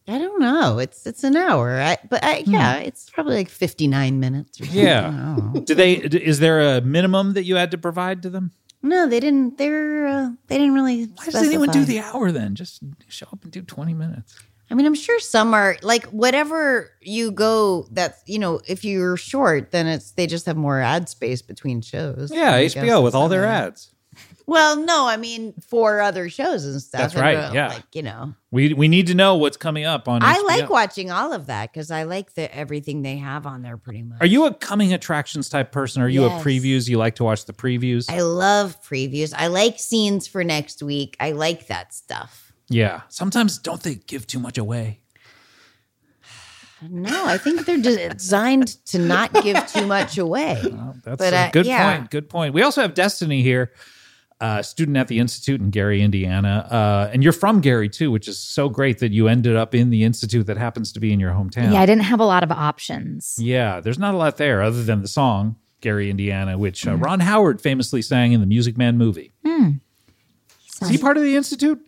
[SPEAKER 3] I don't know. It's it's an hour, I, but I, yeah, it's probably like fifty nine minutes. Or something.
[SPEAKER 2] Hmm. Yeah.
[SPEAKER 3] I don't know.
[SPEAKER 2] Do they? Is there a minimum that you had to provide to them?
[SPEAKER 3] No, they didn't. They're uh, they didn't really.
[SPEAKER 2] Why does anyone do
[SPEAKER 3] specify.
[SPEAKER 2] the hour then? Just show up and do 20 minutes.
[SPEAKER 3] I mean, I'm sure some are like whatever you go. That's you know, if you're short, then it's they just have more ad space between shows.
[SPEAKER 2] Yeah,
[SPEAKER 3] I guess.
[SPEAKER 2] HBO with all their ads.
[SPEAKER 3] Well, no, I mean for other shows and stuff.
[SPEAKER 2] That's
[SPEAKER 3] and,
[SPEAKER 2] right,
[SPEAKER 3] uh,
[SPEAKER 2] yeah.
[SPEAKER 3] like you know,
[SPEAKER 2] We we need to know what's coming up on.
[SPEAKER 3] I
[SPEAKER 2] HBO.
[SPEAKER 3] like watching all of that because I like the everything they have on there pretty much.
[SPEAKER 2] Are you a coming attractions type person? Are you
[SPEAKER 3] Yes.
[SPEAKER 2] a previews? You like to watch the previews?
[SPEAKER 3] I love previews. I like scenes for next week. I like that stuff.
[SPEAKER 2] yeah. Sometimes don't they give too much away?
[SPEAKER 3] No, I think they're de- designed to not give too much away.
[SPEAKER 2] That's
[SPEAKER 3] But,
[SPEAKER 2] a
[SPEAKER 3] uh,
[SPEAKER 2] good
[SPEAKER 3] yeah.
[SPEAKER 2] point. Good point. We also have Destiny here, uh, student at the institute in Gary, Indiana, uh, and you're from Gary too, which is so great that you ended up in the institute that happens to be in your hometown.
[SPEAKER 6] Yeah, I didn't have a lot of options.
[SPEAKER 2] Yeah, there's not a lot there other than the song Gary Indiana, which
[SPEAKER 6] Hmm.
[SPEAKER 2] uh, Ron Howard famously sang in the Music Man movie. Is he part of the institute?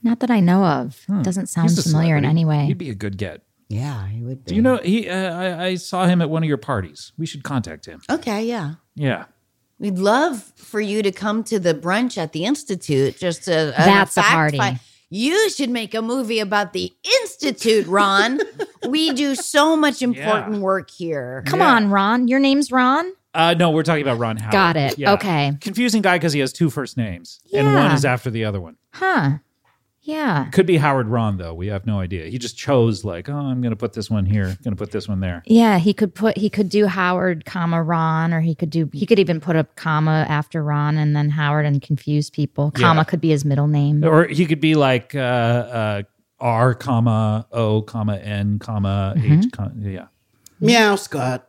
[SPEAKER 6] Not that I know of. Doesn't sound
[SPEAKER 2] Hmm. He's a
[SPEAKER 6] familiar in
[SPEAKER 2] celebrity.
[SPEAKER 6] any way.
[SPEAKER 2] He'd be a good get.
[SPEAKER 3] [LAUGHS] Yeah, I would. Be.
[SPEAKER 2] Do you know he? Uh, I, I saw him at one of your parties. We should contact him.
[SPEAKER 3] Okay, yeah.
[SPEAKER 2] Yeah.
[SPEAKER 3] We'd love for you to come to the brunch at the institute. Just to, uh,
[SPEAKER 6] That's a
[SPEAKER 3] fact
[SPEAKER 6] party.
[SPEAKER 3] fi- You should make a movie about the institute, Ron. we do so much important work here.
[SPEAKER 6] Come on, Ron. Your name's Ron?
[SPEAKER 2] Uh, no, we're talking about Ron Howard.
[SPEAKER 6] Got it.
[SPEAKER 2] Yeah.
[SPEAKER 6] Okay.
[SPEAKER 2] Confusing guy because he has two first names and one
[SPEAKER 6] Yeah.
[SPEAKER 2] is after the other one.
[SPEAKER 6] Huh. Yeah.
[SPEAKER 2] Could be Howard Ron though. We have no idea. He just chose like, oh, I'm going to put this one here, going to put this one there.
[SPEAKER 6] Yeah, he could put he could do Howard, comma Ron, or he could do he could even put a comma after Ron and then Howard and confuse people. Comma could be his middle name.
[SPEAKER 2] or he could be like uh, uh, R comma O comma N comma H comma yeah.
[SPEAKER 8] Meow, Scott.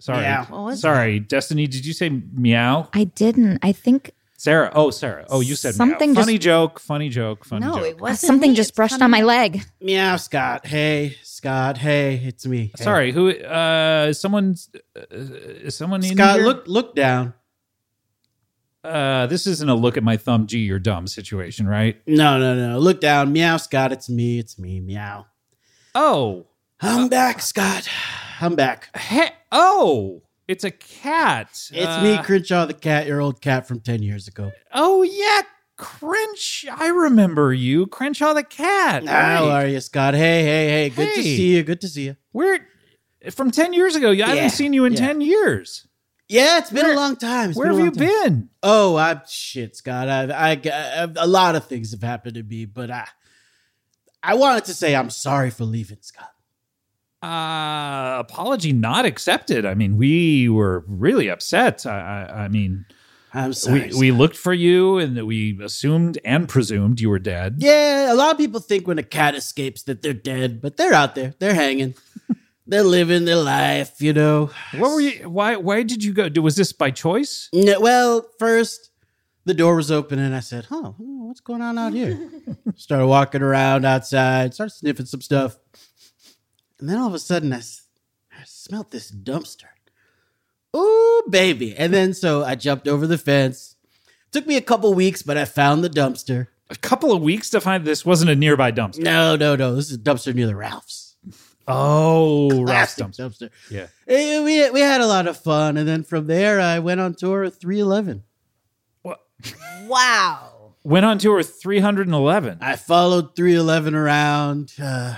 [SPEAKER 2] Sorry,
[SPEAKER 8] Yeah.
[SPEAKER 2] sorry, Destiny. Did you say meow,
[SPEAKER 6] I didn't. I think
[SPEAKER 2] Sarah? Oh, Sarah. Oh, you said
[SPEAKER 6] Something
[SPEAKER 2] Meow. Funny
[SPEAKER 6] just-
[SPEAKER 2] joke. Funny joke. Funny
[SPEAKER 3] No,
[SPEAKER 2] joke.
[SPEAKER 3] it wasn't.
[SPEAKER 6] something
[SPEAKER 3] me.
[SPEAKER 6] just
[SPEAKER 3] It's
[SPEAKER 6] brushed
[SPEAKER 3] coming-
[SPEAKER 6] on my leg.
[SPEAKER 8] Meow, Scott. Hey, Scott. Hey, it's me. Hey.
[SPEAKER 2] Sorry, who? Uh, someone's uh, is someone in
[SPEAKER 8] Scott,
[SPEAKER 2] here?
[SPEAKER 8] look look down.
[SPEAKER 2] Uh, this isn't a look at my thumb. Gee, you're dumb situation, right?
[SPEAKER 8] No, no, no. Look down. Meow, Scott. It's me. It's me. Meow.
[SPEAKER 2] Oh,
[SPEAKER 8] I'm back, Scott. I'm back.
[SPEAKER 2] he- oh, It's a cat. It's
[SPEAKER 8] It's me, Crenshaw the cat, your old cat from 10 years ago.
[SPEAKER 2] Oh yeah, Crench. I remember you, Crenshaw the cat.
[SPEAKER 8] How
[SPEAKER 2] Right.
[SPEAKER 8] are you, Scott? Hey, hey, hey. Good to
[SPEAKER 2] Hey.
[SPEAKER 8] see you. Good to see you.
[SPEAKER 2] Where from ten years ago? I
[SPEAKER 8] Yeah,
[SPEAKER 2] haven't seen you in
[SPEAKER 8] yeah.
[SPEAKER 2] ten years.
[SPEAKER 8] Yeah, it's been
[SPEAKER 2] Where-
[SPEAKER 8] a long time. It's
[SPEAKER 2] Where
[SPEAKER 8] been
[SPEAKER 2] have
[SPEAKER 8] a
[SPEAKER 2] you
[SPEAKER 8] long time.
[SPEAKER 2] been?
[SPEAKER 8] Oh, I shit, Scott. I, I, I, a lot of things have happened to me, but I, I wanted to say I'm sorry for leaving, Scott.
[SPEAKER 2] Uh, apology not accepted. I mean, we were really upset. I, I, I mean,
[SPEAKER 8] I'm sorry.
[SPEAKER 2] we we looked for you, and we assumed and presumed you were dead.
[SPEAKER 8] Yeah, a lot of people think when a cat escapes that they're dead, but they're out there. They're hanging. they're living their life, you know.
[SPEAKER 2] What were you? Why? Why did you go? Was this by choice?
[SPEAKER 8] No, well, first the door was open and I said, "Huh, hmm, what's going on out here?" started walking around outside, started sniffing some stuff, and then all of a sudden I, s- I smelled this dumpster. Ooh, baby! And then so I jumped over the fence. Took me a couple weeks, but I found the dumpster.
[SPEAKER 2] A couple of weeks to find this wasn't a nearby dumpster.
[SPEAKER 8] No, no, no. This is a dumpster near the Ralphs.
[SPEAKER 2] Oh, Ralph's
[SPEAKER 8] Plastic
[SPEAKER 2] dumpster.
[SPEAKER 8] dumpster.
[SPEAKER 2] Yeah.
[SPEAKER 8] Eh, we, we had a lot of fun. And then from there, I went on tour with 311.
[SPEAKER 9] Wow.
[SPEAKER 2] Went on tour 311.
[SPEAKER 8] I followed 311 around. Uh,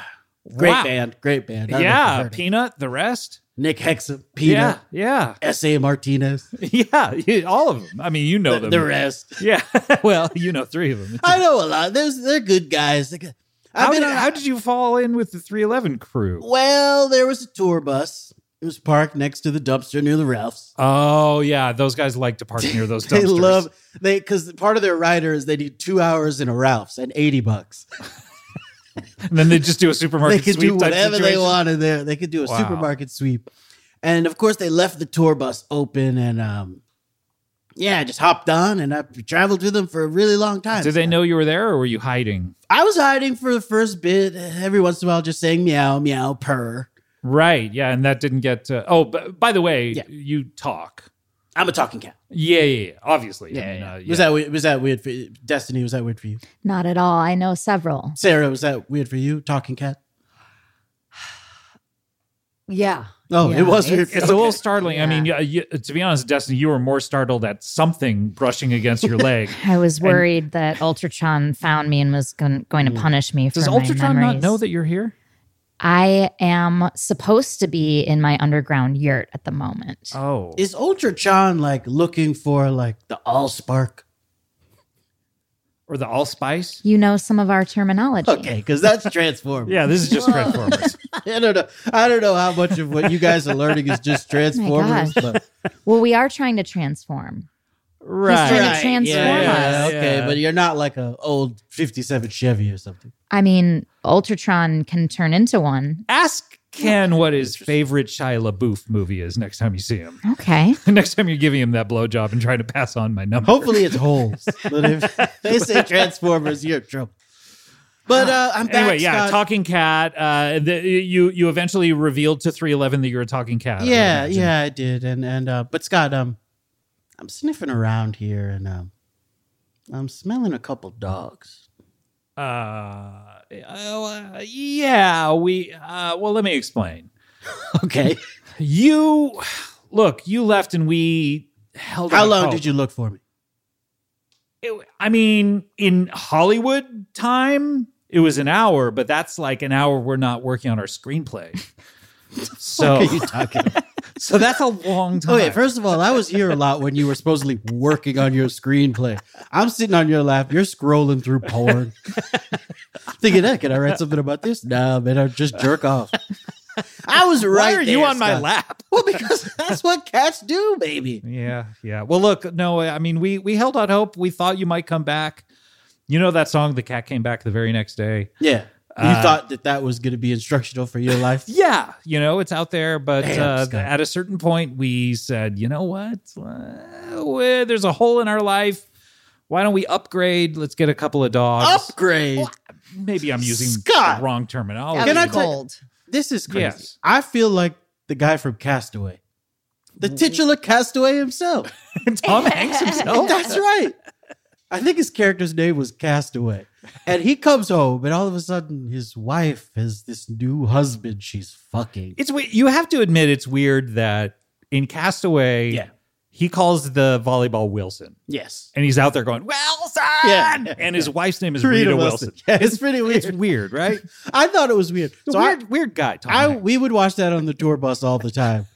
[SPEAKER 8] great
[SPEAKER 2] Wow.
[SPEAKER 8] band. Great band. I don't know if you've
[SPEAKER 2] Yeah,
[SPEAKER 8] heard of
[SPEAKER 2] Peanut, the rest.
[SPEAKER 8] it. Nick Hexum, Peanut,
[SPEAKER 2] Yeah,
[SPEAKER 8] S.A. Martinez,
[SPEAKER 2] yeah, [LAUGHS] yeah. All of them. I mean, you know
[SPEAKER 8] the,
[SPEAKER 2] them.
[SPEAKER 8] the rest.
[SPEAKER 2] [LAUGHS] Yeah. well, you know three of
[SPEAKER 8] [LAUGHS]
[SPEAKER 2] them.
[SPEAKER 8] I know a lot. There's, they're good guys. They got- I've
[SPEAKER 2] How
[SPEAKER 8] been
[SPEAKER 2] did,
[SPEAKER 8] on-
[SPEAKER 2] how did you fall in with the 311 crew?
[SPEAKER 8] Well, there was a tour bus. It was parked next to the dumpster near the Ralphs.
[SPEAKER 2] Oh yeah, those guys like to park near those dumpsters.
[SPEAKER 8] [LAUGHS] They love they because part of their rider is they do two hours in a Ralph's and eighty bucks.
[SPEAKER 2] and then they just do a supermarket.
[SPEAKER 8] They could
[SPEAKER 2] sweep
[SPEAKER 8] do
[SPEAKER 2] type
[SPEAKER 8] whatever they
[SPEAKER 2] situation.
[SPEAKER 8] wanted there. They could do a
[SPEAKER 2] Wow.
[SPEAKER 8] supermarket sweep, and of course they left the tour bus open and um, yeah, I just hopped on and I traveled with them for a really long time.
[SPEAKER 2] Did they know you were there, or were you hiding?
[SPEAKER 8] I was hiding for the first bit. Every once in a while, just saying meow, meow, purr.
[SPEAKER 2] Right. Yeah, and that didn't get. Uh, oh, b- by the way,
[SPEAKER 8] Yeah.
[SPEAKER 2] you talk.
[SPEAKER 8] I'm a talking cat.
[SPEAKER 2] Yeah, yeah, yeah. Obviously. I mean, uh,
[SPEAKER 8] Was that we- was that weird for you? Destiny? Was that weird for you?
[SPEAKER 6] Not at all. I know several.
[SPEAKER 8] Sarah, was that weird for you? Talking cat.
[SPEAKER 3] Yeah.
[SPEAKER 8] Oh,
[SPEAKER 3] Yeah,
[SPEAKER 8] it was weird.
[SPEAKER 2] It's a little startling. I mean, yeah, you, to be honest, Destiny, you were more startled at something brushing against [LAUGHS] your leg.
[SPEAKER 6] I was worried that Ultratron found me and was gon- going to punish me for
[SPEAKER 2] Hmm. Does
[SPEAKER 6] my
[SPEAKER 2] Ultratron
[SPEAKER 6] memories.
[SPEAKER 2] not know that you're here?
[SPEAKER 6] I am supposed to be in my underground yurt at the moment.
[SPEAKER 2] Oh,
[SPEAKER 8] Is Ultra Chan like looking for like the Allspark?
[SPEAKER 2] or the allspice?
[SPEAKER 6] you know some of our terminology.
[SPEAKER 8] Okay,
[SPEAKER 2] [LAUGHS]
[SPEAKER 8] because that's transformed.
[SPEAKER 2] Yeah, this is just Transformers.
[SPEAKER 8] [LAUGHS] I don't know. I don't know how much of what you guys are learning
[SPEAKER 6] [LAUGHS]
[SPEAKER 8] is just transformers.
[SPEAKER 6] Oh gosh.
[SPEAKER 8] but-
[SPEAKER 6] Well, we are trying to transform.
[SPEAKER 2] [LAUGHS] right.
[SPEAKER 6] trying to Right. transform
[SPEAKER 8] yeah, yeah,
[SPEAKER 2] us.
[SPEAKER 8] Okay,
[SPEAKER 2] Yeah.
[SPEAKER 8] but you're not like a old '57 Chevy or something.
[SPEAKER 6] I mean, Ultratron can turn into one.
[SPEAKER 2] Ask Ken what his favorite Shia LaBeouf movie is next time you see him. [LAUGHS]
[SPEAKER 6] Okay.
[SPEAKER 2] next time you're giving him that blowjob and trying to pass on my number.
[SPEAKER 8] Hopefully,
[SPEAKER 2] [LAUGHS]
[SPEAKER 8] it's holes. But if [LAUGHS] they say transformers, you're in trouble. But uh, I'm back.
[SPEAKER 2] Anyway, yeah,
[SPEAKER 8] Scott.
[SPEAKER 2] talking cat. Uh, the, you you eventually revealed to 311 that you're a talking cat. I would
[SPEAKER 8] yeah,
[SPEAKER 2] imagine.
[SPEAKER 8] yeah, I did. And and uh, but Scott, um, I'm sniffing around here and um, I'm smelling a couple dogs. [LAUGHS]
[SPEAKER 2] Uh, oh, uh, yeah, we. Uh, well, let me explain.
[SPEAKER 8] Okay.
[SPEAKER 2] You look. You left, and we held.
[SPEAKER 8] How
[SPEAKER 2] out
[SPEAKER 8] long
[SPEAKER 2] hope.
[SPEAKER 8] did you look for me?
[SPEAKER 2] It- I mean, in Hollywood time, it was an hour, but that's like an hour we're not working on our
[SPEAKER 8] [LAUGHS]
[SPEAKER 2] screenplay. So,
[SPEAKER 8] What are you talking about?
[SPEAKER 2] so that's a long time.
[SPEAKER 8] okay, Oh, first of all, I was here a lot when you were supposedly working on your screenplay. I'm sitting on your lap, you're scrolling through porn. [LAUGHS] Thinking, hey, can I write something about this? Nah, man, I just jerk off. I was right.
[SPEAKER 2] [LAUGHS] Why are you
[SPEAKER 8] there,
[SPEAKER 2] on my
[SPEAKER 8] Scott.
[SPEAKER 2] lap?
[SPEAKER 8] Well, because that's what cats do, baby.
[SPEAKER 2] Yeah, yeah. Well, look, no, I mean, we we held out hope. We thought you might come back. You know that song, "The Cat Came Back" the very next day.
[SPEAKER 8] Yeah. You
[SPEAKER 2] Uh,
[SPEAKER 8] thought that that was going to be instructional for
[SPEAKER 2] [LAUGHS]
[SPEAKER 8] your life?
[SPEAKER 2] Yeah, you know it's out there, but
[SPEAKER 8] Damn,
[SPEAKER 2] uh,
[SPEAKER 8] Scott.
[SPEAKER 2] at a certain point, we said, you know what? Uh, well, there's a hole in our life. Why don't we upgrade? Let's get a couple of dogs.
[SPEAKER 8] Upgrade.
[SPEAKER 2] Maybe I'm using
[SPEAKER 8] Scott!
[SPEAKER 2] the wrong terminology.
[SPEAKER 9] Can
[SPEAKER 8] Can I
[SPEAKER 9] I
[SPEAKER 8] tell-
[SPEAKER 9] cold?
[SPEAKER 8] This is crazy.
[SPEAKER 2] Yes.
[SPEAKER 8] I feel like the guy from Castaway, the titular Castaway himself.
[SPEAKER 2] [LAUGHS] Tom
[SPEAKER 8] [LAUGHS]
[SPEAKER 2] Hanks himself.
[SPEAKER 8] That's right. I think his character's name was Castaway. And he comes home, and all of a sudden, his wife has this new husband she's fucking.
[SPEAKER 2] It's we- you have to admit it's weird that in Castaway,
[SPEAKER 8] Yeah.
[SPEAKER 2] he calls the volleyball Wilson.
[SPEAKER 8] Yes.
[SPEAKER 2] And he's out there going, Wilson!
[SPEAKER 8] Yeah.
[SPEAKER 2] And his wife's name is Rita, Wilson.
[SPEAKER 8] Yeah, [LAUGHS] it's pretty
[SPEAKER 2] It's
[SPEAKER 8] weird.
[SPEAKER 2] weird, right?
[SPEAKER 8] I thought it was weird. So I-
[SPEAKER 2] weird, weird guy, Tom.
[SPEAKER 8] I,
[SPEAKER 2] Hanks.
[SPEAKER 8] we would watch that on the tour bus all the time.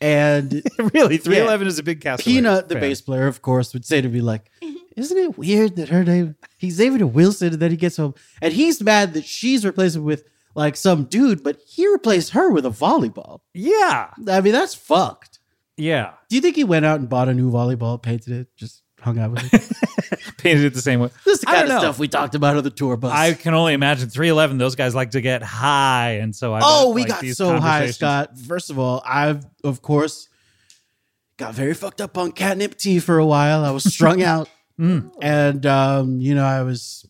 [SPEAKER 8] And
[SPEAKER 2] really, 311 is a big Castaway.
[SPEAKER 8] Peanut, the
[SPEAKER 2] fan.
[SPEAKER 8] bass player, of course, would say to me, like, isn't it weird that her name he's David Wilson and then he gets home and he's mad that she's replaced him with like some dude, but he replaced her with a volleyball.
[SPEAKER 2] Yeah.
[SPEAKER 8] I mean, that's fucked.
[SPEAKER 2] Yeah.
[SPEAKER 8] Do you think he went out and bought a new volleyball, painted it, just hung out with it?
[SPEAKER 2] [LAUGHS] Painted it the same way.
[SPEAKER 8] [LAUGHS] this is the
[SPEAKER 2] I
[SPEAKER 8] kind of
[SPEAKER 2] don't know.
[SPEAKER 8] stuff we talked about on the tour bus.
[SPEAKER 2] I can only imagine 311. Those guys like to get high, and so I.
[SPEAKER 8] oh,
[SPEAKER 2] bet,
[SPEAKER 8] we
[SPEAKER 2] like,
[SPEAKER 8] got
[SPEAKER 2] these
[SPEAKER 8] so high,
[SPEAKER 2] conversations-
[SPEAKER 8] Scott. First of all, I've of course got very fucked up on catnip tea for a while. I was [LAUGHS] strung out, Mm. and um, you know, I was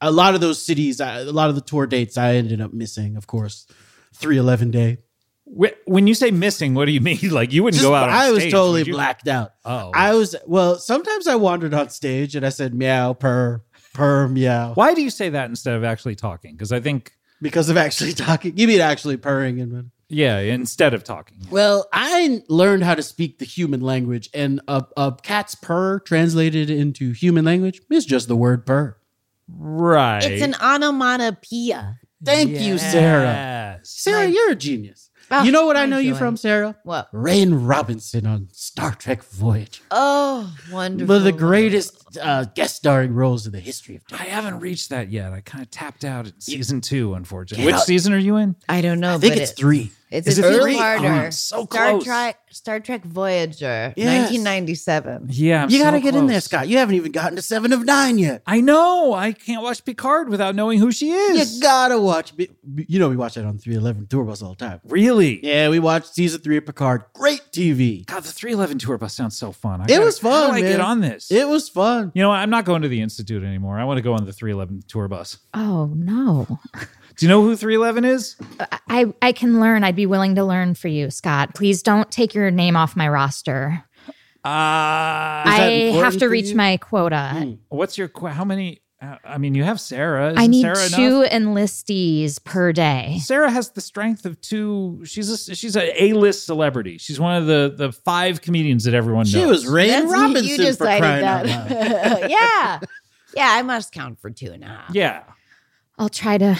[SPEAKER 8] a lot of those cities, I, a lot of the tour dates, I ended up missing. Of course, three eleven day.
[SPEAKER 2] Wh- When you say missing, what do you [LAUGHS] mean? Like you wouldn't
[SPEAKER 8] Just-
[SPEAKER 2] go out. on
[SPEAKER 8] I was
[SPEAKER 2] stage,
[SPEAKER 8] totally
[SPEAKER 2] would you?
[SPEAKER 8] blacked out.
[SPEAKER 2] Oh.
[SPEAKER 8] I was well. Sometimes I wandered on stage and I said meow purr purr meow
[SPEAKER 2] Why do you say that instead of actually talking? Because I think
[SPEAKER 8] because of actually [LAUGHS] talking. You mean actually purring and.
[SPEAKER 2] yeah, instead of talking.
[SPEAKER 8] Well, I learned how to speak the human language, and a, a cat's purr translated into human language is just the word purr.
[SPEAKER 2] Right.
[SPEAKER 9] It's an onomatopoeia.
[SPEAKER 8] Thank you, Sarah.
[SPEAKER 2] Yes.
[SPEAKER 8] Sarah, you're a genius. you know what I know you from, Sarah?
[SPEAKER 9] What?
[SPEAKER 8] Rain Robinson on Star Trek Voyager.
[SPEAKER 9] Oh, wonderful.
[SPEAKER 8] One of the greatest uh, guest starring roles in the history of time.
[SPEAKER 2] I haven't reached that yet. I kind of tapped out at season two, unfortunately.
[SPEAKER 8] Get
[SPEAKER 2] Which
[SPEAKER 8] out.
[SPEAKER 2] season are you in?
[SPEAKER 9] I don't know.
[SPEAKER 8] I think
[SPEAKER 9] but
[SPEAKER 8] it's
[SPEAKER 9] it-
[SPEAKER 8] three.
[SPEAKER 9] It's
[SPEAKER 2] Is
[SPEAKER 9] a
[SPEAKER 2] it
[SPEAKER 9] two
[SPEAKER 2] three?
[SPEAKER 9] parter.
[SPEAKER 2] Oh, so
[SPEAKER 9] Star
[SPEAKER 2] close.
[SPEAKER 9] Trek, Star Trek Voyager,
[SPEAKER 8] Yes.
[SPEAKER 9] 1997.
[SPEAKER 2] Yeah, I'm
[SPEAKER 8] you
[SPEAKER 2] so
[SPEAKER 8] got to get in
[SPEAKER 2] close.
[SPEAKER 8] there, Scott. You haven't even gotten to Seven of Nine yet.
[SPEAKER 2] I know. I can't watch Picard without knowing who she is.
[SPEAKER 8] You gotta watch. You know we watch that on 311 Tour Bus all the time.
[SPEAKER 2] really?
[SPEAKER 8] Yeah, we watched season three of Picard. Great TV.
[SPEAKER 2] God, the 311 tour bus sounds so fun. I
[SPEAKER 8] It was
[SPEAKER 2] gotta- how
[SPEAKER 8] fun,
[SPEAKER 2] do I
[SPEAKER 8] man.
[SPEAKER 2] get on this.
[SPEAKER 8] It was fun.
[SPEAKER 2] you know, what? I'm not going to the institute anymore. I want to go on the 311 tour bus.
[SPEAKER 6] Oh no.
[SPEAKER 2] Do you know who 311 is?
[SPEAKER 6] I, I can learn. I'd be willing to learn for you, Scott. Please don't take your name off my roster.
[SPEAKER 2] Uh,
[SPEAKER 6] I have
[SPEAKER 8] important
[SPEAKER 6] to
[SPEAKER 8] for
[SPEAKER 6] reach
[SPEAKER 8] you? Hmm.
[SPEAKER 6] my quota.
[SPEAKER 2] what's your qu- how many? Uh, I mean, you have Sarah. Isn't
[SPEAKER 6] I need
[SPEAKER 2] Sarah
[SPEAKER 6] two
[SPEAKER 2] Enough?
[SPEAKER 6] enlistees per day.
[SPEAKER 2] Sarah has the strength of two. She's a she's a A list celebrity. She's one of the the five comedians that everyone knows.
[SPEAKER 8] She was Ray
[SPEAKER 9] That's- you-
[SPEAKER 8] Robinson
[SPEAKER 9] you
[SPEAKER 8] for
[SPEAKER 9] decided
[SPEAKER 8] crying out
[SPEAKER 9] that. [LAUGHS]
[SPEAKER 8] loud.
[SPEAKER 9] yeah. Yeah, I must count for two and a half.
[SPEAKER 2] Yeah,
[SPEAKER 6] I'll try to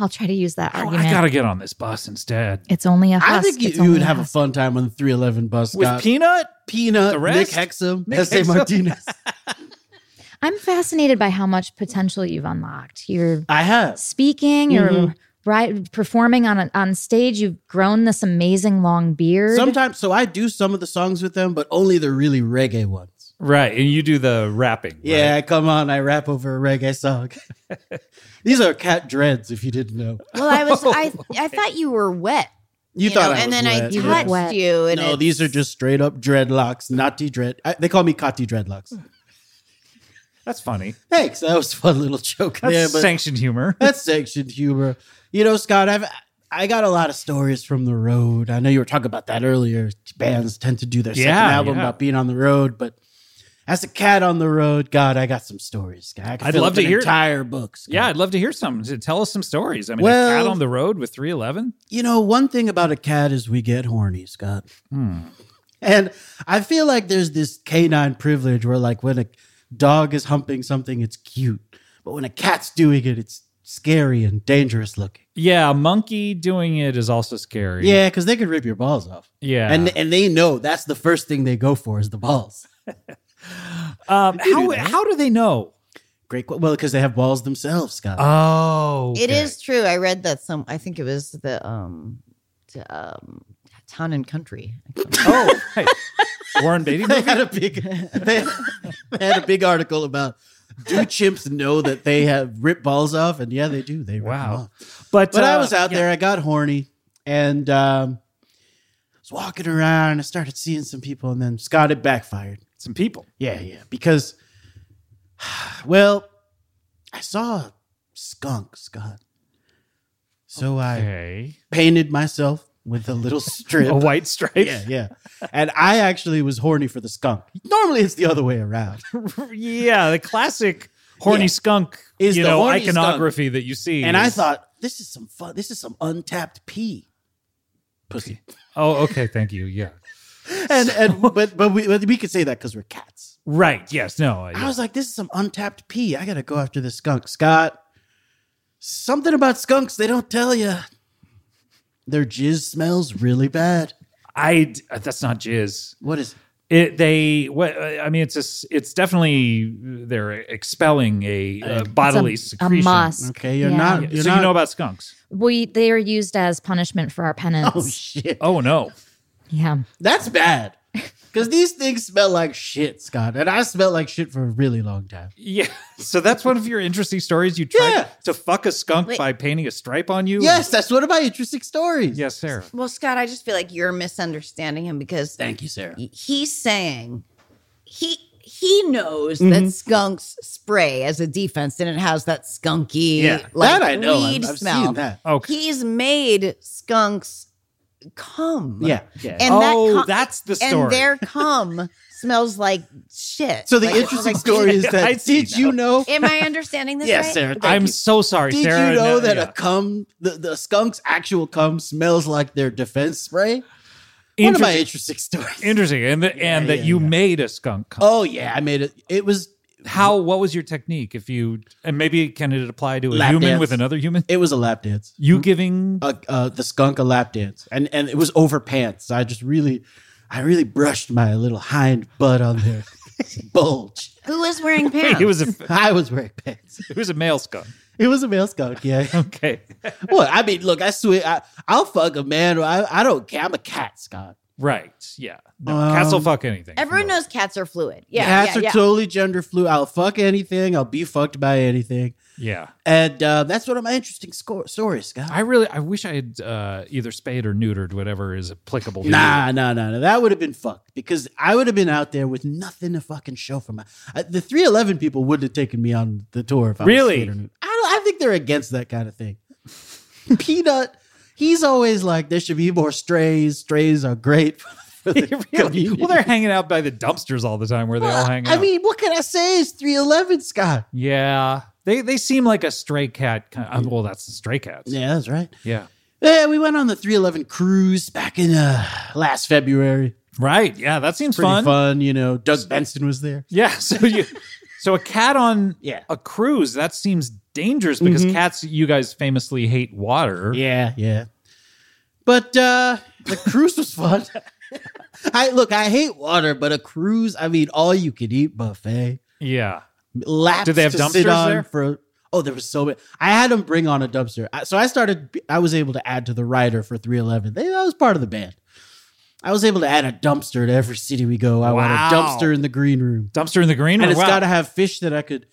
[SPEAKER 6] I'll try to use that
[SPEAKER 2] Oh,
[SPEAKER 6] argument.
[SPEAKER 2] I gotta get on this bus instead
[SPEAKER 6] it's only a husk.
[SPEAKER 8] I think you,
[SPEAKER 6] It's
[SPEAKER 8] you
[SPEAKER 6] only
[SPEAKER 8] would have a
[SPEAKER 6] husk.
[SPEAKER 8] fun time on the 311 bus.
[SPEAKER 2] with
[SPEAKER 8] Scott.
[SPEAKER 2] Peanut.
[SPEAKER 8] Peanut,
[SPEAKER 2] The
[SPEAKER 8] Nick
[SPEAKER 2] rest?
[SPEAKER 8] Hexum,
[SPEAKER 2] Nick
[SPEAKER 8] S.A.
[SPEAKER 2] Hexum. [LAUGHS]
[SPEAKER 8] Martinez.
[SPEAKER 6] I'm fascinated by how much potential you've unlocked. You're
[SPEAKER 8] I have.
[SPEAKER 6] speaking, you're right performing on a, on stage, you've grown this amazing long beard.
[SPEAKER 8] Sometimes, so I do some of the songs with them, but only the really reggae ones.
[SPEAKER 2] Right, and you do the rapping.
[SPEAKER 8] Yeah, I come on, I rap over a reggae song. [LAUGHS] These are cat dreads, if you didn't know.
[SPEAKER 9] Well, I was
[SPEAKER 8] [LAUGHS]
[SPEAKER 9] I I thought you were wet.
[SPEAKER 8] You,
[SPEAKER 9] you
[SPEAKER 8] thought
[SPEAKER 9] know,
[SPEAKER 8] I
[SPEAKER 9] and
[SPEAKER 8] was
[SPEAKER 9] then
[SPEAKER 8] wet.
[SPEAKER 9] I
[SPEAKER 6] You were
[SPEAKER 9] touched
[SPEAKER 6] wet.
[SPEAKER 9] you and
[SPEAKER 8] No,
[SPEAKER 9] it-
[SPEAKER 8] these are just straight up dreadlocks, naughty dread. I, they call me Cotty dreadlocks.
[SPEAKER 2] that's funny.
[SPEAKER 8] Thanks, that was a fun little joke
[SPEAKER 2] That's
[SPEAKER 8] there. But
[SPEAKER 2] sanctioned
[SPEAKER 8] [LAUGHS]
[SPEAKER 2] humor.
[SPEAKER 8] That's sanctioned humor. You know, Scott, I've I got a lot of stories from the road. I know you were talking about that earlier. Bands tend to do their second
[SPEAKER 2] Yeah,
[SPEAKER 8] album
[SPEAKER 2] yeah.
[SPEAKER 8] about being on the road, but as a cat on the road, God, I got some stories. Scott. I could
[SPEAKER 2] I'd
[SPEAKER 8] fill
[SPEAKER 2] love
[SPEAKER 8] up
[SPEAKER 2] to
[SPEAKER 8] an
[SPEAKER 2] hear-
[SPEAKER 8] entire books.
[SPEAKER 2] Yeah, I'd love to hear some. To Tell us some stories. I mean,
[SPEAKER 8] Well-
[SPEAKER 2] a cat on the road with 311.
[SPEAKER 8] you know, one thing about a cat is we get horny, Scott.
[SPEAKER 2] Hmm.
[SPEAKER 8] And I feel like there's this canine privilege where, like, when a dog is humping something, it's cute, but when a cat's doing it, it's scary and dangerous looking.
[SPEAKER 2] Yeah, a monkey doing it is also scary.
[SPEAKER 8] Yeah, because they could rip your balls off.
[SPEAKER 2] Yeah.
[SPEAKER 8] and and they know that's the first thing they go for is the balls.
[SPEAKER 2] um, how, how do they know?
[SPEAKER 8] Great, qu- well, because they have balls themselves, Scott.
[SPEAKER 2] Oh.
[SPEAKER 9] It is true. I read that some. I think it was the um, t- um, town and country.
[SPEAKER 2] Oh, right.
[SPEAKER 8] [LAUGHS]
[SPEAKER 2] Warren Beatty
[SPEAKER 8] [LAUGHS] they
[SPEAKER 2] movie?
[SPEAKER 8] had a big, they, they had a big article about do chimps know that they have ripped balls off, and yeah, they do. They rip
[SPEAKER 2] Wow.
[SPEAKER 8] them off.
[SPEAKER 2] But,
[SPEAKER 8] But I
[SPEAKER 2] uh,
[SPEAKER 8] was out there, I got horny, and um, was walking around. I started seeing some people, and then Scott it backfired.
[SPEAKER 2] Some people.
[SPEAKER 8] Yeah, yeah. Because, [SIGHS] well, I saw a skunk, Scott. So I
[SPEAKER 2] Okay.
[SPEAKER 8] painted myself with
[SPEAKER 2] [LAUGHS]
[SPEAKER 8] a little strip.
[SPEAKER 2] A white stripe.
[SPEAKER 8] yeah, yeah. And I actually was horny for the skunk. Normally it's the other way around.
[SPEAKER 2] [LAUGHS] Yeah, the classic horny
[SPEAKER 8] Yeah.
[SPEAKER 2] skunk
[SPEAKER 8] Is
[SPEAKER 2] you
[SPEAKER 8] the
[SPEAKER 2] know,
[SPEAKER 8] horny
[SPEAKER 2] iconography that you see.
[SPEAKER 8] And I
[SPEAKER 2] is-
[SPEAKER 8] thought, this is some fun. This is some untapped pee. Pussy.
[SPEAKER 2] oh, okay, thank you. Yeah.
[SPEAKER 8] and and but but we but we could say that because we're cats.
[SPEAKER 2] Right. Yes. No.
[SPEAKER 8] I
[SPEAKER 2] yeah.
[SPEAKER 8] was like, this is some untapped pee. I gotta go after this skunk, Scott. Something about skunks they don't tell you. Their jizz smells really bad.
[SPEAKER 2] I. That's not jizz.
[SPEAKER 8] What is?
[SPEAKER 2] It, they, what, I mean, it's just, it's definitely they're expelling a, uh bodily
[SPEAKER 6] It's a, a
[SPEAKER 2] secretion.
[SPEAKER 6] musk.
[SPEAKER 8] Okay, you're
[SPEAKER 6] Yeah.
[SPEAKER 8] not.
[SPEAKER 2] Yeah,
[SPEAKER 8] You're
[SPEAKER 2] so
[SPEAKER 8] not,
[SPEAKER 2] you know about
[SPEAKER 8] [LAUGHS]
[SPEAKER 2] skunks?
[SPEAKER 6] We they are used as punishment for our penance.
[SPEAKER 8] Oh shit,
[SPEAKER 2] Oh no!
[SPEAKER 6] yeah.
[SPEAKER 8] that's bad. Because these things smell like shit, Scott, and I smelled like shit for a really long time.
[SPEAKER 2] Yeah. So that's one of your interesting stories. You tried
[SPEAKER 8] Yeah.
[SPEAKER 2] to fuck a skunk by painting a stripe on you.
[SPEAKER 8] Yes, that's one of my interesting stories.
[SPEAKER 2] Yes, Sarah.
[SPEAKER 9] Well, Scott, I just feel like you're misunderstanding him because
[SPEAKER 8] Thank you, Sarah.
[SPEAKER 9] he's saying he he knows
[SPEAKER 8] Mm-hmm.
[SPEAKER 9] that skunks spray as a defense and it has that skunky
[SPEAKER 8] Yeah,
[SPEAKER 9] like
[SPEAKER 8] that I know.
[SPEAKER 9] weed
[SPEAKER 8] I've- I've
[SPEAKER 9] smell.
[SPEAKER 8] seen that.
[SPEAKER 2] Okay.
[SPEAKER 9] He's made skunks cum.
[SPEAKER 8] Yeah, yeah.
[SPEAKER 9] And
[SPEAKER 2] Oh,
[SPEAKER 9] that cum-
[SPEAKER 2] that's the story.
[SPEAKER 9] And
[SPEAKER 8] [LAUGHS]
[SPEAKER 9] their cum smells like shit.
[SPEAKER 8] so the
[SPEAKER 9] Like,
[SPEAKER 8] interesting
[SPEAKER 2] [LAUGHS]
[SPEAKER 8] story is
[SPEAKER 2] I
[SPEAKER 8] that
[SPEAKER 2] see
[SPEAKER 8] did you know?
[SPEAKER 9] am I understanding
[SPEAKER 8] [LAUGHS]
[SPEAKER 9] this
[SPEAKER 8] Yes,
[SPEAKER 9] right?
[SPEAKER 8] Sarah. thank
[SPEAKER 2] I'm
[SPEAKER 8] you.
[SPEAKER 2] so sorry,
[SPEAKER 8] Did
[SPEAKER 2] Sarah.
[SPEAKER 8] you know
[SPEAKER 2] No,
[SPEAKER 8] that
[SPEAKER 2] yeah.
[SPEAKER 8] a cum, the, the skunk's actual cum, smells like their defense spray? One of my
[SPEAKER 2] Interesting.
[SPEAKER 8] interesting stories.
[SPEAKER 2] Interesting, and the, and that
[SPEAKER 8] yeah,
[SPEAKER 2] you
[SPEAKER 8] yeah.
[SPEAKER 2] made a skunk. Come.
[SPEAKER 8] oh yeah, I made it. It was
[SPEAKER 2] How? What was your technique? If you and maybe can it apply to a
[SPEAKER 8] Lap
[SPEAKER 2] human
[SPEAKER 8] dance.
[SPEAKER 2] with another human?
[SPEAKER 8] it was a lap dance.
[SPEAKER 2] You giving?
[SPEAKER 8] Uh, uh, the skunk a lap dance, and and it was over pants. I just really, I really brushed my little hind butt on their [LAUGHS] bulge.
[SPEAKER 9] Who is wearing
[SPEAKER 8] [LAUGHS]
[SPEAKER 9] pants?
[SPEAKER 2] [LAUGHS] it was a it
[SPEAKER 8] I was wearing pants.
[SPEAKER 2] was a male skunk.
[SPEAKER 8] It was a male skunk. Yeah.
[SPEAKER 2] [LAUGHS] Okay.
[SPEAKER 8] well, I mean, look, I swear, I, I'll fuck a man. I, I don't care. I'm a cat, Scott.
[SPEAKER 2] Right. Yeah. No, cats will
[SPEAKER 8] Um,
[SPEAKER 2] fuck anything.
[SPEAKER 9] Everyone knows cats are fluid. Yeah.
[SPEAKER 8] Cats
[SPEAKER 9] yeah,
[SPEAKER 8] are
[SPEAKER 9] yeah.
[SPEAKER 8] totally gender fluid. I'll fuck anything. I'll be fucked by anything.
[SPEAKER 2] Yeah.
[SPEAKER 8] And uh, that's one of my interesting sco- stories, Scott.
[SPEAKER 2] I really. I wish I had uh, either spayed or neutered whatever is applicable. To you. [LAUGHS]
[SPEAKER 8] Nah, nah, nah, nah. That would have been fucked because I would have been out there with nothing to fucking show for my. I, the 311 people wouldn't have taken me on the tour if I
[SPEAKER 2] Really?
[SPEAKER 8] was skater. I, don't, I think they're against that kind of thing. [LAUGHS] Peanut, he's always like, there should be more strays. Strays are great. For the
[SPEAKER 2] [LAUGHS]
[SPEAKER 8] [LAUGHS]
[SPEAKER 2] Really?
[SPEAKER 8] community.
[SPEAKER 2] Well, they're hanging out by the dumpsters all the time where they all hang out.
[SPEAKER 8] I mean, what can I say? It's 311, Scott.
[SPEAKER 2] yeah. They they seem like a stray cat. Kind of, well, that's the stray cats.
[SPEAKER 8] Yeah, that's right.
[SPEAKER 2] Yeah.
[SPEAKER 8] Yeah, we went on the 311 cruise back in uh, last February.
[SPEAKER 2] Right. Yeah. That seems
[SPEAKER 8] Pretty fun.
[SPEAKER 2] fun.
[SPEAKER 8] you know. Doug Benson was there.
[SPEAKER 2] Yeah. [LAUGHS] So you, so a cat on
[SPEAKER 8] Yeah. Mm-hmm.
[SPEAKER 2] a cruise that seems dangerous because cats, you guys famously hate water.
[SPEAKER 8] Yeah, yeah. But uh the cruise was fun. [LAUGHS] I look, I hate water, but a cruise, I mean, all you could eat buffet.
[SPEAKER 2] Yeah.
[SPEAKER 8] Laps
[SPEAKER 2] Did they have
[SPEAKER 8] to sit
[SPEAKER 2] dumpsters
[SPEAKER 8] on
[SPEAKER 2] there?
[SPEAKER 8] For, oh, there was so many. I had them bring on a dumpster. I- So I started, I was able to add to the rider for 311. They, that was part of the band. I was able to add a dumpster to every city we go. I want
[SPEAKER 2] Wow.
[SPEAKER 8] a dumpster in the green room.
[SPEAKER 2] Dumpster in the green
[SPEAKER 8] And
[SPEAKER 2] room.
[SPEAKER 8] it's
[SPEAKER 2] Wow.
[SPEAKER 8] got to have fish that I could,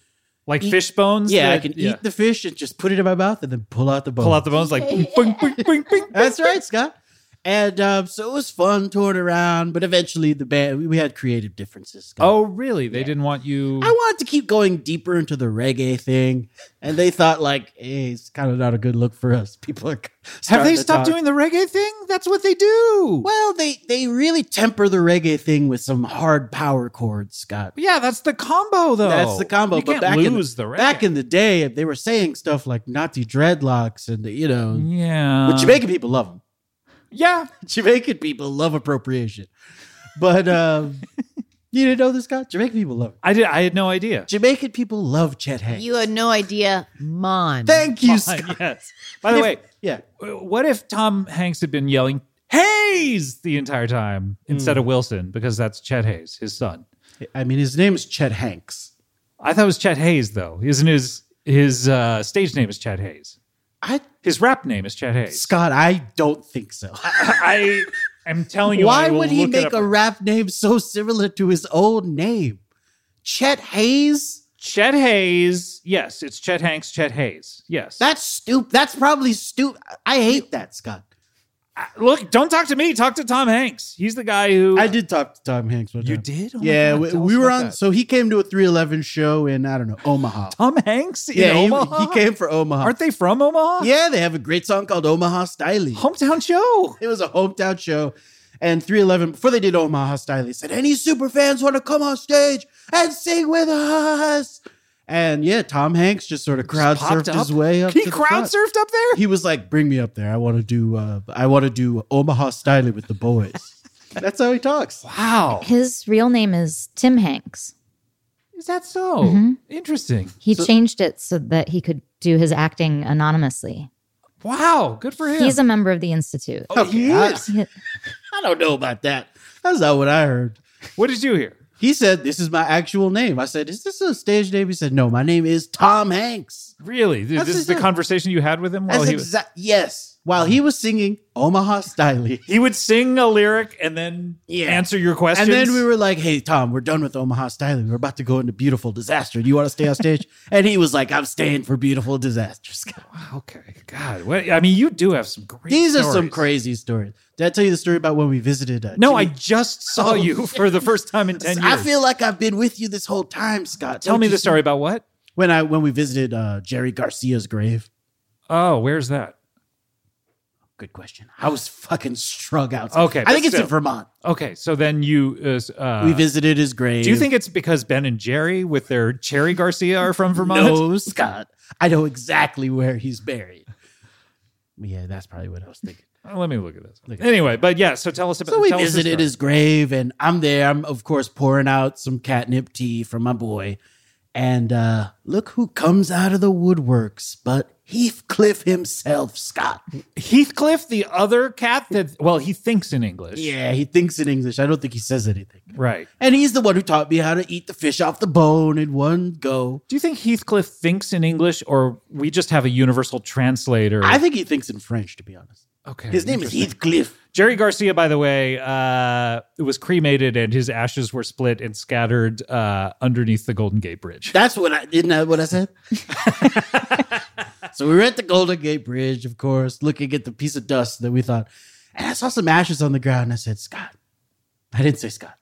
[SPEAKER 2] like fish bones.
[SPEAKER 8] yeah, I
[SPEAKER 2] that-
[SPEAKER 8] can
[SPEAKER 2] yeah.
[SPEAKER 8] eat the fish and just put it in my mouth and then pull out the bone.
[SPEAKER 2] Pull out the bones like boing, boing, boing, boing, boing.
[SPEAKER 8] That's right, Scott. And um, so it was fun touring around, but eventually the band we- we had creative differences. Scott.
[SPEAKER 2] Oh, really? They didn't want you.
[SPEAKER 8] I wanted to keep going deeper into the reggae thing, and they thought like, "Hey, it's kind of not a good look for us." People are
[SPEAKER 2] Have they stopped doing the reggae thing? That's what they do.
[SPEAKER 8] Well, they they really temper the reggae thing with some hard power chords, Scott.
[SPEAKER 2] Yeah, that's the combo though.
[SPEAKER 8] That's the combo.
[SPEAKER 2] You
[SPEAKER 8] but
[SPEAKER 2] can't
[SPEAKER 8] back
[SPEAKER 2] lose
[SPEAKER 8] in
[SPEAKER 2] the reggae.
[SPEAKER 8] back in the day, they were saying stuff like Nazi dreadlocks, and you know,
[SPEAKER 2] yeah,
[SPEAKER 8] but Jamaican people love them.
[SPEAKER 2] yeah,
[SPEAKER 8] [LAUGHS] Jamaican people love appropriation.
[SPEAKER 2] [LAUGHS]
[SPEAKER 8] But um, you didn't know this guy? Jamaican people love it.
[SPEAKER 2] I did. I had no
[SPEAKER 8] [LAUGHS]
[SPEAKER 2] idea.
[SPEAKER 8] Jamaican people love Chet Hanks.
[SPEAKER 9] You had no idea. Mon.
[SPEAKER 8] Thank you, Scott.
[SPEAKER 2] yes. By the way,
[SPEAKER 8] Yeah.
[SPEAKER 2] what if Tom Hanks had been yelling Hayes the entire time instead
[SPEAKER 8] Hmm.
[SPEAKER 2] of Wilson because that's Chet Hayes, his son.
[SPEAKER 8] I mean, his name is Chet Hanks.
[SPEAKER 2] I thought it was Chet Hayes though. Isn't his his uh, stage name is Chet Hayes?
[SPEAKER 8] I
[SPEAKER 2] His rap name is Chet Hayes.
[SPEAKER 8] Scott, I don't think so.
[SPEAKER 2] I am telling you. I
[SPEAKER 8] Why
[SPEAKER 2] will
[SPEAKER 8] would he
[SPEAKER 2] look it
[SPEAKER 8] make
[SPEAKER 2] up.
[SPEAKER 8] a rap name so similar to his old name? Chet Hayes?
[SPEAKER 2] Chet Hayes? Yes, it's Chet Hanks. Chet Hayes. Yes.
[SPEAKER 8] That's stupid. That's probably stupid. I hate that, Scott.
[SPEAKER 2] Look, don't talk to me. Talk to Tom Hanks. He's the guy who
[SPEAKER 8] I did talk to Tom Hanks one
[SPEAKER 2] You
[SPEAKER 8] time.
[SPEAKER 2] did? Oh my
[SPEAKER 8] Yeah,
[SPEAKER 2] God,
[SPEAKER 8] we,
[SPEAKER 2] tell
[SPEAKER 8] we
[SPEAKER 2] us
[SPEAKER 8] were
[SPEAKER 2] about
[SPEAKER 8] on.
[SPEAKER 2] that.
[SPEAKER 8] So he came to a 311 show in, I don't know, Omaha.
[SPEAKER 2] Tom Hanks in
[SPEAKER 8] yeah, he-
[SPEAKER 2] Omaha.
[SPEAKER 8] He, came for Omaha.
[SPEAKER 2] Aren't they from Omaha?
[SPEAKER 8] Yeah, they have a great song called Omaha Stylies.
[SPEAKER 2] Hometown show.
[SPEAKER 8] It was a hometown show. And 311, before they did Omaha Stylies, said, Any super fans want to come on stage and sing with us? And yeah, Tom Hanks just sort of crowd
[SPEAKER 2] popped
[SPEAKER 8] surfed his
[SPEAKER 2] up.
[SPEAKER 8] way up.
[SPEAKER 2] He
[SPEAKER 8] to the
[SPEAKER 2] crowd
[SPEAKER 8] front.
[SPEAKER 2] surfed up there?
[SPEAKER 8] He was like, Bring me up there. I want to do uh, I want to do Omaha Stylies with the boys. That's how he talks.
[SPEAKER 2] Wow.
[SPEAKER 6] His real name is Tim Hanks.
[SPEAKER 2] Is that so?
[SPEAKER 8] Mm-hmm.
[SPEAKER 2] Interesting.
[SPEAKER 6] He changed it so that he could do his acting anonymously.
[SPEAKER 2] Wow. Good for him.
[SPEAKER 6] He's a member of the Institute.
[SPEAKER 2] oh, he is.
[SPEAKER 6] He-
[SPEAKER 8] I don't know about that. That's not what I heard.
[SPEAKER 2] What did you hear?
[SPEAKER 8] He said, This is my actual name. I said, Is this a stage name? He said, No, my name is Tom Hanks.
[SPEAKER 2] Really? This
[SPEAKER 8] That's
[SPEAKER 2] is the
[SPEAKER 8] it.
[SPEAKER 2] conversation you had with him while
[SPEAKER 8] That's
[SPEAKER 2] Oh, he was.
[SPEAKER 8] exact. Yes. While he was singing Omaha Stylie.
[SPEAKER 2] He would sing a lyric and then answer your questions.
[SPEAKER 8] And then we were like, Hey, Tom, we're done with Omaha Stylie. We're about to go into Beautiful Disaster. Do you want to stay on stage? [LAUGHS] and he was like, I'm staying for Beautiful Disaster. [LAUGHS] Scott."
[SPEAKER 2] Okay. God. What, I mean, you do have some great.
[SPEAKER 8] These are some
[SPEAKER 2] stories.
[SPEAKER 8] crazy stories. Did I tell you the story about when we visited? Uh,
[SPEAKER 2] No, I
[SPEAKER 8] Jimmy-
[SPEAKER 2] just saw you for the first time in ten years.
[SPEAKER 8] Oh. [LAUGHS] I feel like I've been with you this whole time, Scott.
[SPEAKER 2] Tell
[SPEAKER 8] Don't
[SPEAKER 2] me
[SPEAKER 8] you
[SPEAKER 2] the
[SPEAKER 8] see-
[SPEAKER 2] story about what?
[SPEAKER 8] When I when we visited uh, Jerry Garcia's grave.
[SPEAKER 2] Oh, where's that?
[SPEAKER 8] Good question. I was fucking strung out.
[SPEAKER 2] Okay,
[SPEAKER 8] I think
[SPEAKER 2] but
[SPEAKER 8] it's in
[SPEAKER 2] still.
[SPEAKER 8] Vermont.
[SPEAKER 2] Okay, so then you. uh, s- Uh,
[SPEAKER 8] we visited his grave.
[SPEAKER 2] do you think it's because Ben and Jerry with their Cherry Garcia are from Vermont?
[SPEAKER 8] [LAUGHS] No, Scott. I know exactly where he's buried. Yeah, that's probably what I was thinking.
[SPEAKER 2] Uh, Let me look at this. Anyway, but yeah, so tell us about.
[SPEAKER 8] So we
[SPEAKER 2] tell us the
[SPEAKER 8] visited
[SPEAKER 2] story.
[SPEAKER 8] his grave, and I'm there. I'm of course pouring out some catnip tea for my boy, and uh, look who comes out of the woodworks, but Heathcliff himself, Scott.
[SPEAKER 2] Heathcliff, the other cat that well, he thinks in English.
[SPEAKER 8] Yeah, he thinks in English. I don't think he says anything.
[SPEAKER 2] Right.
[SPEAKER 8] And he's the one who taught me how to eat the fish off the bone in one go.
[SPEAKER 2] Do you think Heathcliff thinks in English, or we just have a universal translator?
[SPEAKER 8] I think he thinks in French, to be honest.
[SPEAKER 2] okay.
[SPEAKER 8] His name is Heathcliff.
[SPEAKER 2] Jerry Garcia, by the way, uh, was cremated and his ashes were split and scattered uh, underneath the Golden Gate
[SPEAKER 8] [LAUGHS]
[SPEAKER 2] Bridge. [LAUGHS]
[SPEAKER 8] That's what I isn't that what I said? [LAUGHS] so we were at the Golden Gate Bridge, of course, looking at the piece of dust that we thought, and I saw some ashes on the ground. And I said, Scott. I didn't say Scott.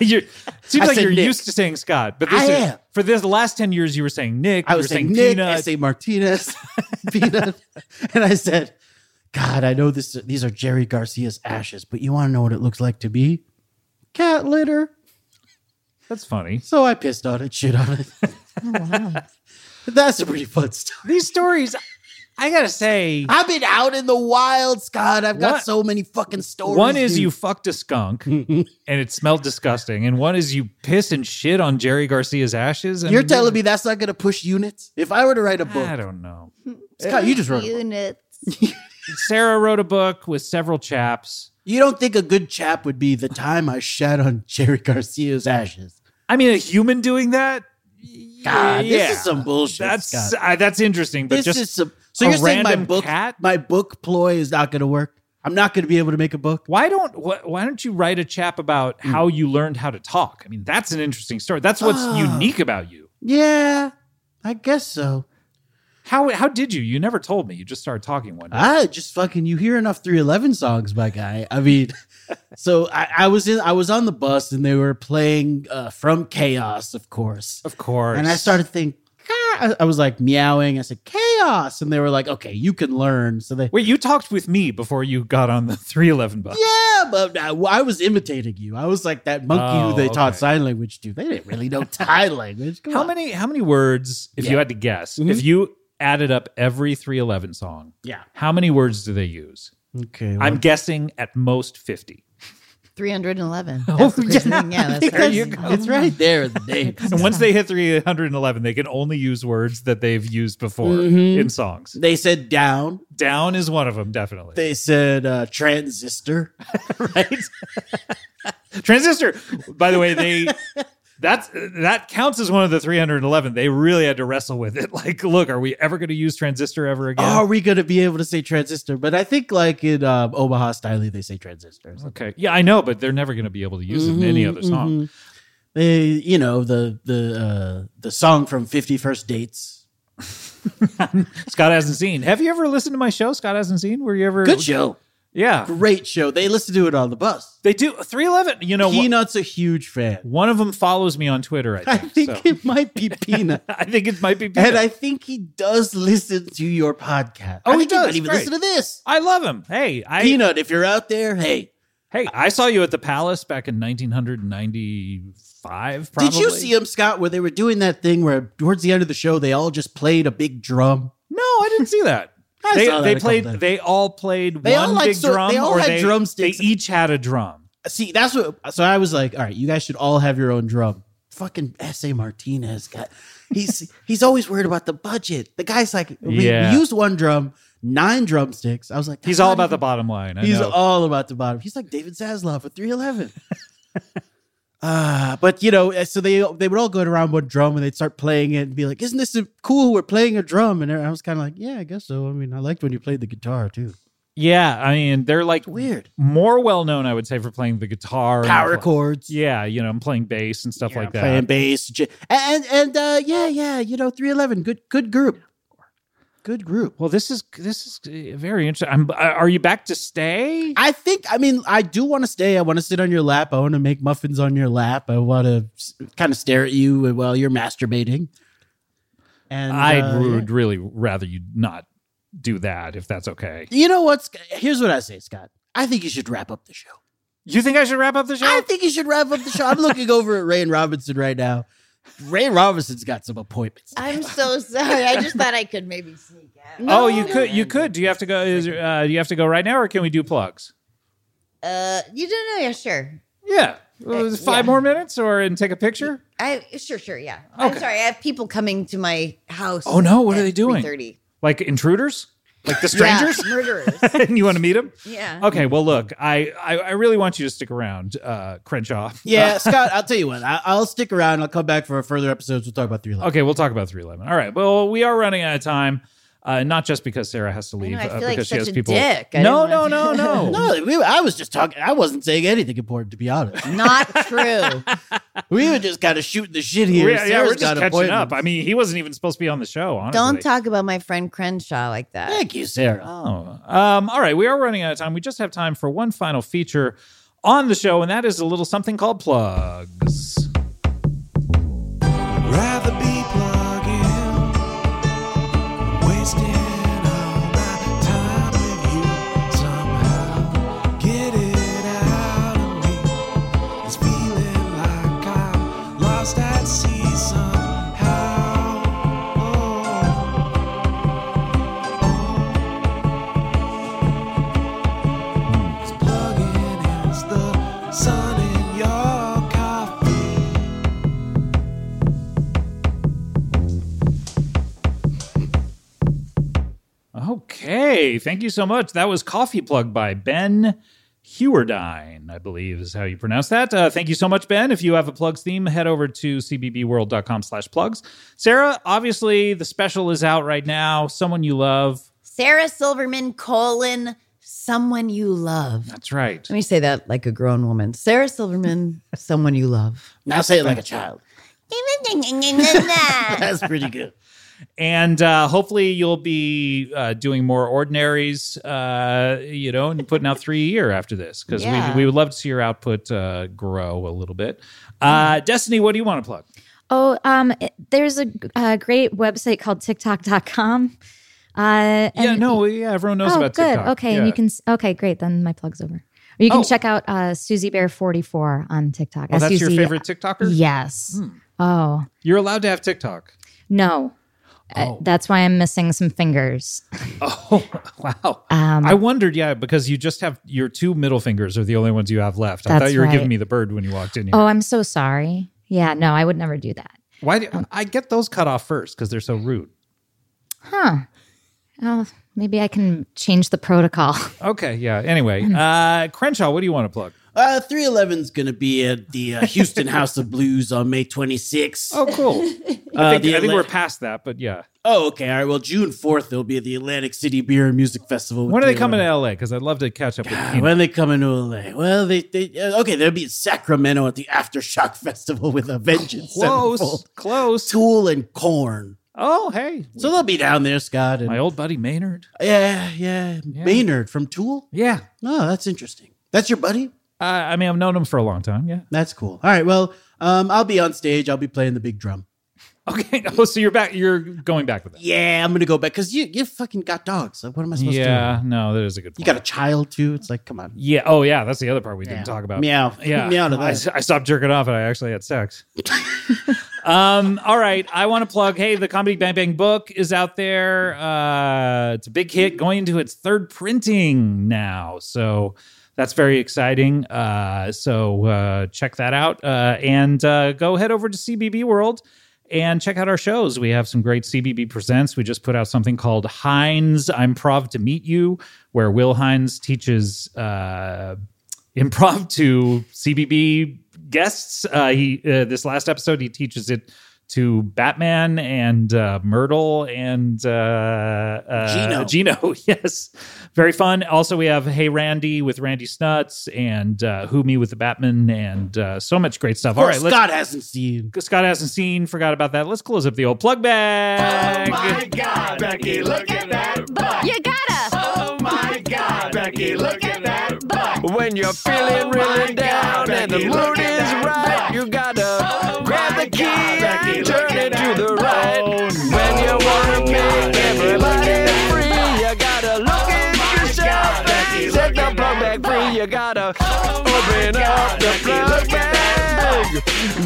[SPEAKER 2] you, seems
[SPEAKER 8] I
[SPEAKER 2] like
[SPEAKER 8] said
[SPEAKER 2] you're
[SPEAKER 8] Nick.
[SPEAKER 2] used to saying Scott, but this
[SPEAKER 8] I
[SPEAKER 2] is-
[SPEAKER 8] am.
[SPEAKER 2] for this last ten years you were saying Nick.
[SPEAKER 8] I
[SPEAKER 2] you
[SPEAKER 8] was
[SPEAKER 2] were
[SPEAKER 8] saying Nick,
[SPEAKER 2] Peanut.
[SPEAKER 8] S.A. Martinez, [LAUGHS] Peanut. and I said, God, I know this. these are Jerry Garcia's ashes, but you want to know what it looks like to be? Cat litter.
[SPEAKER 2] That's funny.
[SPEAKER 8] So I pissed on it, shit on it. [LAUGHS] That's a pretty fun story.
[SPEAKER 2] These stories, I gotta say,
[SPEAKER 8] I've been out in the wild, Scott. I've got
[SPEAKER 2] What?
[SPEAKER 8] so many fucking stories.
[SPEAKER 2] [LAUGHS] one is
[SPEAKER 8] dude.
[SPEAKER 2] you fucked a
[SPEAKER 8] [LAUGHS]
[SPEAKER 2] skunk and it smelled disgusting, and one is you piss and shit on Jerry Garcia's ashes. And
[SPEAKER 8] You're telling me that's not going to push units? If I were to write a
[SPEAKER 2] I
[SPEAKER 8] book,
[SPEAKER 2] don't know.
[SPEAKER 8] Scott, you just wrote. A book.
[SPEAKER 9] Units.
[SPEAKER 2] Sarah wrote a book with several chaps.
[SPEAKER 8] You don't think a good chap would be the time I shat on [LAUGHS] Jerry Garcia's ashes?
[SPEAKER 2] I mean, a human doing that.
[SPEAKER 8] God,
[SPEAKER 2] Yeah.
[SPEAKER 8] this is some bullshit.
[SPEAKER 2] That's
[SPEAKER 8] Scott.
[SPEAKER 2] uh, that's interesting, but
[SPEAKER 8] this
[SPEAKER 2] just
[SPEAKER 8] is some. So
[SPEAKER 2] a
[SPEAKER 8] you're saying my
[SPEAKER 2] random
[SPEAKER 8] book,
[SPEAKER 2] cat?
[SPEAKER 8] my book ploy is not going to work? I'm not going to be able to make a book.
[SPEAKER 2] why don't wh- why don't you write a chap about
[SPEAKER 8] Hmm.
[SPEAKER 2] how you learned how to talk? I mean, that's an interesting story. That's what's
[SPEAKER 8] Ah.
[SPEAKER 2] unique about you.
[SPEAKER 8] Yeah, I guess so.
[SPEAKER 2] How how did you? You never told me. You just started talking one day.
[SPEAKER 8] I just fucking you hear enough 311 songs, my guy. I mean, [LAUGHS] so I, I was in I was on the bus and they were playing uh, from Chaos, of course.
[SPEAKER 2] Of course.
[SPEAKER 8] And I started thinking, I I was like meowing. I said, chaos. And they were like, okay, you can learn. So they,
[SPEAKER 2] Wait, you talked with me before you got on the [LAUGHS] 311 bus.
[SPEAKER 8] yeah, but I, I was imitating you. I was like that monkey
[SPEAKER 2] Oh,
[SPEAKER 8] who they taught
[SPEAKER 2] okay.
[SPEAKER 8] sign language to. They didn't
[SPEAKER 2] [LAUGHS]
[SPEAKER 8] really know sign language. Come
[SPEAKER 2] How
[SPEAKER 8] on.
[SPEAKER 2] many how many words if you
[SPEAKER 8] Yeah.
[SPEAKER 2] had to guess?
[SPEAKER 8] Mhm.
[SPEAKER 2] If you added up every 311 song,
[SPEAKER 8] Yeah.
[SPEAKER 2] how many words do they use?
[SPEAKER 8] Okay. well,
[SPEAKER 2] I'm [LAUGHS] guessing at most 50.
[SPEAKER 8] [LAUGHS]
[SPEAKER 9] 311.
[SPEAKER 2] Oh,
[SPEAKER 9] That's the crazy thing. yeah, that's
[SPEAKER 8] because
[SPEAKER 9] crazy.
[SPEAKER 8] It's right [LAUGHS] there in the name.
[SPEAKER 2] And once they hit 311, they can only use words that they've used before
[SPEAKER 8] Mhm.
[SPEAKER 2] in songs.
[SPEAKER 8] they said down.
[SPEAKER 2] Down is one of them, definitely. [LAUGHS]
[SPEAKER 8] They said uh, transistor.
[SPEAKER 2] right? Transistor. By the way, they that's that counts as one of the 311. They really had to wrestle with it. [LAUGHS] Like, look, are we ever going to use transistor ever again?
[SPEAKER 8] Are we going to be able to say transistor? But I think like in um, Omaha Stylie, they say transistor.
[SPEAKER 2] Okay. Yeah, I know, but they're never going to be able to use it in
[SPEAKER 8] Mm-hmm,
[SPEAKER 2] any other song.
[SPEAKER 8] They, you know, the the uh, the song from Fifty First Dates.
[SPEAKER 2] Scott hasn't seen. Have you ever listened to my show? Scott hasn't seen. Were you ever
[SPEAKER 8] Good show.
[SPEAKER 2] Yeah,
[SPEAKER 8] Great show. They listen to it on the bus.
[SPEAKER 2] they do. Three eleven. You know, one,
[SPEAKER 8] Peanut's a huge fan.
[SPEAKER 2] one of them follows me on Twitter. I
[SPEAKER 8] I
[SPEAKER 2] think. [LAUGHS]
[SPEAKER 8] think
[SPEAKER 2] so.
[SPEAKER 8] it might be Peanut.
[SPEAKER 2] I think it might be.
[SPEAKER 8] and I think he does listen to your podcast.
[SPEAKER 2] Oh,
[SPEAKER 8] I
[SPEAKER 2] he
[SPEAKER 8] think might
[SPEAKER 2] does.
[SPEAKER 8] even
[SPEAKER 2] Great.
[SPEAKER 8] listen to this.
[SPEAKER 2] I love him. Hey, I
[SPEAKER 8] Peanut, if you're out there, hey.
[SPEAKER 2] hey, I saw you at the Palace back in 1995. Probably.
[SPEAKER 8] Did you see him, Scott, where they were doing that thing where towards the end of the show they all just played a big drum?
[SPEAKER 2] No, I didn't see that.
[SPEAKER 8] [LAUGHS] I
[SPEAKER 2] they,
[SPEAKER 8] saw that
[SPEAKER 2] they
[SPEAKER 8] a couple
[SPEAKER 2] played.
[SPEAKER 8] times.
[SPEAKER 2] They all played
[SPEAKER 8] They all
[SPEAKER 2] one
[SPEAKER 8] like
[SPEAKER 2] big
[SPEAKER 8] sort-
[SPEAKER 2] drum.
[SPEAKER 8] they all
[SPEAKER 2] or
[SPEAKER 8] had drumsticks.
[SPEAKER 2] They each had a drum.
[SPEAKER 8] See, that's what. So I was like, all right, you guys should all have your own drum. Fucking S.A. Martinez got. He's [LAUGHS] he's always worried about the budget. The guy's like, we,
[SPEAKER 2] Yeah.
[SPEAKER 8] we used one drum, nine drumsticks. I was like,
[SPEAKER 2] He's
[SPEAKER 8] "That's
[SPEAKER 2] all
[SPEAKER 8] not
[SPEAKER 2] about the
[SPEAKER 8] even-
[SPEAKER 2] bottom line. I
[SPEAKER 8] He's
[SPEAKER 2] know.
[SPEAKER 8] all about the bottom. He's like David Zaslav with 311. [LAUGHS] Ah, but you know, so they they would all go around one drum and they'd start playing it and be like, "Isn't this cool? We're playing a drum." And I was kind of like, "Yeah, I guess so." I mean, I liked when you played the guitar too.
[SPEAKER 2] yeah, I mean, they're like
[SPEAKER 8] Weird
[SPEAKER 2] more well known, I would say, for playing the guitar, and
[SPEAKER 8] power
[SPEAKER 2] pl-
[SPEAKER 8] chords.
[SPEAKER 2] Yeah, you know, I'm playing bass and stuff like that.
[SPEAKER 8] playing bass, j- and and uh, yeah, yeah, you know, three eleven, good good group, good group.
[SPEAKER 2] Well, this is this is uh, very interesting. I'm, uh, are you back to stay?
[SPEAKER 8] I think, I mean, I do want to stay. I want to sit on your lap. I want to make muffins on your lap. I want to kind of stare at you while you're masturbating. And
[SPEAKER 2] I
[SPEAKER 8] uh,
[SPEAKER 2] would really rather you not do that if that's okay.
[SPEAKER 8] You know what's here's what I say, Scott. I think you should wrap up the show.
[SPEAKER 2] You think I should wrap up the show?
[SPEAKER 8] I think you should wrap up the show. I'm looking over at Ray and Robinson right now. Ray Robinson's got some appointments.
[SPEAKER 9] I'm so sorry. I just thought I could maybe sneak out.
[SPEAKER 2] oh, you could you could. Do you have to go is, uh, do you have to go right now or can we do plugs?
[SPEAKER 9] Uh, you don't know? Yeah, sure.
[SPEAKER 2] Yeah. Uh, Five
[SPEAKER 9] yeah.
[SPEAKER 2] more minutes or and take a picture?
[SPEAKER 9] I sure, sure, yeah. I'm sorry. I have people coming to my house.
[SPEAKER 2] Oh, no, what are they doing?
[SPEAKER 9] Thirty
[SPEAKER 2] Like intruders? [LAUGHS] Like the strangers? [LAUGHS]
[SPEAKER 9] murderers.
[SPEAKER 2] and you want to meet them?
[SPEAKER 9] Yeah.
[SPEAKER 2] Okay, well look, I, I I really want you to stick around, uh Crenshaw.
[SPEAKER 8] Yeah, Scott, I'll tell you what. I, I'll stick around. I'll come back for further episodes. We'll talk about
[SPEAKER 2] [LAUGHS]
[SPEAKER 8] three.
[SPEAKER 2] Okay, we'll talk about 311. All right. Well, we are running out of time. Uh, not just because Sarah has to leave,
[SPEAKER 9] I
[SPEAKER 2] uh,
[SPEAKER 9] feel like
[SPEAKER 2] because she
[SPEAKER 9] such
[SPEAKER 2] has
[SPEAKER 9] a
[SPEAKER 2] people.
[SPEAKER 9] dick. I
[SPEAKER 2] No,
[SPEAKER 9] didn't
[SPEAKER 2] no,
[SPEAKER 9] want [LAUGHS]
[SPEAKER 2] no, no,
[SPEAKER 8] No, we, I was just talking. I wasn't saying anything important, to
[SPEAKER 2] [LAUGHS]
[SPEAKER 8] be honest.
[SPEAKER 9] Not true.
[SPEAKER 8] We were just kind of shooting the shit here.
[SPEAKER 2] We're, yeah,
[SPEAKER 8] Sarah's
[SPEAKER 2] we're just
[SPEAKER 8] got
[SPEAKER 2] catching up.
[SPEAKER 8] appointments.
[SPEAKER 2] I mean, he wasn't even supposed to be on the show. Honestly.
[SPEAKER 9] Don't talk about my friend Crenshaw like that.
[SPEAKER 8] Thank you, Sarah.
[SPEAKER 2] Oh, um, all right. We are running out of time. We just have time for one final feature on the show, and that is a little something called plugs.
[SPEAKER 5] Rather be plugging, wasting all my time with you somehow. Get it out of me. It's feeling like I'm lost at sea somehow. Oh, oh. 'Cause plugging is the sun in your coffee.
[SPEAKER 2] Okay. Thank you so much. That was Coffee Plug by Ben Hewerdine, I believe is how you pronounce that. Uh, thank you so much, Ben. If you have a plugs theme, head over to cbbworld.com slash plugs. Sarah, obviously the special is out right now. Someone you love.
[SPEAKER 9] Sarah Silverman colon someone you love.
[SPEAKER 2] That's right.
[SPEAKER 9] Let me say that like a grown woman. Sarah Silverman, someone you love.
[SPEAKER 8] Now say it like a child. That's pretty good.
[SPEAKER 2] and uh, hopefully you'll be uh, doing more ordinaries, uh, you know, and putting out three a year after this because
[SPEAKER 9] Yeah.
[SPEAKER 2] we, we would love to see your output uh, grow a little bit. Uh, Destiny, what do you want to plug?
[SPEAKER 6] Oh, um, it- there's a, a great website called TikTok.com. Uh, and,
[SPEAKER 2] yeah, no, yeah, everyone knows
[SPEAKER 6] oh,
[SPEAKER 2] about
[SPEAKER 6] good.
[SPEAKER 2] TikTok.
[SPEAKER 6] Okay,
[SPEAKER 2] Yeah.
[SPEAKER 6] and you can. s- Okay, great. Then my plug's over. Or you can
[SPEAKER 2] Oh.
[SPEAKER 6] check out uh, Susie Bear forty four on TikTok.
[SPEAKER 2] Oh, that's your
[SPEAKER 6] SUZ
[SPEAKER 2] favorite Hmm. TikToker.
[SPEAKER 6] E. Yes. Oh
[SPEAKER 2] You're allowed to have TikTok.
[SPEAKER 6] no. Uh, that's why I'm missing some fingers.
[SPEAKER 2] Oh wow!
[SPEAKER 6] Um,
[SPEAKER 2] I wondered, yeah, because you just have your two middle fingers are the only ones you have left. I
[SPEAKER 6] That's
[SPEAKER 2] thought you were
[SPEAKER 6] right.
[SPEAKER 2] giving me the bird when you walked in here.
[SPEAKER 6] Oh, I'm so sorry. Yeah, no, I would never do that.
[SPEAKER 2] Why do I get those cut off first because they're so rude?
[SPEAKER 6] Oh, maybe I can change the protocol.
[SPEAKER 2] Okay, yeah.
[SPEAKER 6] [CLEARS THROAT]
[SPEAKER 2] Anyway, uh, Crenshaw, what do you want to plug?
[SPEAKER 8] Uh, 311's going to be at the uh, Houston House of Blues on May 26th.
[SPEAKER 2] Oh, cool. I
[SPEAKER 8] Uh,
[SPEAKER 2] think,
[SPEAKER 8] the
[SPEAKER 2] I think
[SPEAKER 8] Atla-
[SPEAKER 2] we're past that, but yeah.
[SPEAKER 8] oh, okay. All right. Well, June 4th, there'll be at the Atlantic City Beer and Music Festival. with
[SPEAKER 2] When are they coming
[SPEAKER 8] 311.
[SPEAKER 2] to LA? Because I'd love to catch up with
[SPEAKER 8] Ah,
[SPEAKER 2] you.
[SPEAKER 8] When they coming to LA? Well, they, they uh, okay. They'll be in Sacramento at the Aftershock [LAUGHS] Festival with a vengeance.
[SPEAKER 2] Close,
[SPEAKER 8] Sevenfold.
[SPEAKER 2] close.
[SPEAKER 8] Tool and corn.
[SPEAKER 2] Oh, hey,
[SPEAKER 8] So they'll be down there, Scott. And,
[SPEAKER 2] my old buddy Maynard.
[SPEAKER 8] yeah, yeah, Maynard from Tool.
[SPEAKER 2] Yeah,
[SPEAKER 8] No, that's interesting. That's your buddy.
[SPEAKER 2] uh, I mean, I've known him for a long time. Yeah.
[SPEAKER 8] That's cool. All right. Well, um, I'll be on stage. I'll be playing the big drum.
[SPEAKER 2] Okay. [LAUGHS] Oh, so you're back. You're going back with that.
[SPEAKER 8] Yeah, I'm gonna go back because you you fucking got dogs. Like, what am I supposed to do?
[SPEAKER 2] Yeah. No, that is a good.
[SPEAKER 8] You
[SPEAKER 2] Point.
[SPEAKER 8] got a child too. It's like, come on.
[SPEAKER 2] Yeah. Oh, yeah. That's the other part we didn't talk about.
[SPEAKER 8] [LAUGHS] Meow.
[SPEAKER 2] Yeah.
[SPEAKER 8] Meow to
[SPEAKER 2] I,
[SPEAKER 8] that.
[SPEAKER 2] I stopped jerking off and I actually had sex. Um, all right. I want to plug hey, the Comedy Bang Bang book is out there. Uh, it's a big hit going into its third printing now. So that's very exciting. Uh, so uh, check that out. Uh, and uh, go head over to CBB World and check out our shows. We have some great CBB Presents. We just put out something called Heinz I'm Prov to Meet You, where Will Hines teaches. Uh, improv to CBB guests. Uh, he uh, this last episode he teaches it to Batman and uh, Myrtle and uh, uh, Gino. Gino, [LAUGHS] yes, very fun. Also, we have Hey Randy with Randy Snuts and uh, Who Me with the Batman and uh, so much great stuff. All right, let's.
[SPEAKER 8] Scott hasn't seen.
[SPEAKER 2] Scott hasn't seen, forgot about that. Let's close up the old plug bag.
[SPEAKER 5] Becky, look at that butt.
[SPEAKER 10] You gotta.
[SPEAKER 5] Oh my God, Becky, look at that butt.
[SPEAKER 11] When you're feeling really down and the
[SPEAKER 5] Becky, look
[SPEAKER 11] mood
[SPEAKER 5] at
[SPEAKER 11] is
[SPEAKER 5] that Oh
[SPEAKER 11] right, you gotta grab the key and turn it to the right. When you wanna make everybody free, you gotta look at yourself and take the plug back free. You gotta open up the plug bag.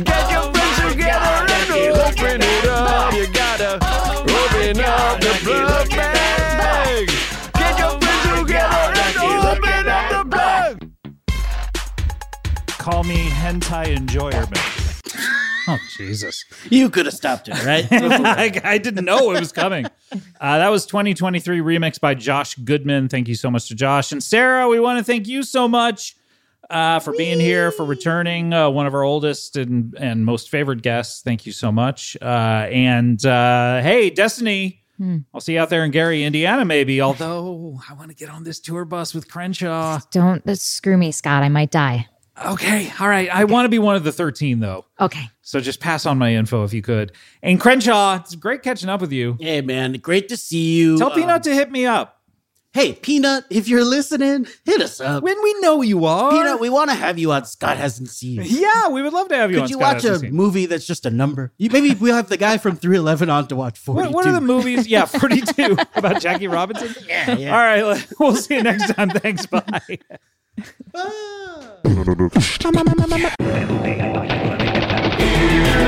[SPEAKER 11] Get your friends together and open it up. You gotta open up the plug bag. Get your friends together and open up the plug.
[SPEAKER 2] Call me Hentai Enjoyerman. oh, Jesus.
[SPEAKER 8] You could have stopped
[SPEAKER 2] [LAUGHS]
[SPEAKER 8] it, right?
[SPEAKER 2] I, I didn't know it was coming. [LAUGHS] Uh, that was 2023 remix by Josh Goodman. Thank you so much to Josh and Sarah. We want to thank you so much uh, for being here, for returning, uh, one of our oldest and and most favored guests. Thank you so much. Uh, and uh, hey, Destiny. I'll see you out there in Gary, Indiana, maybe. Although I want to get on this tour bus with Crenshaw.
[SPEAKER 6] Don't uh, screw me, Scott. I might die.
[SPEAKER 2] Okay, all right. I want to be one of the 13, though.
[SPEAKER 6] Okay.
[SPEAKER 2] So just pass on my info if you could. And Crenshaw, it's great catching up with you.
[SPEAKER 8] hey, man, great to see you.
[SPEAKER 2] Tell Peanut
[SPEAKER 8] Um,
[SPEAKER 2] to hit me up.
[SPEAKER 8] hey, Peanut, if you're listening, hit us up.
[SPEAKER 2] When we know you are.
[SPEAKER 8] Peanut, we want to have you on. Scott hasn't seen.
[SPEAKER 2] yeah, we would love to have you on
[SPEAKER 8] Could you
[SPEAKER 2] Scott
[SPEAKER 8] watch
[SPEAKER 2] Hasn't
[SPEAKER 8] a
[SPEAKER 2] Seen.
[SPEAKER 8] movie that's just a number? You, maybe we'll have the guy from 311 on to watch 42.
[SPEAKER 2] What, what are the movies?
[SPEAKER 8] [LAUGHS]
[SPEAKER 2] Yeah, 42 about Jackie Robinson. Yeah,
[SPEAKER 8] yeah.
[SPEAKER 2] All right, [LAUGHS] let- we'll see you next time. Thanks. Bye.
[SPEAKER 1] Come on, come on, come on.
[SPEAKER 5] Here's